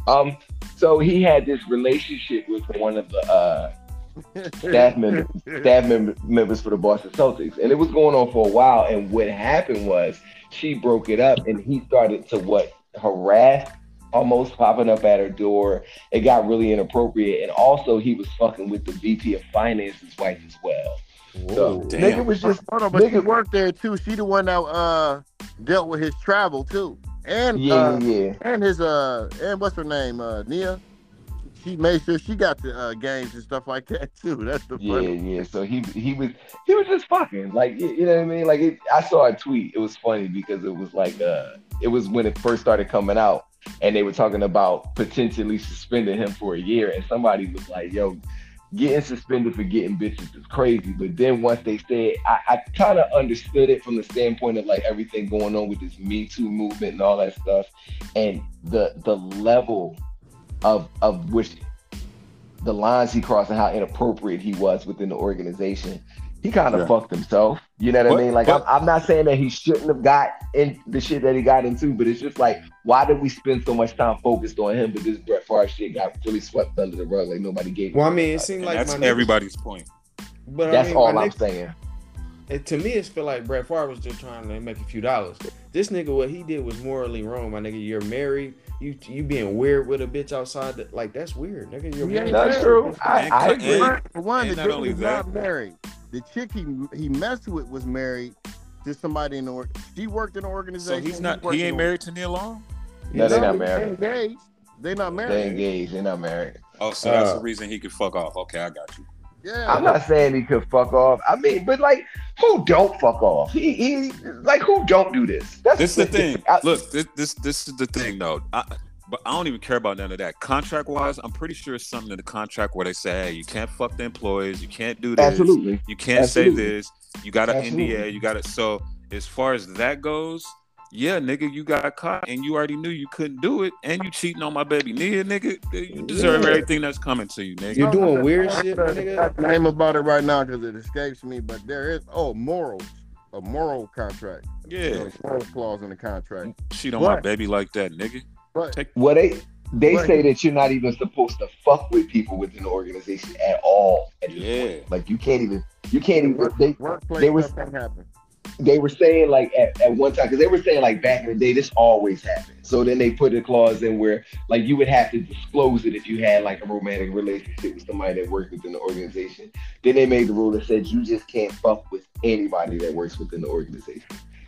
Speaker 4: Um, so he had this relationship with one of the uh, staff members, staff mem- members for the Boston Celtics, and it was going on for a while. And what happened was she broke it up, and he started to what harass, almost popping up at her door. It got really inappropriate, and also he was fucking with the VP of Finance's wife as well. So
Speaker 5: Whoa.
Speaker 1: Damn.
Speaker 4: nigga was just
Speaker 2: Hold on, but she
Speaker 4: Nigga-
Speaker 2: worked there too. She the one that uh dealt with his travel too, and
Speaker 4: yeah,
Speaker 2: uh,
Speaker 4: yeah.
Speaker 2: and his uh and what's her name uh Nia. She made sure she got the uh, games and stuff like that too. That's the
Speaker 4: Yeah,
Speaker 2: funny.
Speaker 4: yeah. So he he was he was just fucking like you you know what I mean. Like it, I saw a tweet. It was funny because it was like uh it was when it first started coming out, and they were talking about potentially suspending him for a year, and somebody was like, "Yo, getting suspended for getting bitches is crazy." But then once they said, I, I kind of understood it from the standpoint of like everything going on with this Me Too movement and all that stuff, and the the level of of which the lines he crossed and how inappropriate he was within the organization. He kind of
Speaker 1: Yeah.
Speaker 4: fucked himself. You know what
Speaker 1: But-
Speaker 4: I mean? Like,
Speaker 1: but-
Speaker 4: I'm, I'm not saying that he shouldn't have got in the shit that he got into, but it's just like, why did we spend so much time focused on him? But this Brett Favre shit got really swept under the rug. Like, nobody gave
Speaker 5: Well, I mean, it seemed
Speaker 1: And
Speaker 5: like
Speaker 1: that's
Speaker 5: my nigga-
Speaker 1: everybody's point.
Speaker 5: But
Speaker 4: That's
Speaker 5: I mean, my
Speaker 4: all I'm
Speaker 5: nigga-
Speaker 4: saying.
Speaker 5: it, to me, it feel like Brett Favre was just trying to make a few dollars. This nigga, what he did was morally wrong, my nigga. You're married. You you being weird with a bitch outside. The, like that's weird, nigga. You're
Speaker 2: Yeah,
Speaker 5: married.
Speaker 4: That's true. I,
Speaker 1: And
Speaker 4: I
Speaker 1: Kirk-
Speaker 4: agree.
Speaker 1: and-
Speaker 2: For one,
Speaker 1: and
Speaker 2: the
Speaker 1: not
Speaker 2: girl
Speaker 1: only
Speaker 2: was
Speaker 1: that-
Speaker 2: not married. The chick he he messed with was married to somebody in the org. She worked in the
Speaker 1: So
Speaker 2: organization.
Speaker 1: he's not.
Speaker 2: worked
Speaker 1: He
Speaker 2: in
Speaker 1: ain't
Speaker 2: the-
Speaker 1: married to Neil Long.
Speaker 4: No, they
Speaker 2: No,
Speaker 4: not married.
Speaker 2: engaged. They not
Speaker 4: They
Speaker 2: married.
Speaker 4: engaged. They're not married.
Speaker 1: Oh, so that's
Speaker 5: Uh,
Speaker 1: the reason he could fuck off. Okay, I got you.
Speaker 2: Yeah.
Speaker 4: I'm not saying he could fuck off. I mean, but like, who don't fuck off? He, he like, who don't do this? That's
Speaker 1: This is the thing.
Speaker 4: I-
Speaker 1: Look, this this this is the thing though. I, but I don't even care about none of that. Contract wise, I'm pretty sure it's something in the contract where they say, hey, you can't fuck the employees, you can't do this,
Speaker 4: Absolutely.
Speaker 1: you can't
Speaker 4: Absolutely.
Speaker 1: say this, you got an
Speaker 4: Absolutely.
Speaker 1: NDA, you got it. So as far as that goes, yeah, nigga, you got caught and you already knew you couldn't do it, and you cheating on my baby Nia, nigga. You deserve
Speaker 4: Yeah.
Speaker 1: everything that's coming to you, nigga.
Speaker 5: You're doing weird
Speaker 2: I
Speaker 5: shit, my
Speaker 2: don't
Speaker 5: nigga.
Speaker 2: know the name about it right now because it escapes me. But there is oh morals, a moral contract.
Speaker 1: Yeah,
Speaker 2: There's a moral clause in the contract.
Speaker 1: cheat on my
Speaker 2: What?
Speaker 1: baby like that, nigga.
Speaker 2: But
Speaker 4: Well, they they
Speaker 2: Right.
Speaker 4: say that you're not even supposed to fuck with people within the organization at all. At this
Speaker 1: Yeah.
Speaker 4: point. like you can't even you can't even. They
Speaker 2: workplace
Speaker 4: They was-
Speaker 2: stuff can happen.
Speaker 4: they were saying like at, at one time because they were saying like back in the day this always happened. So then they put a clause in where like you would have to disclose it if you had like a romantic relationship with somebody that worked within the organization. Then they made the rule that said you just can't fuck with anybody that works within the organization.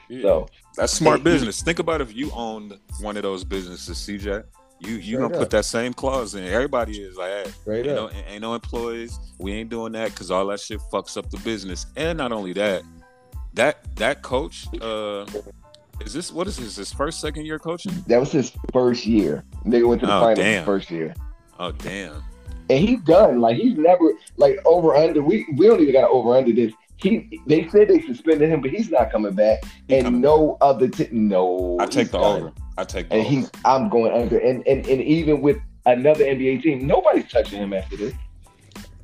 Speaker 1: Yeah.
Speaker 4: So
Speaker 1: That's smart
Speaker 4: Hey,
Speaker 1: business. Think about if you owned one of those businesses, CJ. You you
Speaker 5: Straight
Speaker 1: gonna
Speaker 5: up.
Speaker 1: put that same clause in. Everybody is like, hey,
Speaker 5: Straight
Speaker 1: ain't no,
Speaker 5: up.
Speaker 1: ain't no employees. We ain't doing that because all that shit fucks up the business. And not only that, that that coach, uh, Is this what is this? His first second year coaching?
Speaker 4: That was his first year. Nigga went to the
Speaker 1: Oh,
Speaker 4: finals
Speaker 1: damn.
Speaker 4: his first year.
Speaker 1: Oh damn.
Speaker 4: and he's done. Like he's never like over under. We we don't even got to over under this. He they said they suspended him, but he's not coming back.
Speaker 1: He
Speaker 4: and
Speaker 1: coming
Speaker 4: no other t- no.
Speaker 1: I take
Speaker 4: he's
Speaker 1: the
Speaker 4: done.
Speaker 1: over. I take the
Speaker 4: And
Speaker 1: over.
Speaker 4: he's I'm going under. And and and even with another NBA team, nobody's touching him after this.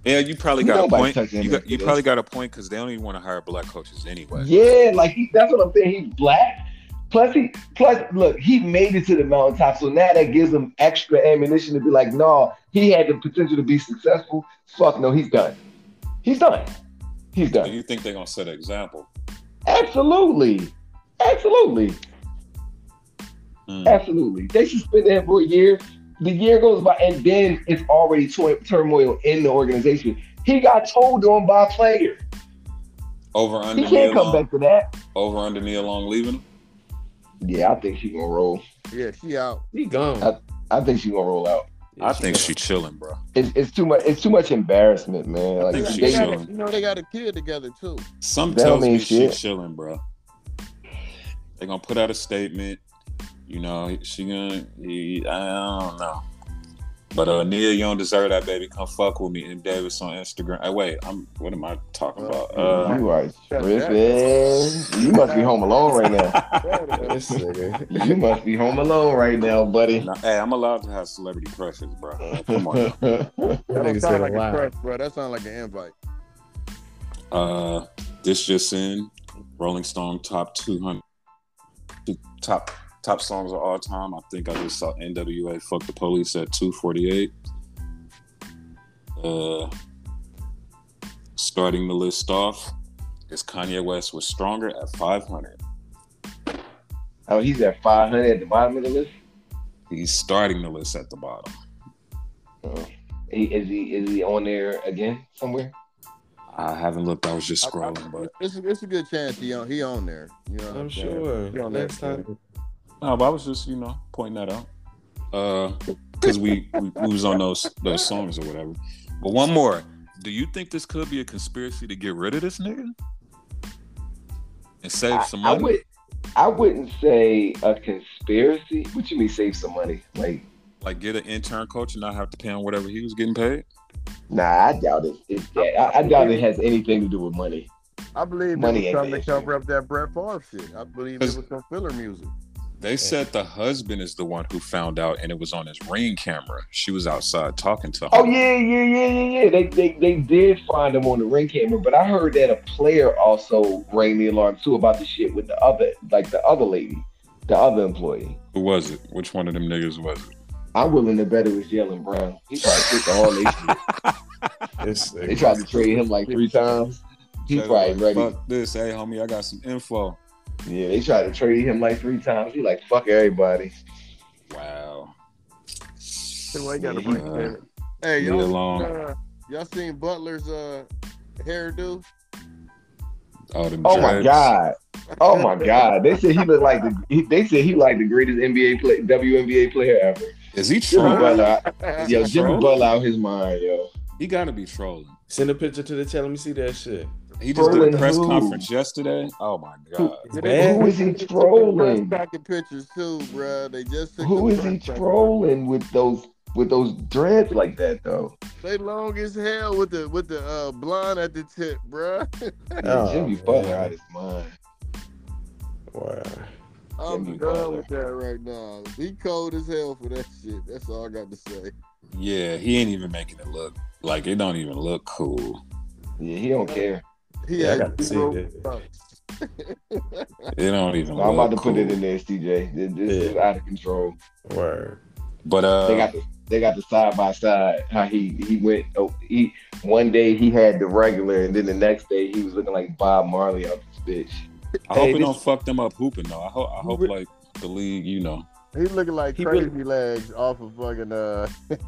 Speaker 1: Yeah, you probably got a
Speaker 4: Nobody
Speaker 1: point.
Speaker 4: touching
Speaker 1: You,
Speaker 4: him
Speaker 1: got,
Speaker 4: after
Speaker 1: you
Speaker 4: this.
Speaker 1: probably got a point because they don't even want to hire black coaches anyway.
Speaker 4: Yeah, like he, that's what I'm saying. He's black. Plus he plus look, he made it to the mountaintop. So now that gives him extra ammunition to be like, no, he had the potential to be successful. Fuck no, he's done. He's done. He's
Speaker 1: Do
Speaker 4: done.
Speaker 1: you think they're gonna set an example?
Speaker 4: Absolutely. Absolutely.
Speaker 1: Mm.
Speaker 4: Absolutely. They suspended him for a year. The year goes by, and then it's already to- turmoil in the organization. He got told on by a player.
Speaker 1: Over
Speaker 4: He
Speaker 1: under Neil
Speaker 4: can't come
Speaker 1: Long.
Speaker 4: back to that.
Speaker 1: Over under Neil Long leaving. him?
Speaker 4: Yeah, I think she's gonna roll.
Speaker 2: Yeah, she out.
Speaker 5: He gone.
Speaker 4: I- I think she's gonna roll out.
Speaker 5: Yeah,
Speaker 1: I think
Speaker 5: gone.
Speaker 1: she chilling, bro.
Speaker 4: It's, it's too much. It's too much embarrassment, man.
Speaker 1: think
Speaker 4: Like
Speaker 2: You know,
Speaker 1: she
Speaker 4: they-
Speaker 2: they got a-
Speaker 1: chilling.
Speaker 2: you know they got a kid together too.
Speaker 1: Some
Speaker 4: That don't
Speaker 1: tells me
Speaker 4: mean
Speaker 1: she
Speaker 4: shit.
Speaker 1: chilling, bro. They're gonna put out a statement. You know, she gonna. He, I don't know. But uh, Neil, you don't deserve that, baby. Come fuck with me. And Davis on Instagram. Hey, wait, I'm. What am I talking about? Uh,
Speaker 4: you are
Speaker 2: that-
Speaker 4: tripping. You must be home alone right now.
Speaker 5: This nigga.
Speaker 4: You must be home alone right now, buddy.
Speaker 1: nah, hey, I'm allowed to have celebrity crushes, bro.
Speaker 4: Uh,
Speaker 1: Come on.
Speaker 2: That
Speaker 5: nigga
Speaker 2: don't
Speaker 5: said
Speaker 2: sound like
Speaker 5: a lot.
Speaker 2: a crush, bro. That sounds like an invite.
Speaker 1: Uh, this just in: Rolling Stone top 200, two- top top songs of all time. I think I just saw N.W.A. "Fuck the Police" at 248. Uh, starting the list off is Kanye West was stronger at 500.
Speaker 4: Oh, he's at 500 at the bottom of the list.
Speaker 1: He's starting the list at the bottom.
Speaker 4: Oh. He, is he is he on there again somewhere?
Speaker 1: I haven't looked. I was just
Speaker 2: I- I-
Speaker 1: scrolling, but
Speaker 2: It's a, it's a good chance he on he on there. You know, what
Speaker 5: I'm
Speaker 2: saying?
Speaker 5: sure.
Speaker 2: He on
Speaker 5: Next
Speaker 2: that shit.
Speaker 5: time.
Speaker 1: no, but I was just you know pointing that out. Uh, because we, we we was on those those songs or whatever. But one more. Do you think this could be a conspiracy to get rid of this nigga and save
Speaker 4: I,
Speaker 1: some
Speaker 4: I
Speaker 1: money?
Speaker 4: would I wouldn't say a conspiracy. What you mean save some money? Like
Speaker 1: Like get an intern coach and not have to pay him whatever he was getting paid.
Speaker 4: nah, I doubt it. It's that. I, I doubt it has anything to do with money.
Speaker 2: I believe
Speaker 4: Money
Speaker 2: it was
Speaker 4: ain't
Speaker 2: something
Speaker 4: the
Speaker 2: to
Speaker 4: issue.
Speaker 2: cover up that Brett Favre shit. I believe it
Speaker 1: Cause-
Speaker 2: was some filler music.
Speaker 1: They said the husband is the one who found out, and it was on his ring camera. She was outside talking to him.
Speaker 4: Oh yeah, yeah, yeah, yeah, yeah. They they, they did find him on the ring camera, but I heard that a player also rang the alarm too about the shit with the other like the other lady, the other employee.
Speaker 1: Who was it? Which one of them niggas was it?
Speaker 4: I'm willing to bet it was Jalen Brown. He tried to take the whole nation.
Speaker 5: This
Speaker 4: They
Speaker 5: nigga.
Speaker 4: tried to trade him like three times. He
Speaker 1: They
Speaker 4: probably
Speaker 1: like,
Speaker 4: ready.
Speaker 1: Fuck this, hey homie, I got some info.
Speaker 4: Yeah, they tried to trade him like three times. He like fuck everybody.
Speaker 1: Wow.
Speaker 2: So I gotta
Speaker 4: Yeah,
Speaker 2: bring
Speaker 1: uh,
Speaker 2: that. Hey,
Speaker 1: Leave it
Speaker 2: y'all,
Speaker 1: alone.
Speaker 2: uh, y'all seen Butler's uh hairdo?
Speaker 1: All them
Speaker 4: Oh my
Speaker 1: dreads.
Speaker 4: god. Oh my god. They said he looked like the. He, they said he like the greatest NBA play, WNBA player ever.
Speaker 1: Is he
Speaker 4: Jimmy
Speaker 1: trolling?
Speaker 4: Butler. Yo, Jimmy
Speaker 1: Bro.
Speaker 4: Butler out his mind, yo.
Speaker 1: He gotta be trolling.
Speaker 5: Send a picture to the tell me see that shit.
Speaker 1: He just did
Speaker 4: Trolling
Speaker 1: a press
Speaker 4: who?
Speaker 1: conference yesterday. Oh my god.
Speaker 5: It's
Speaker 4: Who
Speaker 5: bad.
Speaker 4: is he
Speaker 2: Trolling.
Speaker 4: trolling?
Speaker 2: pictures too, bruh. They just took
Speaker 4: Who
Speaker 2: the
Speaker 4: is he
Speaker 2: press pack-
Speaker 4: trolling with those with those dreads like that though?
Speaker 2: They long as hell with the with the uh blonde at the tip, bruh.
Speaker 5: Oh,
Speaker 4: Jimmy
Speaker 5: man.
Speaker 4: Butler out his mind.
Speaker 5: Wow.
Speaker 2: I'm
Speaker 4: Jimmy
Speaker 2: done
Speaker 4: Butler.
Speaker 2: with that right now. He cold as hell for that shit. That's all I got to say.
Speaker 1: Yeah, he ain't even making it look like it don't even look cool.
Speaker 4: Yeah, he don't care.
Speaker 2: He
Speaker 5: Yeah, I
Speaker 2: had
Speaker 5: got to see
Speaker 2: zero
Speaker 5: that.
Speaker 2: bucks.
Speaker 1: It don't even
Speaker 4: I'm
Speaker 1: look
Speaker 4: about to
Speaker 1: cool.
Speaker 4: put it in there, CJ. This, this is
Speaker 5: Yeah.
Speaker 4: out of control.
Speaker 5: Word.
Speaker 1: But uh
Speaker 4: They got the they got the side by side. How he he went. Oh, he one day he had the regular, and then the next day he was looking like Bob Marley out this bitch.
Speaker 1: I
Speaker 5: Hey,
Speaker 1: hope it
Speaker 5: this-
Speaker 1: don't fuck them up hooping though. I hope I hope
Speaker 5: Re-
Speaker 1: like the league, you know.
Speaker 2: He looking like
Speaker 5: He
Speaker 2: crazy
Speaker 5: really-
Speaker 2: legs off of fucking uh.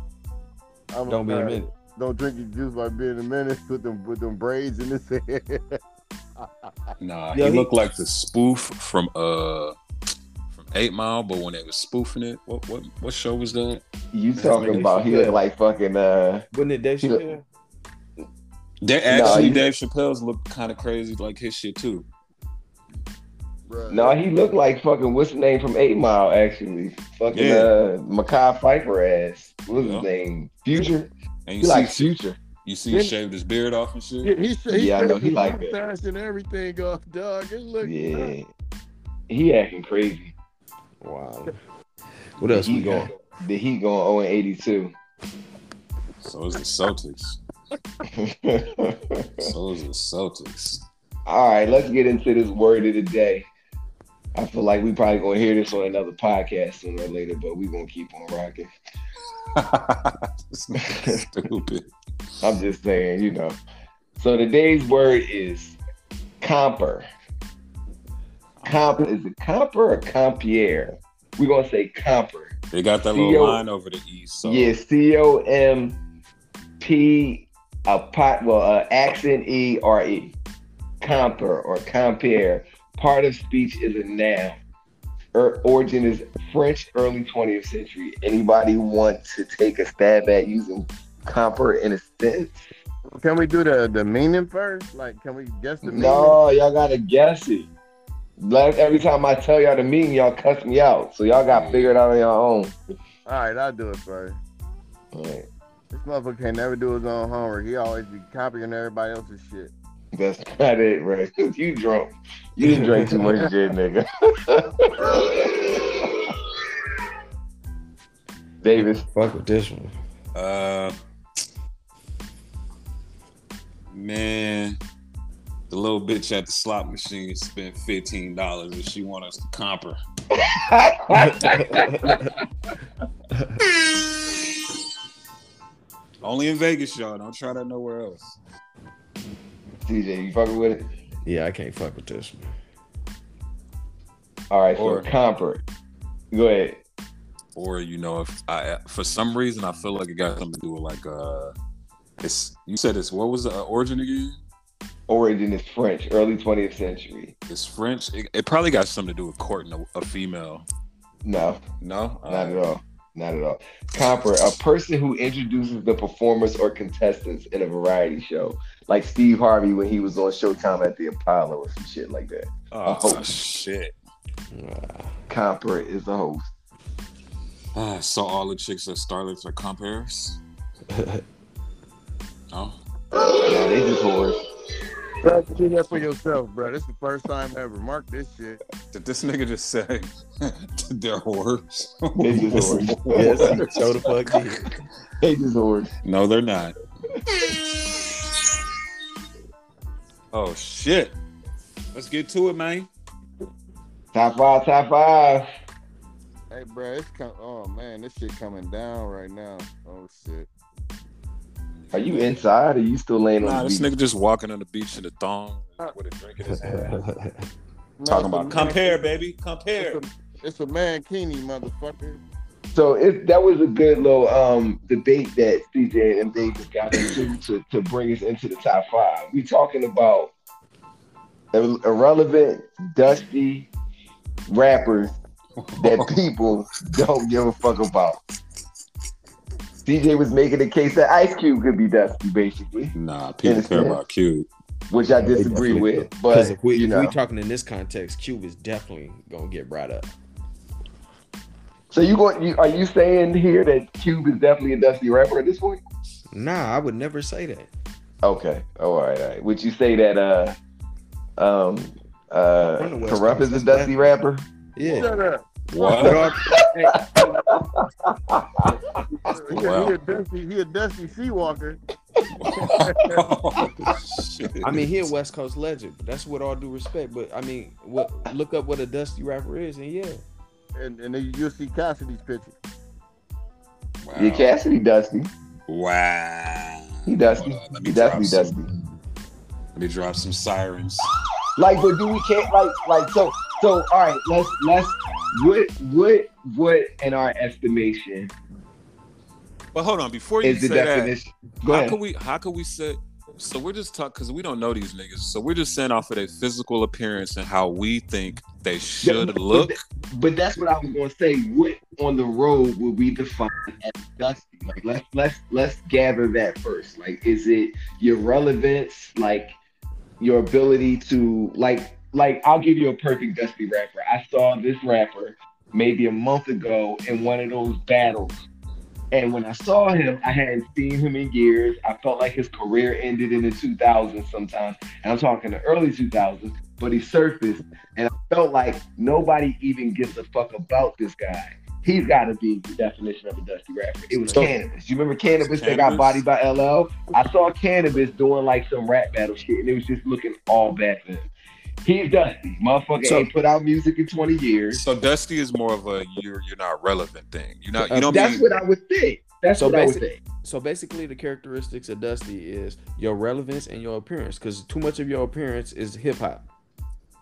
Speaker 2: I'm
Speaker 5: Don't be a
Speaker 2: sorry.
Speaker 5: minute.
Speaker 2: Don't drink your juice by being a menace with them with them braids in his head.
Speaker 1: Nah,
Speaker 5: Yo,
Speaker 1: he,
Speaker 5: he-
Speaker 1: looked like the spoof from uh from Eight Mile, but when they was spoofing it, what what what show was that?
Speaker 4: You
Speaker 1: That's
Speaker 4: talking
Speaker 5: amazing.
Speaker 4: about he looked like fucking uh
Speaker 5: Wasn't it Dave
Speaker 4: He look-
Speaker 5: Chappelle?
Speaker 1: They
Speaker 4: Nah,
Speaker 1: actually
Speaker 4: you-
Speaker 1: Dave Chappelle's looked kind of crazy like his shit too.
Speaker 2: bruh.
Speaker 4: No, he looked like fucking what's the name from Eight Mile actually. Fucking
Speaker 1: Yeah.
Speaker 4: uh Makai Pfeiffer ass. What's
Speaker 1: Yeah.
Speaker 4: his name? Future.
Speaker 1: And
Speaker 4: He
Speaker 1: you see,
Speaker 4: like Future.
Speaker 1: you see, he shaved his beard off and shit.
Speaker 2: He, he, he
Speaker 4: Yeah, I know, he
Speaker 2: shaved
Speaker 4: like
Speaker 2: his
Speaker 4: that.
Speaker 2: mustache and everything off, dog. It look
Speaker 4: Yeah. He acting crazy.
Speaker 5: Wow. What else we
Speaker 4: He
Speaker 5: got?
Speaker 4: going the Heat going 0 and 82.
Speaker 1: So is the Celtics. So is the Celtics.
Speaker 4: All right, let's get into this word of the day. I feel like we probably gonna hear this on another podcast sooner or later, but we gonna keep on rocking.
Speaker 1: this nigga stupid.
Speaker 4: I'm just saying, you know. So today's word is comper. Comp is it comper or compier? We're gonna say comper.
Speaker 1: They got that little
Speaker 4: Yo.
Speaker 1: line over the east. So
Speaker 4: Yeah, C O M P a pot well uh, accent E R E. Comper or compare. Part of speech is a noun. Er, origin is French early 20th century. Anybody want to take a stab at using comper in a sentence?
Speaker 2: Can we do the the meaning first? Like, can we guess the meaning?
Speaker 4: No, y'all gotta guess it. Like every time I tell y'all the meeting, y'all cuss me out. So y'all gotta figure it out on your own.
Speaker 2: All right, I'll do it first.
Speaker 4: All right.
Speaker 2: This motherfucker can never do his own homework. He always be copying everybody else's shit.
Speaker 4: That's not it, right? You drunk. You didn't drink too much gin, nigga. Davis.
Speaker 5: Fuck with this one.
Speaker 1: Uh, man, the little bitch at the slot machine spent fifteen dollars, and she want us to comp her. Only in Vegas, y'all. Don't try that nowhere else.
Speaker 4: TJ, you fucking with it?
Speaker 5: yeah, I can't fuck with this one.
Speaker 4: All right, so
Speaker 1: Or-
Speaker 4: comper. Go ahead.
Speaker 1: Or you know, if I for some reason I feel like it got something to do with like uh, it's you said it's what was the uh, origin again?
Speaker 4: Origin is French, early 20th century.
Speaker 1: It's French. It, it probably got something to do with courting a, a female.
Speaker 4: No,
Speaker 1: No, Uh,
Speaker 4: Not at all. Not at all. Comper, a person who introduces the performers or contestants in a variety show, like Steve Harvey when he was on Showtime at the Apollo or some shit like that.
Speaker 1: Oh,
Speaker 4: Oh.
Speaker 1: shit.
Speaker 4: Comper is the host.
Speaker 1: Ah, so all the chicks that starlets are compares. no,
Speaker 4: Now they just whores.
Speaker 2: Bro, do that for yourself, bro. This is the first time ever. Mark this shit.
Speaker 1: did this nigga just say they're whores?
Speaker 4: They just whores.
Speaker 5: Yes, he so the fuck did.
Speaker 4: They just whores.
Speaker 1: No, they're not. oh shit! Let's get to it, man.
Speaker 4: Top five, top five.
Speaker 2: Hey, bro, it's com- oh man, this shit coming down right now. Oh shit.
Speaker 4: Are you inside or you still laying
Speaker 1: Nah,
Speaker 4: on
Speaker 1: this
Speaker 4: the beach?
Speaker 1: nigga just walking on the beach in a thong with a drink in his hand.
Speaker 2: No,
Speaker 1: Talking
Speaker 2: it's a
Speaker 1: about
Speaker 2: man-
Speaker 1: compare, baby, compare.
Speaker 2: It's a, it's a mankini, motherfucker.
Speaker 4: So it, that was a good little um, debate that CJ and Davis got into to, to bring us into the top five. We talking about ir- irrelevant, dusty rappers that people don't give a fuck about. DJ was making the case that Ice Cube could be dusty, basically,
Speaker 1: Nah, people care about cute.
Speaker 4: which I disagree with. But
Speaker 5: Because if we
Speaker 4: you
Speaker 5: if
Speaker 4: know,
Speaker 5: we talking in this context, Cube is definitely gonna get brought up.
Speaker 4: so you going? You, are you saying here that Cube is definitely a dusty rapper at this point?
Speaker 5: Nah, I would never say that.
Speaker 4: Okay. Oh, all right. All right. Would you say that uh, um, uh,
Speaker 5: From the West
Speaker 4: corrupt
Speaker 5: Coast,
Speaker 4: is a
Speaker 5: that's
Speaker 4: dusty rapper?
Speaker 5: Yeah.
Speaker 2: Shut up.
Speaker 1: What?
Speaker 2: He,
Speaker 1: Wow.
Speaker 2: he a dusty, he a dusty sea walker.
Speaker 1: Shit.
Speaker 5: I mean, he a West Coast legend. But that's with all due respect. But I mean, what look up what a dusty rapper is, and yeah,
Speaker 2: And and then you'll see Cassidy's picture.
Speaker 1: Wow.
Speaker 4: Yeah, Cassidy dusty.
Speaker 1: Wow.
Speaker 4: He dusty.
Speaker 1: Hold on, let me
Speaker 4: He dusty
Speaker 1: drop
Speaker 4: dusty.
Speaker 1: some- Let me drop some sirens.
Speaker 4: Like, but do we can't like like so so? All right. Let's let's what what what in our estimation
Speaker 1: But hold on, before you
Speaker 4: is the
Speaker 1: say
Speaker 4: definition?
Speaker 1: that,
Speaker 4: Go
Speaker 1: how
Speaker 4: ahead.
Speaker 1: could we? How could we say? So we're just talking because we don't know these niggas. So we're just saying off of their physical appearance and how we think they should
Speaker 4: but-
Speaker 1: look.
Speaker 4: But that's what I was gonna say. What on the road would we define as dusty? Like let's let's let's gather that first. Like is it your relevance? Like your ability to like like I'll give you a perfect Dusty rapper. I saw this rapper maybe a month ago in one of those battles. And when I saw him, I hadn't seen him in years. I felt like his career ended in the 2000s sometimes. And I'm talking the early 2000s, but he surfaced. And I felt like nobody even gives a fuck about this guy. He's got to be the definition of a dusty rapper. It was
Speaker 3: So-
Speaker 4: Cannabis. You remember Cannabis that
Speaker 1: Cannabis.
Speaker 4: got bodied by LL? I saw Cannabis doing like some rap battle shit, and it was just looking all bad for him. He's dusty. Motherfucker
Speaker 3: So-
Speaker 4: ain't put out music in 20 years.
Speaker 1: So Dusty is more of a you're you're not relevant thing. You're not uh, you don't
Speaker 4: Uh, That's
Speaker 1: mean
Speaker 4: what I would think. That's
Speaker 5: So
Speaker 4: what I would
Speaker 5: basic-
Speaker 4: think.
Speaker 5: So basically, the characteristics of Dusty is your relevance and your appearance, because too much of your appearance is hip hop.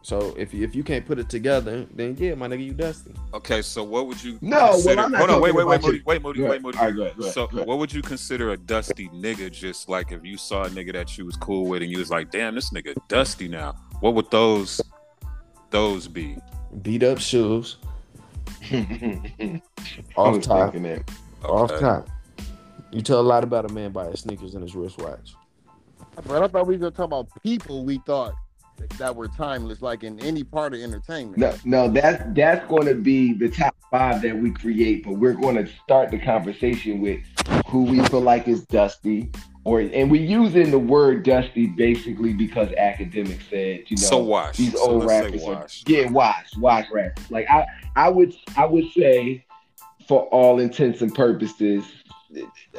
Speaker 5: So if you, if you can't put it together, then yeah, my nigga, you Dusty.
Speaker 1: Okay, so what would you
Speaker 4: No, well,
Speaker 1: consider?
Speaker 4: I'm not
Speaker 1: Hold on, wait,
Speaker 4: talking
Speaker 1: wait, wait,
Speaker 4: about you.
Speaker 1: Moody, wait, Moody,
Speaker 4: Go
Speaker 1: wait,
Speaker 4: ahead.
Speaker 1: Moody.
Speaker 4: All right, go ahead, go ahead,
Speaker 1: So,
Speaker 4: go ahead.
Speaker 1: what would you consider a dusty nigga? Just like if you saw a nigga that you was cool with, and you was like, "Damn, this nigga dusty now." What would those those be?
Speaker 5: Beat up shoes,
Speaker 4: I
Speaker 5: off
Speaker 4: was
Speaker 5: top,
Speaker 4: thinking that.
Speaker 5: off
Speaker 1: Okay.
Speaker 5: top. You tell a lot about a man by his sneakers and his wristwatch.
Speaker 2: But I thought we were talking about people we thought that were timeless, like in any part of entertainment.
Speaker 4: No, no, that's that's going to be the top five that we create, but we're going to start the conversation with who we feel like is dusty, or and we're using the word dusty basically because academics said, you know,
Speaker 1: so wash.
Speaker 4: these
Speaker 1: so
Speaker 4: old
Speaker 1: let's
Speaker 4: rappers
Speaker 1: say
Speaker 4: are-
Speaker 1: wash.
Speaker 4: yeah, wash, wash rappers. Like I, I would, I would say, for all intents and purposes,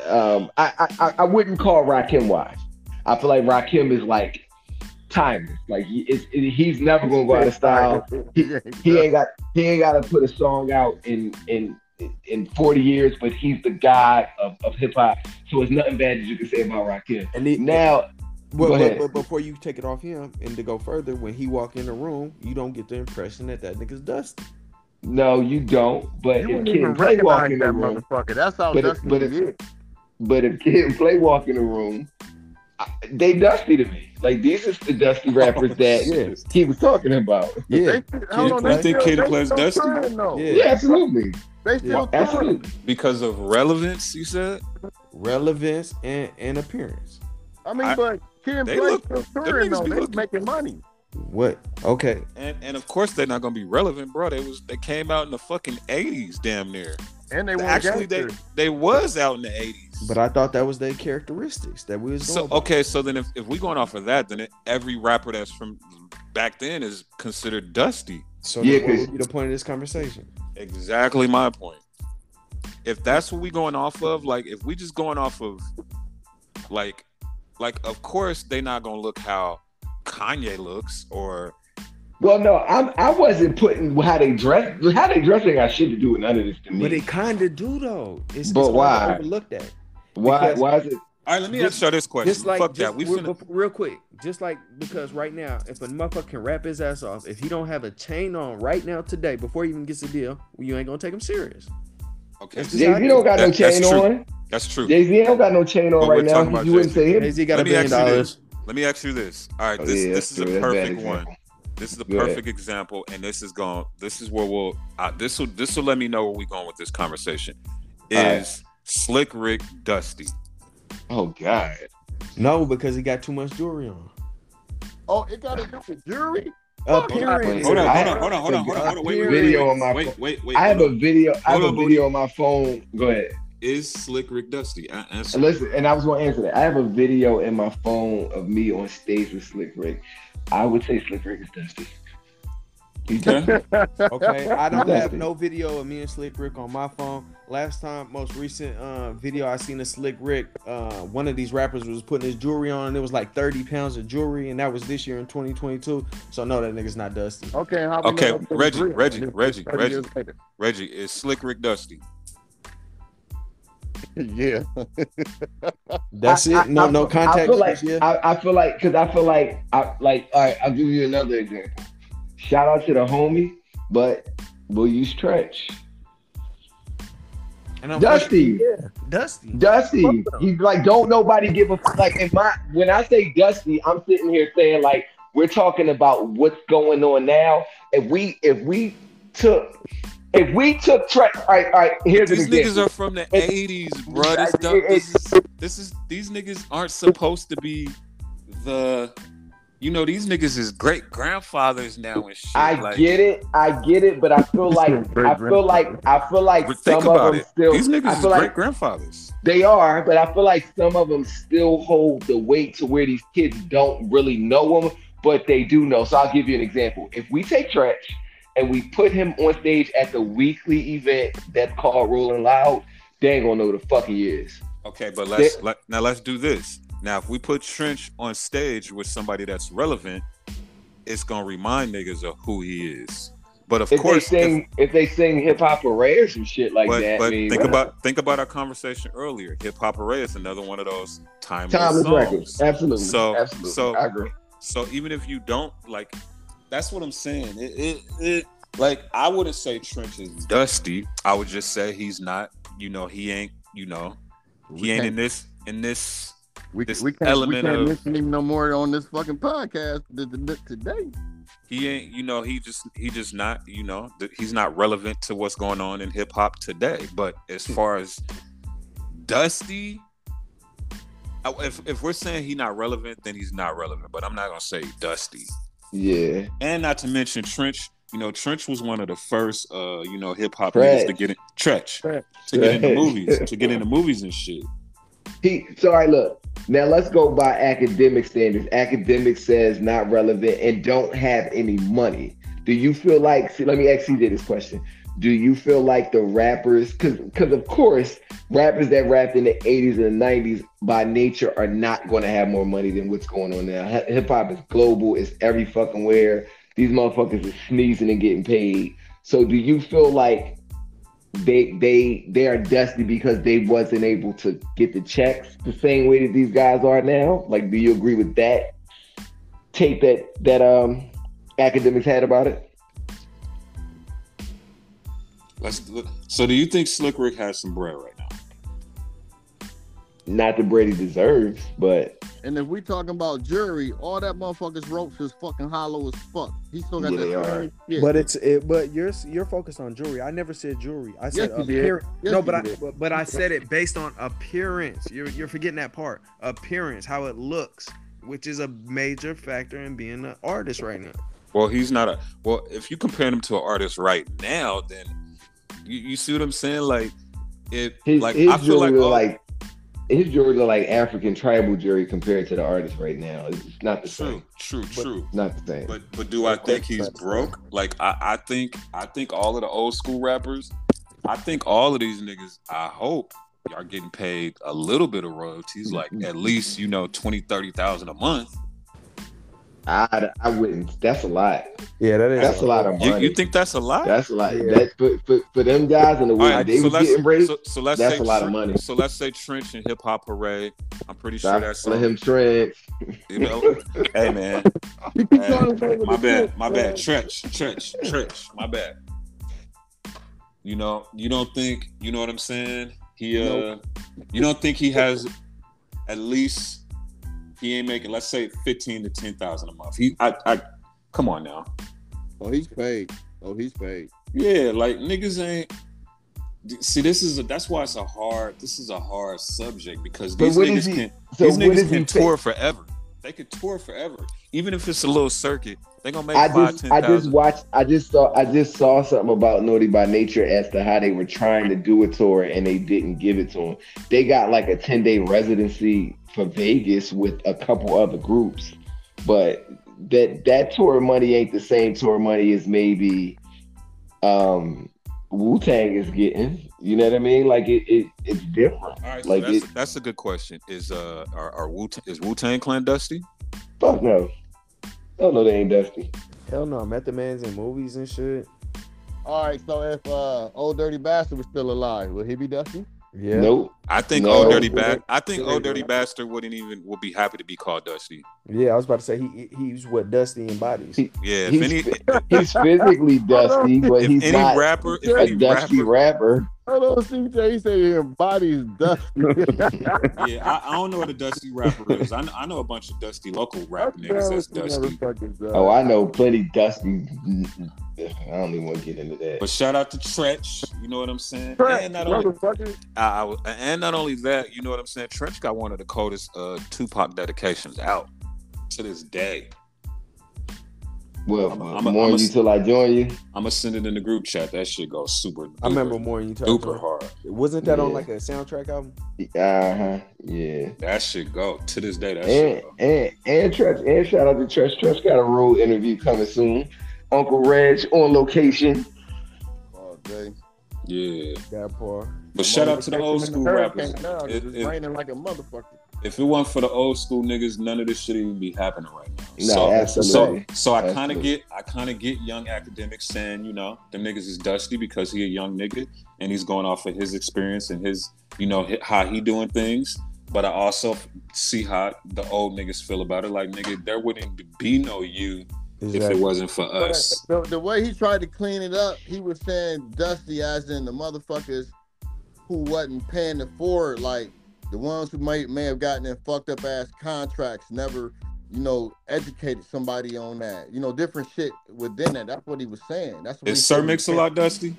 Speaker 4: um, I, I- I, I wouldn't call Rakim wash. I feel like Rakim is like timeless. Like he, it's, it, he's never gonna go out of style. He ain't got, he ain't got to put a song out in in in 40 years, but he's the god of, of hip hop. So it's nothing bad that you can say about Rakim.
Speaker 5: And it,
Speaker 4: Now,
Speaker 5: Well,
Speaker 4: Go
Speaker 5: but,
Speaker 4: ahead.
Speaker 5: but before you take it off him and to go further, when he walk in the room, you don't get the impression that that nigga's dusty.
Speaker 4: no, you don't.
Speaker 2: You
Speaker 4: But if
Speaker 2: wouldn't
Speaker 4: Kid
Speaker 2: even
Speaker 4: Play walk
Speaker 2: recognize
Speaker 4: in
Speaker 2: that
Speaker 4: the room.
Speaker 2: motherfucker. That's
Speaker 5: Oh,
Speaker 2: how
Speaker 4: But it-
Speaker 2: dusty
Speaker 4: but
Speaker 2: he
Speaker 4: it-
Speaker 2: is.
Speaker 4: But if Kid and Play walk in the room, I, they dusty to me. Like these is the dusty rappers that
Speaker 5: Oh, shit.
Speaker 4: he was talking about.
Speaker 5: Yeah,
Speaker 2: They,
Speaker 1: Kid-
Speaker 2: hold on,
Speaker 1: you
Speaker 2: they
Speaker 1: think
Speaker 2: still-
Speaker 1: Kid
Speaker 2: they
Speaker 1: Play's
Speaker 2: still
Speaker 1: dusty?
Speaker 2: trying, though.
Speaker 5: Yeah.
Speaker 4: Yeah, absolutely,
Speaker 2: They still
Speaker 5: Yeah.
Speaker 2: trying.
Speaker 4: absolutely.
Speaker 1: Because of relevance, you said.
Speaker 5: relevance and, and appearance.
Speaker 2: I mean,
Speaker 1: I-
Speaker 2: but Kid
Speaker 1: they
Speaker 2: Play
Speaker 1: look-
Speaker 2: still
Speaker 1: them niggas
Speaker 2: touring though.
Speaker 1: be
Speaker 2: They
Speaker 1: looking-
Speaker 2: making money.
Speaker 5: What? Okay,
Speaker 1: And and of course they're not gonna be relevant, bro. They was they came out in the fucking eighties, damn near.
Speaker 2: And they want
Speaker 1: Actually, they they was out in the eighties.
Speaker 5: but I thought that was their characteristics that we was
Speaker 1: So
Speaker 5: going by.
Speaker 1: okay, so then if, if we going off of that, then it, every rapper that's from back then is considered dusty.
Speaker 5: So
Speaker 4: Yeah,
Speaker 5: then what
Speaker 4: 'cause-
Speaker 5: would be the point of this conversation?
Speaker 1: Exactly my point. If that's what we going off of, like if we just going off of, like, like of course they not gonna look how Kanye looks or
Speaker 4: Well, no, I'm, I wasn't putting how they dress. How they dress ain't got shit to do with none of this to me.
Speaker 5: But it kind of do though. It's,
Speaker 4: But
Speaker 5: it's hard to
Speaker 4: why?
Speaker 5: overlook that.
Speaker 4: why?
Speaker 5: because-
Speaker 4: Why is it?
Speaker 1: all right. Let me
Speaker 5: Just-
Speaker 1: ask y'all this question.
Speaker 5: Just like
Speaker 1: Fuck
Speaker 5: just
Speaker 1: that. We
Speaker 5: real,
Speaker 1: finna.
Speaker 5: real quick, just like because right now, if a motherfucker can rap his ass off, if he don't have a chain on right now today before he even gets a deal, you ain't gonna take him serious.
Speaker 1: Okay,
Speaker 5: It's
Speaker 4: Jay Z don't got no
Speaker 1: That- that's
Speaker 4: chain
Speaker 1: true.
Speaker 4: on.
Speaker 1: that's true.
Speaker 4: Jay Z don't got no chain
Speaker 1: But
Speaker 4: on
Speaker 1: we're
Speaker 4: right
Speaker 1: talking
Speaker 4: now.
Speaker 1: about
Speaker 4: You wouldn't say
Speaker 5: Jay
Speaker 4: him.
Speaker 5: Z got
Speaker 1: Let
Speaker 5: a
Speaker 1: me
Speaker 5: billion
Speaker 1: ask you this.
Speaker 5: dollars.
Speaker 1: Let me ask you this. All right,
Speaker 4: Oh,
Speaker 1: this
Speaker 4: yeah,
Speaker 1: this is
Speaker 4: that's
Speaker 1: a
Speaker 4: true. That's a bad
Speaker 1: perfect one.
Speaker 4: example.
Speaker 1: This is the
Speaker 4: Go ahead.
Speaker 1: perfect example, and this is going. This is where we'll. Uh, this will. This will let me know where we going with this conversation. Is
Speaker 4: All right.
Speaker 1: Slick Rick Dusty?
Speaker 4: Oh God.
Speaker 5: No, because he got too much jewelry on.
Speaker 2: Oh, it got to do with jury.
Speaker 5: Uh,
Speaker 2: Fuck
Speaker 4: Hold
Speaker 5: Appearance.
Speaker 4: on,
Speaker 1: Hold
Speaker 4: I
Speaker 1: on,
Speaker 4: have
Speaker 1: hold on, hold on, hold on, hold on. Wait, wait, wait,
Speaker 4: video
Speaker 1: wait,
Speaker 4: on my
Speaker 1: wait,
Speaker 4: phone.
Speaker 1: wait, wait.
Speaker 4: I have a
Speaker 1: hold on.
Speaker 4: video. I have
Speaker 1: Hold
Speaker 4: a
Speaker 1: on, Booty.
Speaker 4: video on my phone. Go ahead.
Speaker 1: Is Slick Rick Dusty? I answer.
Speaker 4: And Listen, and I was gonna answer that. I have a video in my phone of me on stage with Slick Rick. I would say Slick Rick is dusty. He's dusty.
Speaker 5: Okay, I don't have no video of me and Slick Rick on my phone. Last time, most recent uh, video I seen of Slick Rick, uh, one of these rappers was putting his jewelry on, and it was like 30 pounds of jewelry, and that was this year in 2022. So no, that nigga's not dusty.
Speaker 2: Okay, how we
Speaker 1: Okay,
Speaker 2: know that's
Speaker 1: Reggie,
Speaker 2: real?
Speaker 1: Reggie,
Speaker 2: Just
Speaker 1: Reggie,
Speaker 2: 30
Speaker 1: Reggie.
Speaker 2: years later.
Speaker 1: Reggie is Slick Rick Dusty.
Speaker 2: Yeah.
Speaker 5: That's
Speaker 4: I-
Speaker 5: it. No,
Speaker 4: I-
Speaker 5: no
Speaker 4: I
Speaker 5: contact.
Speaker 4: feel like-
Speaker 5: yeah.
Speaker 4: I, I feel like because I feel like I like. All right, I'll give you another example. Shout out to the homie, but we'll use Trench.
Speaker 5: and I'm
Speaker 4: Dusty.
Speaker 5: Dusty.
Speaker 4: Dusty. He's like, don't nobody give a f- like. In my when I say Dusty, I'm sitting here saying like we're talking about what's going on now. If we if we took if we took track, all right, all right. Here's an
Speaker 1: These
Speaker 4: example.
Speaker 1: niggas are from the '80s, bro. This,
Speaker 4: It-
Speaker 1: stuff,
Speaker 4: it-
Speaker 1: this, is, this is these niggas aren't supposed to be the You know these niggas is great grandfathers now and shit.
Speaker 4: I
Speaker 1: like,
Speaker 4: get it, I get it, but I feel
Speaker 2: It's
Speaker 4: like
Speaker 2: still great
Speaker 4: I feel like I feel like
Speaker 1: But think
Speaker 4: some of
Speaker 1: about
Speaker 4: them
Speaker 1: it.
Speaker 4: still
Speaker 1: These
Speaker 4: I
Speaker 1: niggas is
Speaker 4: feel like
Speaker 1: great grandfathers.
Speaker 4: they are, but I feel like some of them still hold the weight to where these kids don't really know them, but they do know. So I'll give you an example. If we take Tretch and we put him on stage at the weekly event that's called Rolling Loud, they ain't gonna know who the fuck he is.
Speaker 1: Okay, but let's let, now let's do this. Now, if we put Trench on stage with somebody that's relevant, it's gonna remind niggas of who he is. But of
Speaker 4: If
Speaker 1: course,
Speaker 4: they
Speaker 1: if-
Speaker 4: sing if, they sing hip hop arrays and shit like
Speaker 1: but,
Speaker 4: that,
Speaker 1: but
Speaker 4: I mean,
Speaker 1: think
Speaker 4: what-
Speaker 1: about think about our conversation earlier. Hip Hop Array is another one of those timeless,
Speaker 4: timeless
Speaker 1: songs.
Speaker 4: records. Absolutely.
Speaker 1: So-
Speaker 4: absolutely.
Speaker 1: so-
Speaker 4: I agree.
Speaker 1: So even if you don't like, that's what I'm saying. It, it, it like I wouldn't say Trench is dusty. I would just say he's not. You know, he ain't. You know, he ain't in this in this
Speaker 2: We,
Speaker 1: this
Speaker 2: we can't, we
Speaker 1: element
Speaker 2: can't
Speaker 1: of-
Speaker 2: listen to him no more on this fucking podcast th- th- th- today.
Speaker 1: he ain't you know he just he just not you know th- he's not relevant to what's going on in hip hop today but as far as dusty I- if, if we're saying he's not relevant then he's not relevant but i'm not gonna say dusty
Speaker 4: Yeah.
Speaker 1: and not to mention trench you know trench was one of the first uh you know hip hop
Speaker 4: Tretch.
Speaker 1: niggas to get in trench
Speaker 2: Tretch.
Speaker 1: to get into
Speaker 4: Tretch.
Speaker 1: movies to get into movies and shit
Speaker 4: He, so, all right, look. Now let's go by academic standards. Academic says not relevant and don't have any money. Do you feel like? See, let me ask you this question. Do you feel like the rappers, because because of course, rappers that rapped in the '80s and the '90s by nature are not going to have more money than what's going on now. Hip hop is global; it's every fucking where. These motherfuckers are sneezing and getting paid. So, do you feel like they they they are dusty because they wasn't able to get the checks the same way that these guys are now. Like, do you agree with that tape that that um academics had about it?
Speaker 1: let's look. so do you think slick rick has some bread right now
Speaker 4: Not that Brady deserves, but
Speaker 2: And if we talking about jury, all that motherfucker's ropes is fucking hollow as fuck. He still got
Speaker 4: Yeah, they
Speaker 2: that
Speaker 4: are.
Speaker 2: same shit.
Speaker 6: But it's it. But you're you're focused on jewelry. I never said jewelry. I said
Speaker 2: you did.
Speaker 6: appearance.
Speaker 2: Yes,
Speaker 6: no,
Speaker 2: he
Speaker 6: but I
Speaker 2: did.
Speaker 6: but, but I said it based on appearance. You're you're forgetting that part. Appearance, how it looks, which is a major factor in being an artist right now.
Speaker 1: Well, he's not a well. If you compare him to an artist right now, then you, you see what I'm saying. Like it,
Speaker 4: his,
Speaker 1: like
Speaker 4: his
Speaker 1: I feel
Speaker 4: jury
Speaker 1: like,
Speaker 4: look
Speaker 1: oh,
Speaker 4: like his jury look like African tribal jury compared to the artists right now. It's it's not the
Speaker 1: true,
Speaker 4: same.
Speaker 1: true, true.
Speaker 4: Not the same.
Speaker 1: But but do I think he's
Speaker 2: That's-
Speaker 1: broke? Like I, I think I think all of the old school rappers, I think all of these niggas. I hope y'all getting paid a little bit of royalties, like
Speaker 4: Mm-hmm.
Speaker 1: at least you know twenty, thirty thousand a month.
Speaker 4: I I wouldn't. That's a lot.
Speaker 5: Yeah, that is.
Speaker 4: That's a lot of
Speaker 1: You,
Speaker 4: money.
Speaker 1: you think that's a lot?
Speaker 4: That's a lot.
Speaker 5: Yeah.
Speaker 4: That's for, for, for them guys in the
Speaker 1: All
Speaker 4: way
Speaker 1: right,
Speaker 4: they
Speaker 1: so
Speaker 4: was
Speaker 1: let's
Speaker 4: getting Brady.
Speaker 1: so, so let's
Speaker 4: that's
Speaker 1: say
Speaker 4: a lot of
Speaker 1: Tren-
Speaker 4: money.
Speaker 1: So let's say Trench and Hip Hop Parade. I'm pretty sure
Speaker 4: Stop
Speaker 1: that's
Speaker 4: calling him Trent.
Speaker 1: You know, hey man,
Speaker 2: You keep
Speaker 1: Hey,
Speaker 2: trying to
Speaker 1: my bad, my bad. Trench, trench, trench. My bad. You know, you don't think you know what I'm saying? He, uh, you don't think he has at least he ain't making let's say fifteen to ten thousand a month. He, I, I, come on now.
Speaker 2: Oh, he's paid. Oh, he's paid.
Speaker 1: Yeah, like niggas ain't. See, this is a, that's why it's a hard. This is a hard subject because
Speaker 4: But
Speaker 1: these
Speaker 4: what is
Speaker 1: niggas
Speaker 4: he-
Speaker 1: can
Speaker 4: So
Speaker 1: these
Speaker 4: what
Speaker 1: niggas
Speaker 4: is he
Speaker 1: can
Speaker 4: take-
Speaker 1: tour forever. They can tour forever, even if it's a little circuit. They gonna make
Speaker 4: I
Speaker 1: five,
Speaker 4: just
Speaker 1: ten
Speaker 4: I just
Speaker 1: thousand.
Speaker 4: watched I just saw I just saw something about Naughty by Nature as to how they were trying to do a tour and they didn't give it to them. They got like a 10 day residency for Vegas with a couple other groups, but that that tour money ain't the same tour money as maybe um Wu Tang is getting. You know what I mean? Like it, it it's different.
Speaker 1: All right,
Speaker 4: Like
Speaker 1: so that's, that's a good question. Is uh, are, are Wu is Wu Tang Clan dusty?
Speaker 4: Fuck no. Oh no, they ain't dusty.
Speaker 5: Hell no, Method Man's in movies and shit.
Speaker 2: All right, so if uh old dirty bastard was still alive, would he be dusty?
Speaker 5: Yeah.
Speaker 4: Nope.
Speaker 1: I think
Speaker 4: No.
Speaker 1: old dirty bad. I think
Speaker 5: Yeah.
Speaker 1: old dirty bastard wouldn't even would be happy to be called dusty.
Speaker 5: Yeah, I was about to say he he's what Dusty embodies.
Speaker 4: He-
Speaker 1: Yeah, if
Speaker 4: He's-
Speaker 1: any
Speaker 4: He's physically dusty, but
Speaker 1: if
Speaker 4: he's
Speaker 1: any
Speaker 4: not
Speaker 1: rapper if
Speaker 4: a
Speaker 1: any
Speaker 4: dusty
Speaker 1: rapper,
Speaker 4: rapper.
Speaker 2: I don't see what he said. Your body's dusty.
Speaker 1: yeah, I, I don't know what a dusty rapper is. I, kn- I know a bunch of dusty local rap niggas that's dusty.
Speaker 4: Oh, I know plenty dusty. I don't even want to get into that.
Speaker 1: But shout out to Tretch, you know what I'm saying?
Speaker 2: Trench,
Speaker 1: and not only
Speaker 2: motherfucker.
Speaker 1: I, I- and not only that, you know what I'm saying? Trench got one of the coldest uh Tupac dedications out to this day.
Speaker 4: Well,
Speaker 1: I'm
Speaker 4: I'm,
Speaker 1: a- I'm a-
Speaker 4: more
Speaker 1: I'm a-
Speaker 4: you till I join you.
Speaker 1: I'ma send it in the group chat. That shit goes super.
Speaker 5: I remember
Speaker 1: duper-
Speaker 5: more than you talking.
Speaker 1: super hard.
Speaker 5: Wasn't that on
Speaker 4: Yeah.
Speaker 5: like a soundtrack album?
Speaker 4: Uh huh. Yeah.
Speaker 1: That shit go to this day. That
Speaker 4: And
Speaker 1: shit go.
Speaker 4: and and Tresh and shout out to Tresh. Tresh got a road interview coming soon. Uncle Reg on location.
Speaker 2: all day.
Speaker 1: Yeah,
Speaker 5: That part.
Speaker 1: but shout out to the old school rappers.
Speaker 2: Now, 'cause
Speaker 1: It-
Speaker 2: it's
Speaker 1: it-
Speaker 2: raining like a motherfucker.
Speaker 1: If it wasn't for the old school niggas, none of this shit even be happening right now.
Speaker 4: No,
Speaker 1: so,
Speaker 4: absolutely.
Speaker 1: So, so I kind of
Speaker 4: Absolutely.
Speaker 1: get, I kind of get young academics saying, you know, the niggas is dusty because he a young nigga and he's going off of his experience and his, you know, hi- how he doing things. But I also see how the old niggas feel about it. Like nigga, there wouldn't be no you if it
Speaker 5: Exactly.
Speaker 1: wasn't for
Speaker 2: But, uh,
Speaker 1: us.
Speaker 2: The, the way he tried to clean it up, he was saying Dusty as in the motherfuckers who wasn't paying the forward, like the ones who may may have gotten in fucked up ass contracts, never, you know, educated somebody on that. You know, different shit within that. That's what he was saying. That's what he
Speaker 1: Is Sir
Speaker 2: said.
Speaker 1: Mix a lot dusty?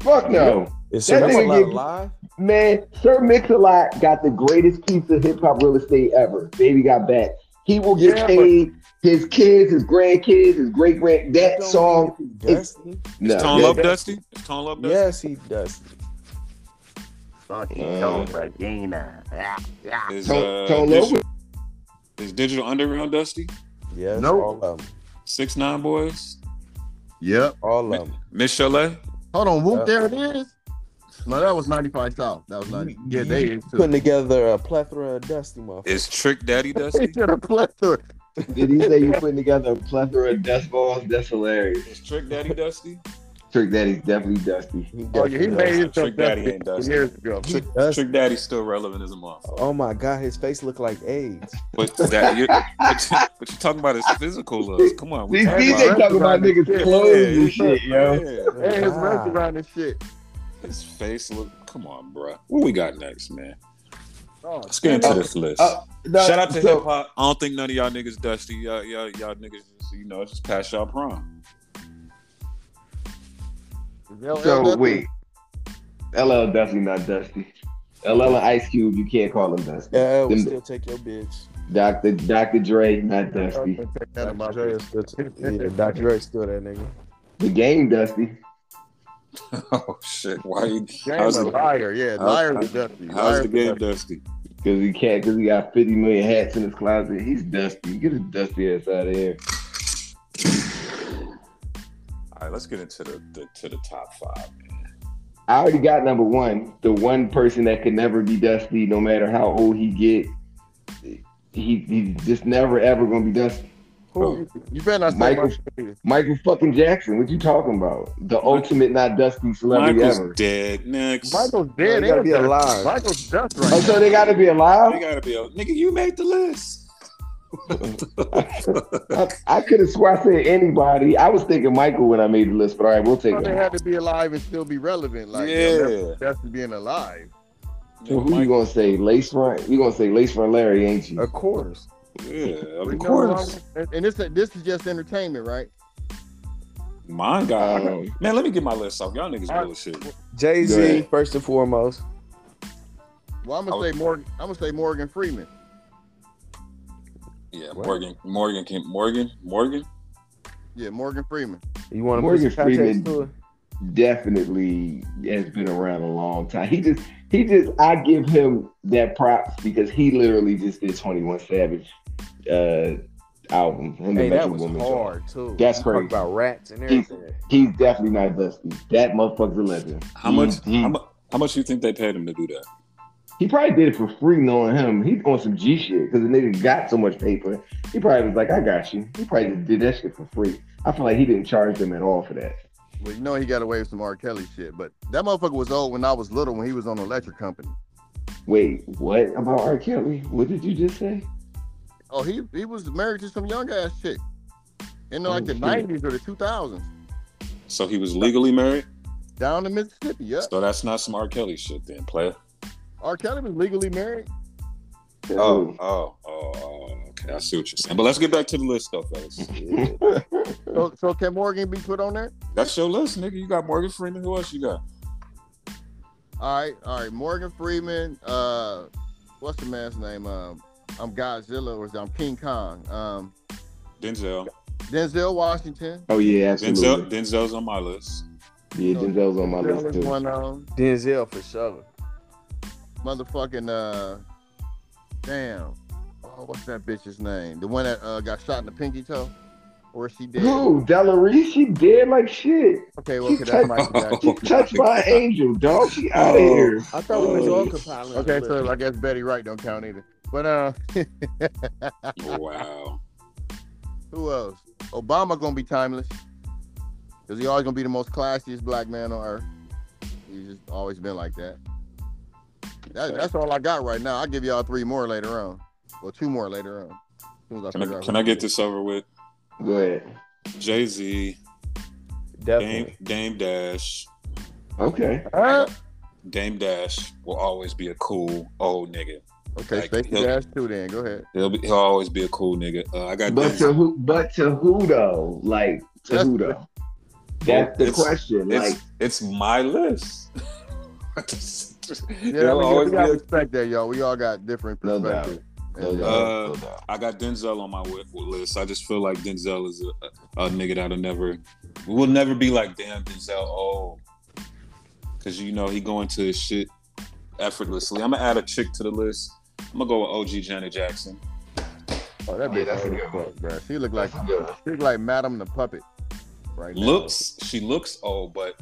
Speaker 4: Fuck no.
Speaker 5: Is
Speaker 4: That
Speaker 5: Sir Mix a
Speaker 4: nigga
Speaker 5: lot
Speaker 4: get-
Speaker 5: alive?
Speaker 4: Man, Sir Mix-a-Lot got the greatest piece of hip hop real estate ever. Baby got back. He will get
Speaker 2: Yeah, but-
Speaker 4: paid. His kids, his grandkids, his great grand. That song. is-
Speaker 5: Dusty?
Speaker 4: No,
Speaker 1: Is Tone
Speaker 4: that-
Speaker 1: Love dusty? Is Tone Love dusty?
Speaker 5: um, Yes, he does.
Speaker 2: Fucking
Speaker 4: Uh,
Speaker 1: Is,
Speaker 4: Tone,
Speaker 1: uh,
Speaker 4: Tone Love
Speaker 1: digital, is Digital Underground dusty?
Speaker 5: Yes,
Speaker 2: Nope.
Speaker 5: all um, of them.
Speaker 1: Six Nine Boys,
Speaker 2: Yep.
Speaker 5: All um, of them.
Speaker 1: Miss Chalet.
Speaker 2: Hold on, whoop,
Speaker 5: Uh,
Speaker 2: there it is. No, that was 95 South. That was 90. Yeah,
Speaker 5: You
Speaker 2: they is too.
Speaker 5: Putting together a plethora of Dusty motherfuckers.
Speaker 1: Is Trick Daddy
Speaker 2: They
Speaker 1: dusty?
Speaker 2: should have plethora.
Speaker 4: Did he say you're putting together a plethora of dust balls? That's hilarious.
Speaker 1: Is Trick Daddy dusty?
Speaker 4: Trick Daddy's definitely dusty.
Speaker 5: He
Speaker 2: Oh, yeah, he
Speaker 5: definitely
Speaker 2: made
Speaker 5: does.
Speaker 2: himself
Speaker 1: Trick Daddy
Speaker 2: Dusty
Speaker 1: ain't Dusty.
Speaker 2: years ago.
Speaker 5: He does.
Speaker 1: Trick Daddy's still relevant as a motherfucker.
Speaker 5: Oh my God, his face looked like AIDS.
Speaker 1: But that you but, you, but you're talking about his physical looks. Come on, we
Speaker 4: These
Speaker 1: talking
Speaker 4: these ain't
Speaker 1: about
Speaker 4: talking about niggas clothes
Speaker 1: Yeah,
Speaker 4: and shit, yo.
Speaker 1: yeah.
Speaker 2: Hey, his
Speaker 5: Wow.
Speaker 2: restaurant and shit.
Speaker 1: His face look. Come on, bruh. What we got next, man?
Speaker 2: Oh,
Speaker 1: Let's get into this list.
Speaker 4: Uh, no,
Speaker 1: Shout out to
Speaker 4: so-
Speaker 1: hip hop. I don't think none of y'all niggas dusty. Y'all, y'all, y'all niggas, just, you know, it's just past y'all prime.
Speaker 4: So wait, LL definitely not dusty. LL and Ice Cube, you can't call them dusty.
Speaker 5: Yeah, we
Speaker 4: Them-
Speaker 5: still take your bitch.
Speaker 4: Dr. Dr. Dre, not dusty.
Speaker 5: Dr. Dre is still, yeah, Dr. Dre is still that nigga.
Speaker 4: The game dusty.
Speaker 1: oh shit! Why? You,
Speaker 2: James
Speaker 1: how's,
Speaker 2: a
Speaker 1: the,
Speaker 2: liar, yeah,
Speaker 1: how-
Speaker 2: liar
Speaker 1: how-
Speaker 2: is dusty.
Speaker 1: how's
Speaker 2: Liar
Speaker 1: the
Speaker 2: is
Speaker 1: game
Speaker 2: dusty.
Speaker 1: dusty?
Speaker 4: Cause he can't cause he got 50 million hats in his closet. He's dusty. Get his dusty ass out of here.
Speaker 1: All right, let's get into the, the to the top five.
Speaker 4: I already got number one. The one person that could never be dusty, no matter how old he get. He he's just never ever gonna be dusty.
Speaker 1: Who?
Speaker 2: You better not say
Speaker 4: Michael-
Speaker 2: Michael.
Speaker 4: Michael fucking Jackson, what you talking about? The ultimate not dusty celebrity
Speaker 1: Michael's
Speaker 4: ever.
Speaker 1: dead. Next.
Speaker 2: Michael's
Speaker 5: you
Speaker 2: dead.
Speaker 5: gotta
Speaker 2: ain't
Speaker 5: be
Speaker 2: dusty.
Speaker 5: alive.
Speaker 2: Michael's dust right
Speaker 4: Oh, so
Speaker 2: now.
Speaker 4: they gotta be
Speaker 1: They
Speaker 4: alive?
Speaker 1: gotta be a nigga. You made the list.
Speaker 4: I, I could have swore I said anybody. I was thinking Michael when I made the list, but all right, we'll take
Speaker 2: So they
Speaker 4: it.
Speaker 2: had to be alive and still be relevant. Like yeah,
Speaker 1: yeah.
Speaker 2: that's being alive.
Speaker 4: So who you gonna say? Lace front? You gonna say Lace front Larry, ain't you?
Speaker 5: Of course.
Speaker 1: Yeah,
Speaker 2: We
Speaker 1: of
Speaker 2: know
Speaker 1: course.
Speaker 2: why- And, and this this is just entertainment, right?
Speaker 1: Mine got I got-
Speaker 4: Um,
Speaker 1: man. Let me get my list off. Y'all niggas
Speaker 2: Alright.
Speaker 1: bullshit.
Speaker 5: Jay
Speaker 4: Go
Speaker 5: Z,
Speaker 4: ahead.
Speaker 5: first and foremost.
Speaker 2: Well, I'm
Speaker 1: I
Speaker 2: gonna
Speaker 4: Oh.
Speaker 1: was-
Speaker 2: say Morgan. I'm gonna say Morgan Freeman.
Speaker 1: Yeah,
Speaker 5: What?
Speaker 1: Morgan, Morgan, can Morgan, Morgan.
Speaker 2: Yeah, Morgan Freeman.
Speaker 5: You want to put
Speaker 4: Morgan
Speaker 5: some context
Speaker 4: Freeman.
Speaker 5: to it?
Speaker 4: definitely has been around a long time. He just he just I give him that props because he literally just did 21 Savage uh album. Him and
Speaker 5: Hey,
Speaker 4: Metro
Speaker 5: that was
Speaker 4: Woman joint.
Speaker 5: hard too.
Speaker 4: That's
Speaker 5: You
Speaker 4: crazy.
Speaker 5: Talk about rats and everything.
Speaker 4: He's definitely not dusty. That motherfucker's a legend.
Speaker 1: How
Speaker 4: He-
Speaker 1: much?
Speaker 4: He,
Speaker 1: How, mu- how much you think they paid him to do that?
Speaker 4: he probably did it for free knowing him. He's on some G shit because the nigga got so much paper. He probably was like, I got you. He probably just did that shit for free. I feel like he didn't charge them at all for that.
Speaker 2: Well, you know he got away with some R. Kelly shit, but that motherfucker was old when I was little when he was on Electric Company.
Speaker 4: Wait, what about R. Kelly? What did you just say?
Speaker 2: Oh, he he was married to some young ass chick in like the
Speaker 4: Oh, shit.
Speaker 2: nineties or the two thousands
Speaker 1: So he was legally married.
Speaker 2: down in Mississippi. Yep,
Speaker 1: So that's not some R. Kelly shit, then, player.
Speaker 2: R. Kelly was legally married.
Speaker 1: Oh, oh, oh, oh, okay. I see what you're saying. But let's get back to the list, though, fellas.
Speaker 2: So, so can Morgan be put on there?
Speaker 1: That's your list, nigga. You got Morgan Freeman. Who else you got?
Speaker 2: All right, all right. Morgan Freeman. Uh, what's the man's name? Um, I'm Godzilla or I'm King Kong. Um,
Speaker 1: Denzel.
Speaker 2: Denzel Washington.
Speaker 4: Oh yeah,
Speaker 1: Denzel,
Speaker 4: absolutely.
Speaker 1: Denzel's on my list.
Speaker 4: Yeah, Denzel's on Oh, my
Speaker 2: Denzel
Speaker 4: list
Speaker 2: is
Speaker 4: too.
Speaker 2: one um,
Speaker 3: Denzel for sure.
Speaker 2: motherfucking uh, damn. Oh, what's that bitch's name? The one that uh, got shot in the pinky toe, or is she dead?
Speaker 4: Dude, Delary, she dead like shit.
Speaker 2: Okay, well,
Speaker 4: She
Speaker 2: okay, that's
Speaker 4: touched,
Speaker 2: Michael Jackson.
Speaker 4: she touched by an angel, dog. She out of here.
Speaker 3: I thought we was
Speaker 4: Oh.
Speaker 3: all compiling.
Speaker 2: Okay,
Speaker 3: the
Speaker 2: so
Speaker 3: list.
Speaker 2: I guess Betty Wright don't count either. But uh,
Speaker 1: Wow.
Speaker 2: who else? Obama gonna be timeless because he always gonna be the most classiest black man on earth. He's just always been like that. that that's all I got right now. I'll give y'all three more later on, or two more later on. As soon as
Speaker 1: Can
Speaker 2: figure
Speaker 1: I,
Speaker 2: out
Speaker 1: can
Speaker 2: who-
Speaker 1: I get this over with?
Speaker 4: Go ahead.
Speaker 1: Jay Z, Dame,
Speaker 3: definitely.
Speaker 1: Dame Dash,
Speaker 4: Okay.
Speaker 2: Huh?
Speaker 1: Dame Dash will always be a cool old nigga.
Speaker 2: Okay,
Speaker 1: Like,
Speaker 2: Stacey
Speaker 1: look.
Speaker 2: Dash too. Then go ahead.
Speaker 1: He'll be, he'll always be a cool nigga. Uh, I got
Speaker 4: But
Speaker 1: Denzel.
Speaker 4: to who? But to who though? Like to who though? That's the
Speaker 1: It's-
Speaker 4: question.
Speaker 1: It's
Speaker 4: Like
Speaker 1: it's my list.
Speaker 2: Yeah,
Speaker 1: He'll
Speaker 2: we,
Speaker 1: always
Speaker 2: we gotta
Speaker 1: be a-
Speaker 2: respect that, y'all. We all got different
Speaker 4: No doubt.
Speaker 2: perspectives.
Speaker 4: no
Speaker 2: And,
Speaker 4: doubt,
Speaker 2: uh,
Speaker 1: Uh,
Speaker 4: no doubt.
Speaker 1: I got Denzel on my wi- list. I just feel like Denzel is a, a nigga that'll never, will never be like, damn, Denzel, oh. Because, you know, he going to his shit effortlessly. I'm going to add a chick to the list. I'm going to go with OG Janet Jackson.
Speaker 2: oh, that
Speaker 4: Yeah,
Speaker 2: bitch,
Speaker 4: that's a
Speaker 2: old as
Speaker 4: good one.
Speaker 2: fuck, bruh. She look like
Speaker 4: That's a good one.
Speaker 2: she look like Madam the puppet, right? now.
Speaker 1: Looks, she looks old, but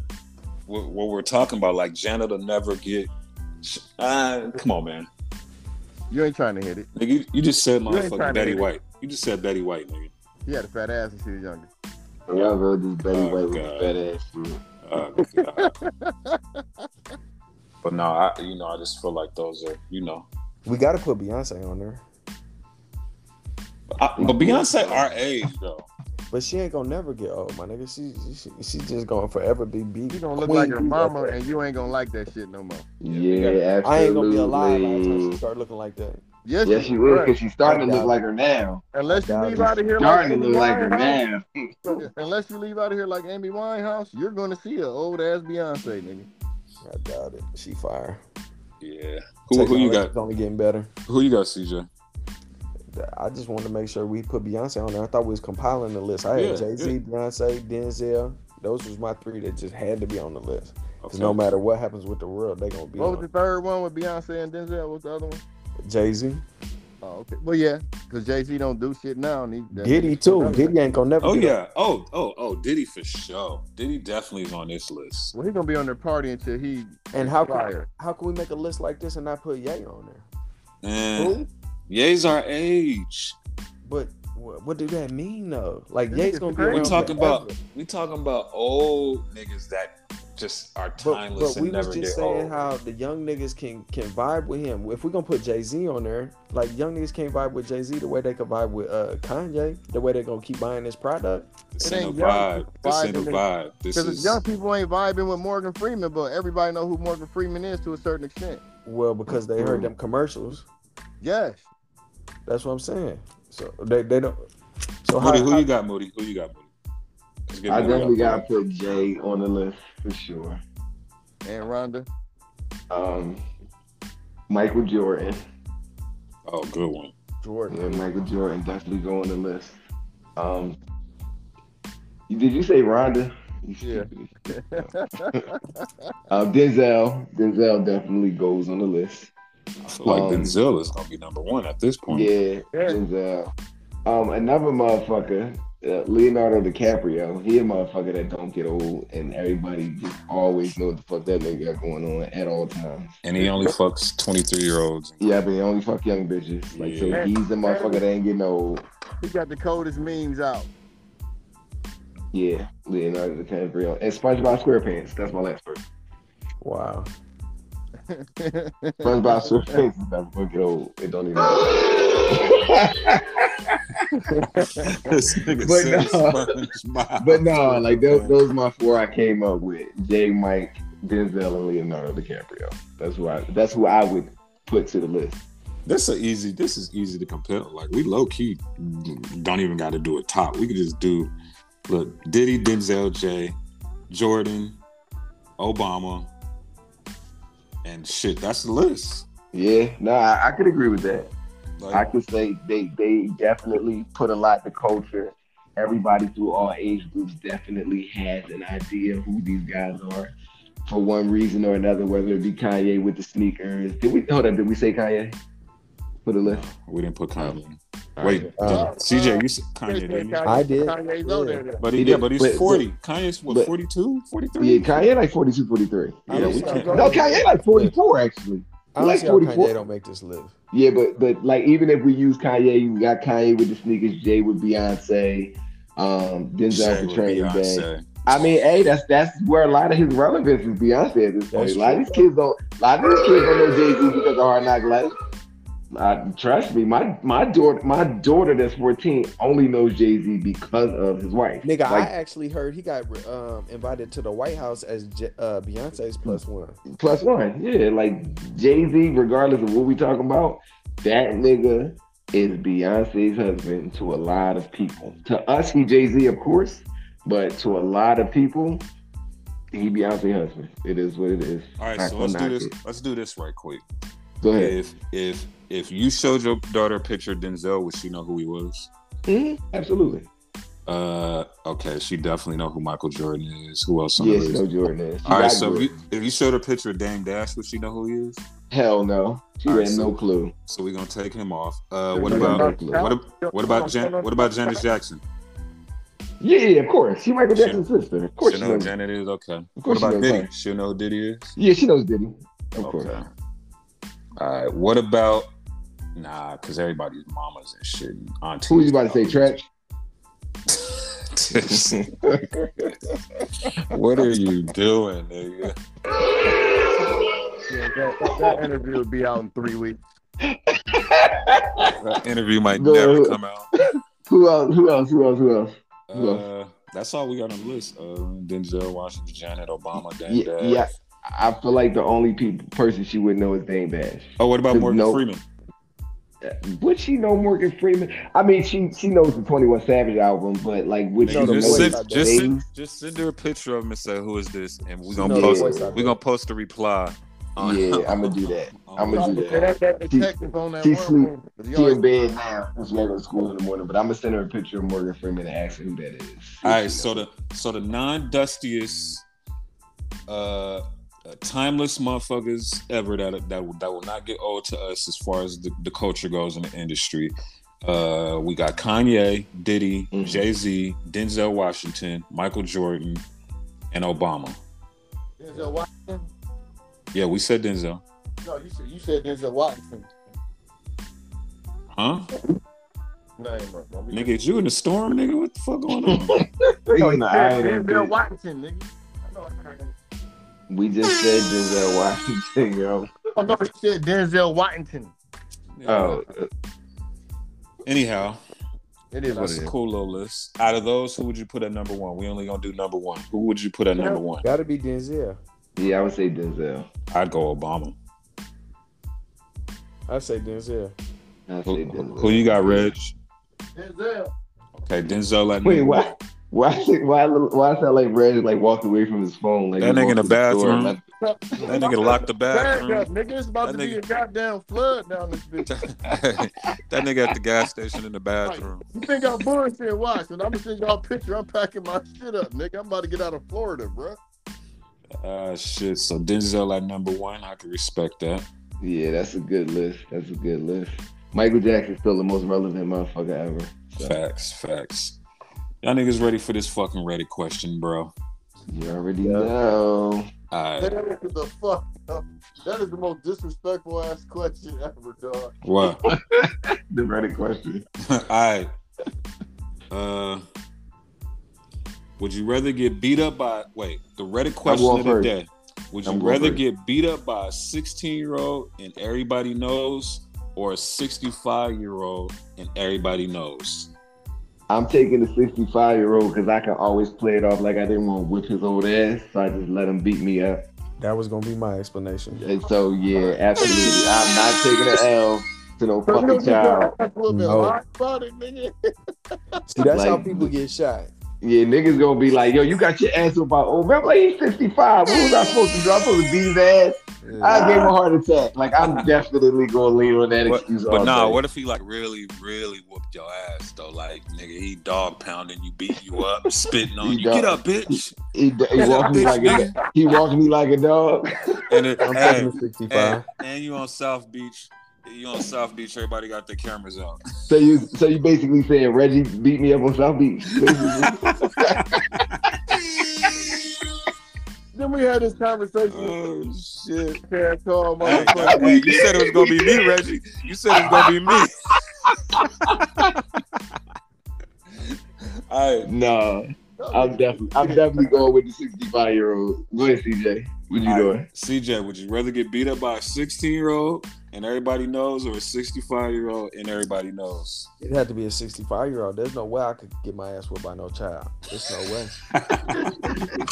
Speaker 1: what, what we're talking about, like, Janet will never get. sh- Uh, come on, man.
Speaker 2: You ain't trying to hit it.
Speaker 1: Nigga, you, you just said
Speaker 2: ain't trying
Speaker 1: motherfucking
Speaker 2: to
Speaker 1: Betty
Speaker 2: hit it.
Speaker 1: White. You just said Betty White, nigga.
Speaker 2: He had a fat ass when she was younger.
Speaker 4: Y'all go do Betty
Speaker 1: Oh,
Speaker 4: White with
Speaker 1: God.
Speaker 4: fat ass. dude.
Speaker 1: Uh, but no, I you know I just feel like those are you know.
Speaker 5: We gotta put Beyonce on there,
Speaker 1: I, but Beyonce our age though.
Speaker 5: but she ain't gonna never get old, my nigga. She she, she just gonna forever be beat.
Speaker 2: You gonna look
Speaker 5: Queen
Speaker 2: like your
Speaker 5: Bee
Speaker 2: mama,
Speaker 5: up there.
Speaker 2: and you ain't gonna like that shit no more.
Speaker 4: Yeah, absolutely.
Speaker 5: I ain't gonna be alive by the time she start looking like that.
Speaker 2: Yes,
Speaker 4: Yes, she will, because she's starting to
Speaker 5: I
Speaker 4: look
Speaker 5: doubt
Speaker 4: like her now.
Speaker 2: Unless you
Speaker 5: I doubt
Speaker 2: leave
Speaker 5: it.
Speaker 2: out of here like,
Speaker 4: Starting
Speaker 2: Amy
Speaker 4: to look like her
Speaker 2: Winehouse,
Speaker 4: now.
Speaker 2: unless you leave out of here like Amy Winehouse, you're gonna see an old ass Beyonce, nigga.
Speaker 5: I doubt it. She fire.
Speaker 1: Yeah. Who who you got?
Speaker 5: Technology's Only getting better.
Speaker 1: Who you got, CJ?
Speaker 5: I just wanted to make sure we put Beyonce on there. I thought we was compiling the list. I had
Speaker 1: Yeah,
Speaker 5: Jay Z,
Speaker 1: yeah.
Speaker 5: Beyonce, Denzel. Those was my three that just had to be on the list. 'Cause
Speaker 1: Okay.
Speaker 5: no matter what happens with the world, they gonna be
Speaker 2: What was the
Speaker 5: on
Speaker 2: third one with Beyonce and Denzel? What's the other one?
Speaker 5: Jay Z.
Speaker 2: Oh, okay. Well, yeah, because Jay Z don't do shit now. And he, that-
Speaker 5: Diddy too. Diddy ain't gonna never.
Speaker 1: Oh
Speaker 5: get
Speaker 1: yeah. Oh oh oh. Diddy for sure. Diddy definitely is on this list.
Speaker 2: Well, he's gonna be on their party until he
Speaker 5: old. And how can,
Speaker 2: Fire.
Speaker 5: how can we make a list like this and not put Ye on there?
Speaker 1: And Ye's our age.
Speaker 5: But what, what do that mean though? Like
Speaker 2: This
Speaker 5: Ye's
Speaker 2: is
Speaker 5: gonna be.
Speaker 2: crazy.
Speaker 5: Around
Speaker 1: We talking
Speaker 5: forever.
Speaker 1: about we talking about old niggas that just are
Speaker 5: But,
Speaker 1: timeless
Speaker 5: but we
Speaker 1: and never
Speaker 5: was just
Speaker 1: get
Speaker 5: saying
Speaker 1: old.
Speaker 5: how the young niggas can can vibe with him. If we're gonna put Jay Z on there, like young niggas can't vibe with Jay Z the way they could vibe with uh, Kanye, the way they're gonna keep buying this product.
Speaker 1: this
Speaker 2: it
Speaker 1: ain't
Speaker 2: ain't
Speaker 1: a
Speaker 2: young
Speaker 1: vibe. This ain't a
Speaker 2: people
Speaker 1: vibe. This
Speaker 2: because
Speaker 1: is
Speaker 2: young people ain't vibing with Morgan Freeman, but everybody know who Morgan Freeman is to a certain extent.
Speaker 5: Well, because they
Speaker 4: Mm-hmm.
Speaker 5: heard them commercials.
Speaker 2: Yes,
Speaker 5: That's what I'm saying. So they, they don't. So how,
Speaker 1: Moody. Who
Speaker 5: how
Speaker 1: you got, Moody? Who you got, Moody? Let's get
Speaker 4: I
Speaker 1: Moody
Speaker 4: definitely
Speaker 1: out
Speaker 4: gotta
Speaker 1: there.
Speaker 4: put Jay on the list for sure.
Speaker 2: and Rhonda.
Speaker 4: Um, Michael Jordan.
Speaker 1: Oh, good one.
Speaker 5: Jordan?
Speaker 4: Yeah, Michael Jordan definitely go on the list. Um, you- did you say Rhonda? You
Speaker 2: Yeah.
Speaker 4: stupid. uh, Denzel. Denzel definitely goes on the list.
Speaker 1: I feel like
Speaker 4: Um,
Speaker 1: Denzel is gonna be number one at this point.
Speaker 4: Yeah, Denzel. Um, another motherfucker, uh, Leonardo DiCaprio. He a motherfucker that don't get old, and everybody just always know what the fuck that nigga got going on at all times.
Speaker 1: And he only fucks 23 year olds.
Speaker 4: Yeah, but he only fuck young bitches. Like,
Speaker 1: Yeah.
Speaker 4: so he's the motherfucker that ain't getting old.
Speaker 2: He got the coldest memes out.
Speaker 4: Yeah, Leonardo DiCaprio and SpongeBob SquarePants. That's my last person.
Speaker 5: Wow.
Speaker 4: SpongeBob SquarePants is never gonna get old. It don't even. matter.
Speaker 1: this nigga
Speaker 4: But
Speaker 1: said
Speaker 4: no.
Speaker 1: SpongeBob.
Speaker 4: but no, like those, those are my four I came up with: Jay, Mike, Denzel, and Leonardo DiCaprio. That's who I. That's who I would put to the list.
Speaker 1: This is easy. This is easy to compare. Like we low key don't even got to do a top. We could just do look Diddy, Denzel, Jay, Jordan, Obama, and shit. That's the list.
Speaker 4: Yeah, no, I, I could agree with that. I
Speaker 1: Like
Speaker 4: could say they they definitely put a lot to culture. everybody through all age groups definitely has an idea who these guys are for one reason or another, whether it be Kanye with the sneakers. Did we hold up? Did we say Kanye for the list?
Speaker 1: We didn't put Kanye. in. Wait, uh, CJ, you said Kanye, didn't you?
Speaker 2: I
Speaker 7: did.
Speaker 2: Kanye's on there. then.
Speaker 1: But he,
Speaker 4: He
Speaker 1: yeah,
Speaker 4: did,
Speaker 1: but he's
Speaker 4: but-
Speaker 1: 40. Kanye's what,
Speaker 4: but-
Speaker 1: 42, 43?
Speaker 4: Yeah, Kanye like 42, 43.
Speaker 1: Yeah,
Speaker 7: I'm
Speaker 1: we
Speaker 7: sorry,
Speaker 1: can't.
Speaker 7: go
Speaker 4: No,
Speaker 7: ahead.
Speaker 4: Kanye like 44 actually.
Speaker 7: I don't
Speaker 4: like
Speaker 7: see how
Speaker 4: 44.
Speaker 7: Kanye don't make this live.
Speaker 4: Yeah, but but like even if we use Kanye, you got Kanye with the sneakers, Jay with Beyonce, um, Denzel
Speaker 1: Jay
Speaker 4: for
Speaker 1: with
Speaker 4: Training Day.
Speaker 1: Beyonce.
Speaker 4: I mean, hey, that's that's where a lot of his relevance is Beyonce at this point.
Speaker 7: That's
Speaker 4: a lot of these kids don't, a lot of these kids don't know Jay Z because of Hard Knock Life. Uh, trust me, my my daughter, my daughter that's fourteen only knows Jay Z because of his wife.
Speaker 7: Nigga, I
Speaker 4: like,
Speaker 7: actually heard he got um, invited to the White House as J- uh, Beyonce's plus one.
Speaker 4: plus one, yeah. Like Jay Z, regardless of what we talking about, that nigga is Beyonce's husband to a lot of people. To us, he Jay Z, of course, but to a lot of people, he Beyonce husband. It is what it is.
Speaker 1: All right,
Speaker 4: Not
Speaker 1: so
Speaker 4: gonna
Speaker 1: let's do
Speaker 4: knock
Speaker 1: this.
Speaker 4: it.
Speaker 1: Let's do this right quick.
Speaker 4: Go ahead.
Speaker 1: If if if you showed your daughter a picture of Denzel, would she know who he was?
Speaker 4: Mhm, Absolutely.
Speaker 1: Uh, okay, she definitely know who Michael Jordan is. Who else on
Speaker 4: Yes,
Speaker 1: the list?
Speaker 4: no Jordan is. She
Speaker 1: All right,
Speaker 4: got
Speaker 1: so if
Speaker 4: Jordan.
Speaker 1: you, if you showed her a picture of Dame Dash, would she know who he is?
Speaker 4: hell no. She
Speaker 1: All
Speaker 4: had
Speaker 1: right, so-
Speaker 4: no clue.
Speaker 1: So we're gonna take him off. Uh, what
Speaker 4: She had
Speaker 1: about
Speaker 4: no clue.
Speaker 1: what, ab- what about Jan, what about Janet Jackson?
Speaker 4: Yeah, yeah, of course. She Michael
Speaker 1: She-
Speaker 4: Jackson's sister. Of course
Speaker 1: She
Speaker 4: she
Speaker 1: know who
Speaker 4: knows.
Speaker 1: Janet is. Okay.
Speaker 4: Of
Speaker 1: What
Speaker 4: course she
Speaker 1: about
Speaker 4: knows.
Speaker 1: Diddy?
Speaker 4: her.
Speaker 1: She know who Diddy is.
Speaker 4: Yeah, she knows Diddy. Of course.
Speaker 1: Okay. All right. What about nah? Because everybody's mamas and shit. and Aunties.
Speaker 4: Who was you about to say, Trap?
Speaker 1: what are you doing, nigga?
Speaker 2: Yeah, that, that interview will be out in three weeks.
Speaker 1: That interview might
Speaker 4: Go
Speaker 1: never
Speaker 4: ahead.
Speaker 1: come out.
Speaker 4: Who else? Who else? Who else? Who else?
Speaker 1: Uh, that's all we got on the list. Uh, Denzel Washington, Janet Obama, Dame
Speaker 4: Yeah,
Speaker 1: Dash.
Speaker 4: yeah. I feel like the only people, person she would know is Dame Dash.
Speaker 1: Oh, what about Morgan
Speaker 4: Nope.
Speaker 1: Freeman?
Speaker 4: Would she know Morgan Freeman? I mean, she she knows the Twenty One Savage album, but like, would she
Speaker 7: No,
Speaker 4: know?
Speaker 7: the
Speaker 1: just,
Speaker 7: voice
Speaker 1: send,
Speaker 7: out
Speaker 1: just,
Speaker 4: there.
Speaker 1: send, just send her a picture of him and say, "Who is this?" And we're gonna
Speaker 7: No, the
Speaker 1: post.
Speaker 7: voice out
Speaker 1: We're gonna post a reply. on-
Speaker 4: yeah, I'm gonna do that.
Speaker 1: on-
Speaker 4: I'm gonna do that.
Speaker 2: That, that detective on that
Speaker 4: She- she
Speaker 2: one
Speaker 4: sleep.
Speaker 2: room, 'cause he
Speaker 4: She
Speaker 2: always-
Speaker 4: in bed now. She's gotta go to school in the morning, but I'm gonna send her a picture of Morgan Freeman and ask her who that is.
Speaker 1: All right, so the so the non-dustiest, uh, uh, timeless motherfuckers ever that that will, that will not get old to us as far as the, the culture goes in the industry. Uh, we got Kanye, Diddy,
Speaker 4: Mhm.
Speaker 1: Jay Z, Denzel Washington, Michael Jordan, and Obama.
Speaker 2: Denzel Washington.
Speaker 1: Yeah, we said Denzel,
Speaker 2: No, you said you said Denzel Washington.
Speaker 1: huh?
Speaker 2: Name right, bro.
Speaker 1: Nigga, is you in the storm, nigga? What the fuck going on?
Speaker 4: No, no, I
Speaker 2: Denzel
Speaker 4: ain't gonna do it.
Speaker 2: Washington, nigga. I know I heard him.
Speaker 4: we just said Denzel Washington, yo.
Speaker 2: Oh no, he said Denzel Washington.
Speaker 4: Oh,
Speaker 1: Anyhow,
Speaker 2: It is what
Speaker 1: that's
Speaker 2: it
Speaker 1: a
Speaker 2: is.
Speaker 1: cool little list. Out of those, who would you put at number one? We only gonna do number one. Who would you put at number one?
Speaker 7: Gotta be Denzel.
Speaker 4: yeah, I would say Denzel.
Speaker 1: I'd go Obama.
Speaker 7: I say Denzel.
Speaker 4: I'd
Speaker 1: Who,
Speaker 4: say Denzel.
Speaker 1: who you got, Reg?
Speaker 2: Denzel.
Speaker 1: Okay, Denzel. At
Speaker 4: Wait,
Speaker 1: number
Speaker 4: why?
Speaker 1: one.
Speaker 4: Why? Why? Why? Sound like Brad like walked away from his phone? Like
Speaker 1: That
Speaker 4: he
Speaker 1: nigga in the
Speaker 4: walked to store and
Speaker 1: bathroom.
Speaker 4: left-
Speaker 1: That nigga locked the
Speaker 2: Bag
Speaker 1: bathroom.
Speaker 2: up, nigga. It's about
Speaker 1: That
Speaker 2: to be
Speaker 1: nigga-
Speaker 2: a goddamn flood down this bitch.
Speaker 1: that nigga at the gas station in the bathroom.
Speaker 2: You think I'm bullshit watching? I'm gonna send y'all a picture. I'm packing my shit up, nigga. I'm about to get out of Florida, bro.
Speaker 1: Uh, shit. So Denzel at number one. I can respect that.
Speaker 4: Yeah, that's a good list. That's a good list. Michael Jackson's still the most relevant motherfucker ever.
Speaker 1: Facts, facts. Y'all niggas ready for this fucking ready question, bro?
Speaker 4: You already know.
Speaker 1: All right.
Speaker 2: That is the fuck up. That is the most disrespectful ass question ever, dog.
Speaker 1: What?
Speaker 4: The Reddit question.
Speaker 1: All right. Uh, would you rather get beat up by? Wait, the Reddit question
Speaker 4: going
Speaker 1: of the
Speaker 4: first.
Speaker 1: day. Would you
Speaker 4: I'm going
Speaker 1: rather
Speaker 4: first.
Speaker 1: get beat up by a 16 year old and everybody knows, or a 65 year old and everybody knows?
Speaker 4: I'm taking the 65 year old because I can always play it off like I didn't want to whip his old ass, so I just let him beat me up.
Speaker 7: That was gonna be my explanation.
Speaker 4: And so yeah, absolutely, I'm not taking an L to no fucking child.
Speaker 2: That's a little bit
Speaker 7: No.
Speaker 2: lying about it, nigga.
Speaker 7: See, that's how
Speaker 4: Like-
Speaker 7: people get shot.
Speaker 4: Yeah, niggas gonna oh, be like, yo, you got your ass up by old man. I'm like, he's 65. What was I supposed to do? I'm supposed to beat his ass. I gave him a heart attack. Like I'm definitely gonna lean on that
Speaker 1: What-
Speaker 4: excuse.
Speaker 1: but
Speaker 4: all
Speaker 1: nah,
Speaker 4: day.
Speaker 1: what if he like really, really whooped your ass though? Like nigga, he dog pounding you, beat you up, spitting on
Speaker 4: He
Speaker 1: you.
Speaker 4: dog-
Speaker 1: Get up, bitch!
Speaker 4: He, he walked me like a, he walked me like a dog.
Speaker 1: And it,
Speaker 7: I'm
Speaker 1: hey,
Speaker 7: taking 65.
Speaker 1: and, and you on South Beach? You on South Beach? Everybody got their cameras on.
Speaker 4: So you so you basically saying Reggie beat me up on South Beach. Basically.
Speaker 2: Then we had this conversation.
Speaker 1: oh shit!
Speaker 2: Can call
Speaker 1: Hey,
Speaker 2: motherfucker.
Speaker 1: hey, you said it was gonna be me, Reggie. You said it was gonna be me. All right.
Speaker 4: no, I'm definitely I'm definitely going with the 65 year old. Go ahead, CJ. What you
Speaker 1: All right,
Speaker 4: doing?
Speaker 1: CJ, would you rather get beat up by a 16 year old and everybody knows, or a 65 year old and everybody knows?
Speaker 7: It'd have to be a 65 year old. There's no way I could get my ass whipped by no child. There's no way.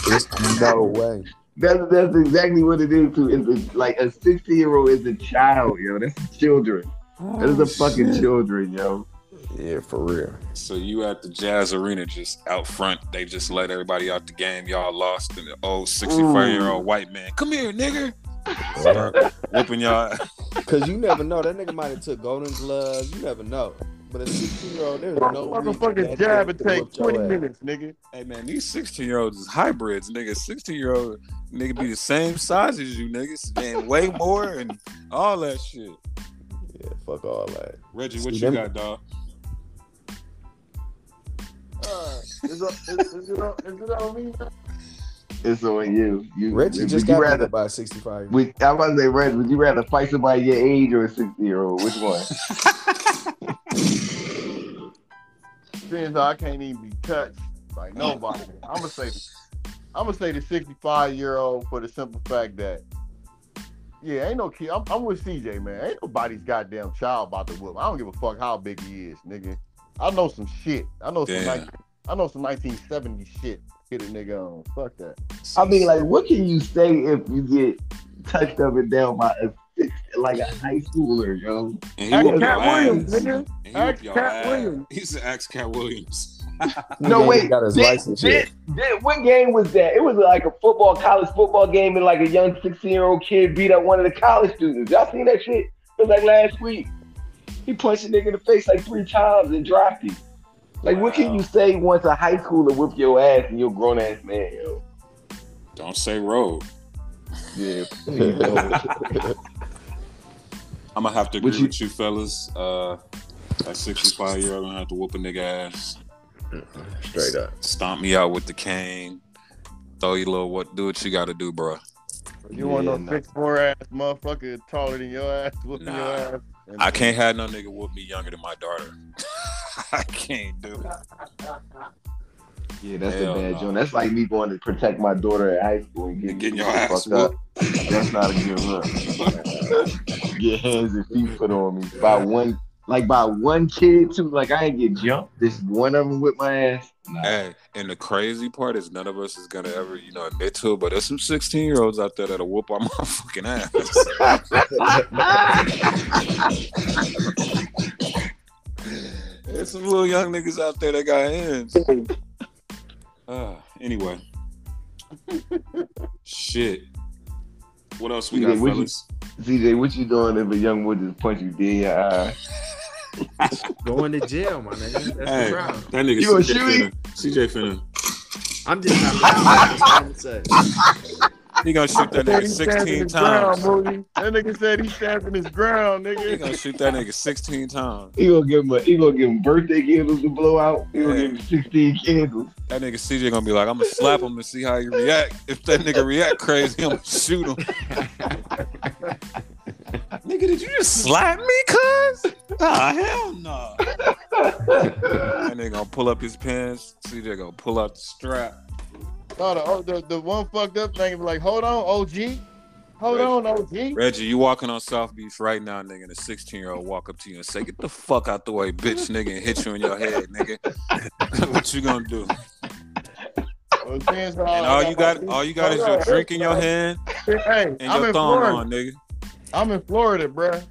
Speaker 7: There's no way.
Speaker 4: That's that's exactly what it is. Too. It's a, like a 60 year old is a child, yo. That's children. That is a fucking children, yo.
Speaker 7: Yeah, for real.
Speaker 1: So you at the Jazz Arena, just out front, they just let everybody out the game. Y'all lost, and the old 65 year old white man, come here, nigga, Start whipping y'all.
Speaker 7: Cause you never know. That nigga might have took golden gloves. You never know. But a 16 year old, there's no reason
Speaker 2: Motherfucking
Speaker 7: that
Speaker 2: jab
Speaker 7: nigga
Speaker 2: would
Speaker 7: could
Speaker 2: take
Speaker 7: whoop your
Speaker 2: 20
Speaker 7: ass.
Speaker 2: minutes, nigga.
Speaker 1: Hey man, these 16 year olds is hybrids, nigga. 16 year old nigga be the same size as you, niggas, and way more, and all that shit.
Speaker 7: Yeah, fuck all that.
Speaker 1: Reggie, what
Speaker 7: See
Speaker 1: you
Speaker 7: them-
Speaker 1: got, dog?
Speaker 2: Uh, is, it- is, is, it on, is it on me? now?
Speaker 4: It's on you. You
Speaker 7: Reggie
Speaker 4: would
Speaker 7: just
Speaker 4: you
Speaker 7: got
Speaker 4: rather.
Speaker 7: rather by a 65 year
Speaker 4: Would, I was gonna say, Reggie, would you rather fight somebody your age or a 60 year old? Which one?
Speaker 2: Seeing though I can't even be touched by nobody. I'm gonna say, I'm gonna say the 65 year old for the simple fact that, yeah, ain't no kid. I'm, I'm with CJ, man. Ain't nobody's goddamn child about to whoop. I don't give a fuck how big he is, nigga. I know some shit. I know some.
Speaker 1: Damn.
Speaker 2: 19, I know some 1970 shit. Hit a nigga on. Fuck that.
Speaker 4: I mean, like, what can you say if you get touched up and down by a six, like a high schooler, yo?
Speaker 1: And
Speaker 2: Ask
Speaker 1: he whooped
Speaker 2: Cat
Speaker 1: your ass.
Speaker 2: Williams, nigga.
Speaker 1: And he
Speaker 2: Ask
Speaker 1: whooped your
Speaker 2: Cat
Speaker 1: ass.
Speaker 2: Williams.
Speaker 1: He's an ex Cat Williams.
Speaker 4: No, wait.
Speaker 7: Got his
Speaker 4: Did-
Speaker 7: license
Speaker 4: did-
Speaker 7: yet.
Speaker 4: Did, what game was that? It was like a football, college football game, and like a young 16 year old kid beat up one of the college students. Y'all seen that shit? It was like last week. He punched a nigga in the face like three times and dropped him. Like, what can you say once a high schooler whip your ass and you're a grown ass man, yo?
Speaker 1: Don't say road.
Speaker 4: Yeah.
Speaker 1: I'm gonna have to
Speaker 4: Would
Speaker 1: agree
Speaker 4: you-
Speaker 1: with you fellas. Uh, at 65 year old, I'm gonna have to whoop a nigga ass.
Speaker 3: Straight up.
Speaker 1: Stomp me out with the cane. Throw you a little what? Do what you gotta do, bro.
Speaker 2: You want
Speaker 4: Yeah,
Speaker 2: no
Speaker 4: nah.
Speaker 2: six four ass motherfucker taller than your ass, whooping
Speaker 1: Nah.
Speaker 2: your ass. And-
Speaker 1: I can't have no nigga whoop me younger than my daughter. I can't do it.
Speaker 4: Yeah, that's
Speaker 1: Hell
Speaker 4: a bad
Speaker 1: no.
Speaker 4: joint. That's like me going to protect my daughter at high school and getting,
Speaker 1: And getting your ass
Speaker 4: fucked up. That's not a good look. Get hands and feet put on me by one, like by one kid too. Like I ain't get jumped. This one of them with my ass. Nah.
Speaker 1: Hey, and the crazy part is none of us is gonna ever, you know, admit to it. But there's some 16 year olds out there that'll whoop our motherfucking ass. There's some little young niggas out there that got hands. Uh, anyway. Shit. What else we got,
Speaker 4: Yeah, we
Speaker 1: fellas?
Speaker 4: CJ, what you doing if a young woman just punch you dead in your eye?
Speaker 3: Going to jail, my nigga. That's
Speaker 1: Hey,
Speaker 3: the problem.
Speaker 1: that nigga
Speaker 4: You gonna
Speaker 1: CJ
Speaker 4: shoot
Speaker 1: finna. CJ finna.
Speaker 3: I'm just not laughing. That's all I'm saying.
Speaker 1: He gonna shoot that nigga
Speaker 2: He stabbing
Speaker 1: 16
Speaker 2: his ground,
Speaker 1: times.
Speaker 2: Moody. That nigga said he's stabbing his ground,
Speaker 1: He
Speaker 2: nigga.
Speaker 1: gonna shoot that nigga 16 times.
Speaker 4: He gonna give him. A, he gonna give him birthday candles to blow out. He gonna give him sixteen candles.
Speaker 1: That nigga CJ gonna be like, I'm gonna slap him and see how he react. If that nigga react crazy, I'm gonna shoot him. nigga, did you just slap me, cuz? Nah, hell no. that nigga gonna pull up his pants. CJ gonna pull out the strap.
Speaker 2: No, the, oh, the, the one fucked up thing was like, hold on, OG. Hold
Speaker 1: Right.
Speaker 2: on, OG.
Speaker 1: Reggie, you walking on South Beach right now, nigga, and a 16 year old walk up to you and say, Get the fuck out the way, bitch, nigga, and hit you in your head, nigga. what you gonna do?
Speaker 2: And
Speaker 1: And all you got all you got is your drink in your hand
Speaker 2: Hey,
Speaker 1: and
Speaker 2: I'm
Speaker 1: your thumb
Speaker 2: in Florida.
Speaker 1: on, nigga.
Speaker 2: I'm in Florida, bruh.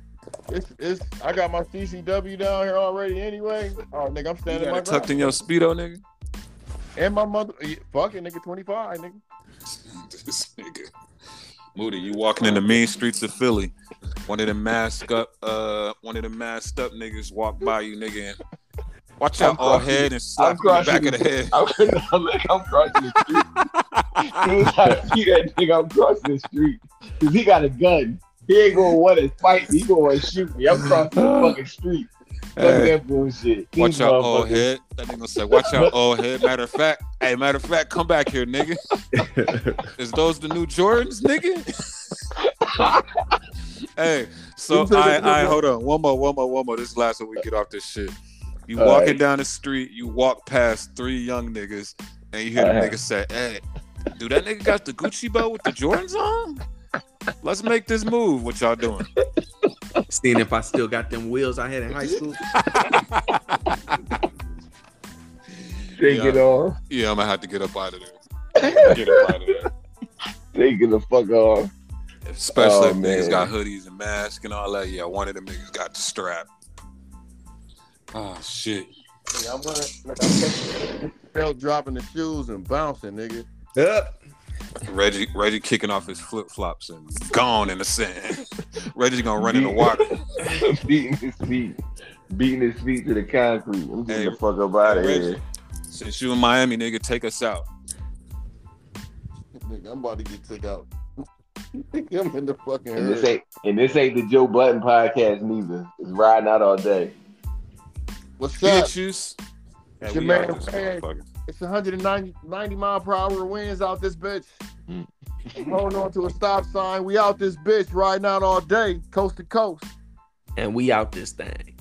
Speaker 2: It's, it's, I got my CCW down here already anyway. Oh, nigga, I'm
Speaker 1: You
Speaker 2: standing
Speaker 1: got
Speaker 2: my
Speaker 1: it tucked
Speaker 2: ground.
Speaker 1: in your speedo, nigga.
Speaker 2: And my mother, fucking nigga, 25, nigga.
Speaker 1: this nigga. Moody, you walking in the mean streets of Philly. One of them masked up, uh, one of them masked up niggas walk by you, nigga. And watch out,
Speaker 4: I'm
Speaker 1: all
Speaker 4: crossing-
Speaker 1: head and slap you in the back
Speaker 4: crossing-
Speaker 1: of the head.
Speaker 4: I'm, I'm, like, I'm crossing the street. Soon as I see that nigga, I'm crossing the street. Cause he got a gun. He ain't gonna want to fight me. He gonna want to shoot me. I'm crossing the fucking street. Fuck that bullshit. These
Speaker 1: Watch out, old
Speaker 4: motherfuckers.
Speaker 1: head. That nigga say, "Watch out, old head." Matter of fact, hey, matter of fact, come back here, nigga. Is those the new Jordans, nigga? hey, so I, I hold on. One more, one more, one more. This is last one we get off this shit. You
Speaker 4: All
Speaker 1: walking
Speaker 4: right.
Speaker 1: down the street, you walk past three young niggas, and you hear the
Speaker 4: All right.
Speaker 1: nigga say, "Hey, do that nigga got the Gucci belt with the Jordans on? Let's make this move. What y'all doing?"
Speaker 3: Seeing if I still got them wheels I had in high school.
Speaker 4: Take it
Speaker 1: Yeah.
Speaker 4: off.
Speaker 1: Yeah, I'm gonna have to get up out of there. Get up out of there.
Speaker 4: Take it the fuck off.
Speaker 1: Especially
Speaker 4: Oh,
Speaker 1: if
Speaker 4: man.
Speaker 1: niggas got hoodies and masks and all that. Yeah, one of them niggas got the strap. Oh shit.
Speaker 2: Belt dropping the shoes and bouncing, nigga.
Speaker 3: Up.
Speaker 1: Reggie Reggie kicking off his flip flops and gone in the sand. Reggie gonna run in the water.
Speaker 4: Beating his feet. Beating his feet to the concrete. I'm getting
Speaker 1: Hey,
Speaker 4: the fuck up out of
Speaker 1: Reggie.
Speaker 4: here.
Speaker 1: Since you in Miami, nigga, take us out.
Speaker 2: Nigga, I'm about to get took out. Nigga, I'm in the fucking
Speaker 4: And this
Speaker 2: herd.
Speaker 4: ain't and this ain't the Joe Button podcast neither. It's riding out all day.
Speaker 2: What's up?
Speaker 1: Bitches. Hey,
Speaker 2: It's
Speaker 1: we
Speaker 2: your
Speaker 1: out
Speaker 2: man,
Speaker 1: this
Speaker 2: Fred.
Speaker 1: motherfucker.
Speaker 2: It's 190 90 mile per hour winds out this bitch.
Speaker 4: Mm.
Speaker 2: Holding on to a stop sign. We out this bitch riding out all day, coast to coast.
Speaker 3: And we out this thing.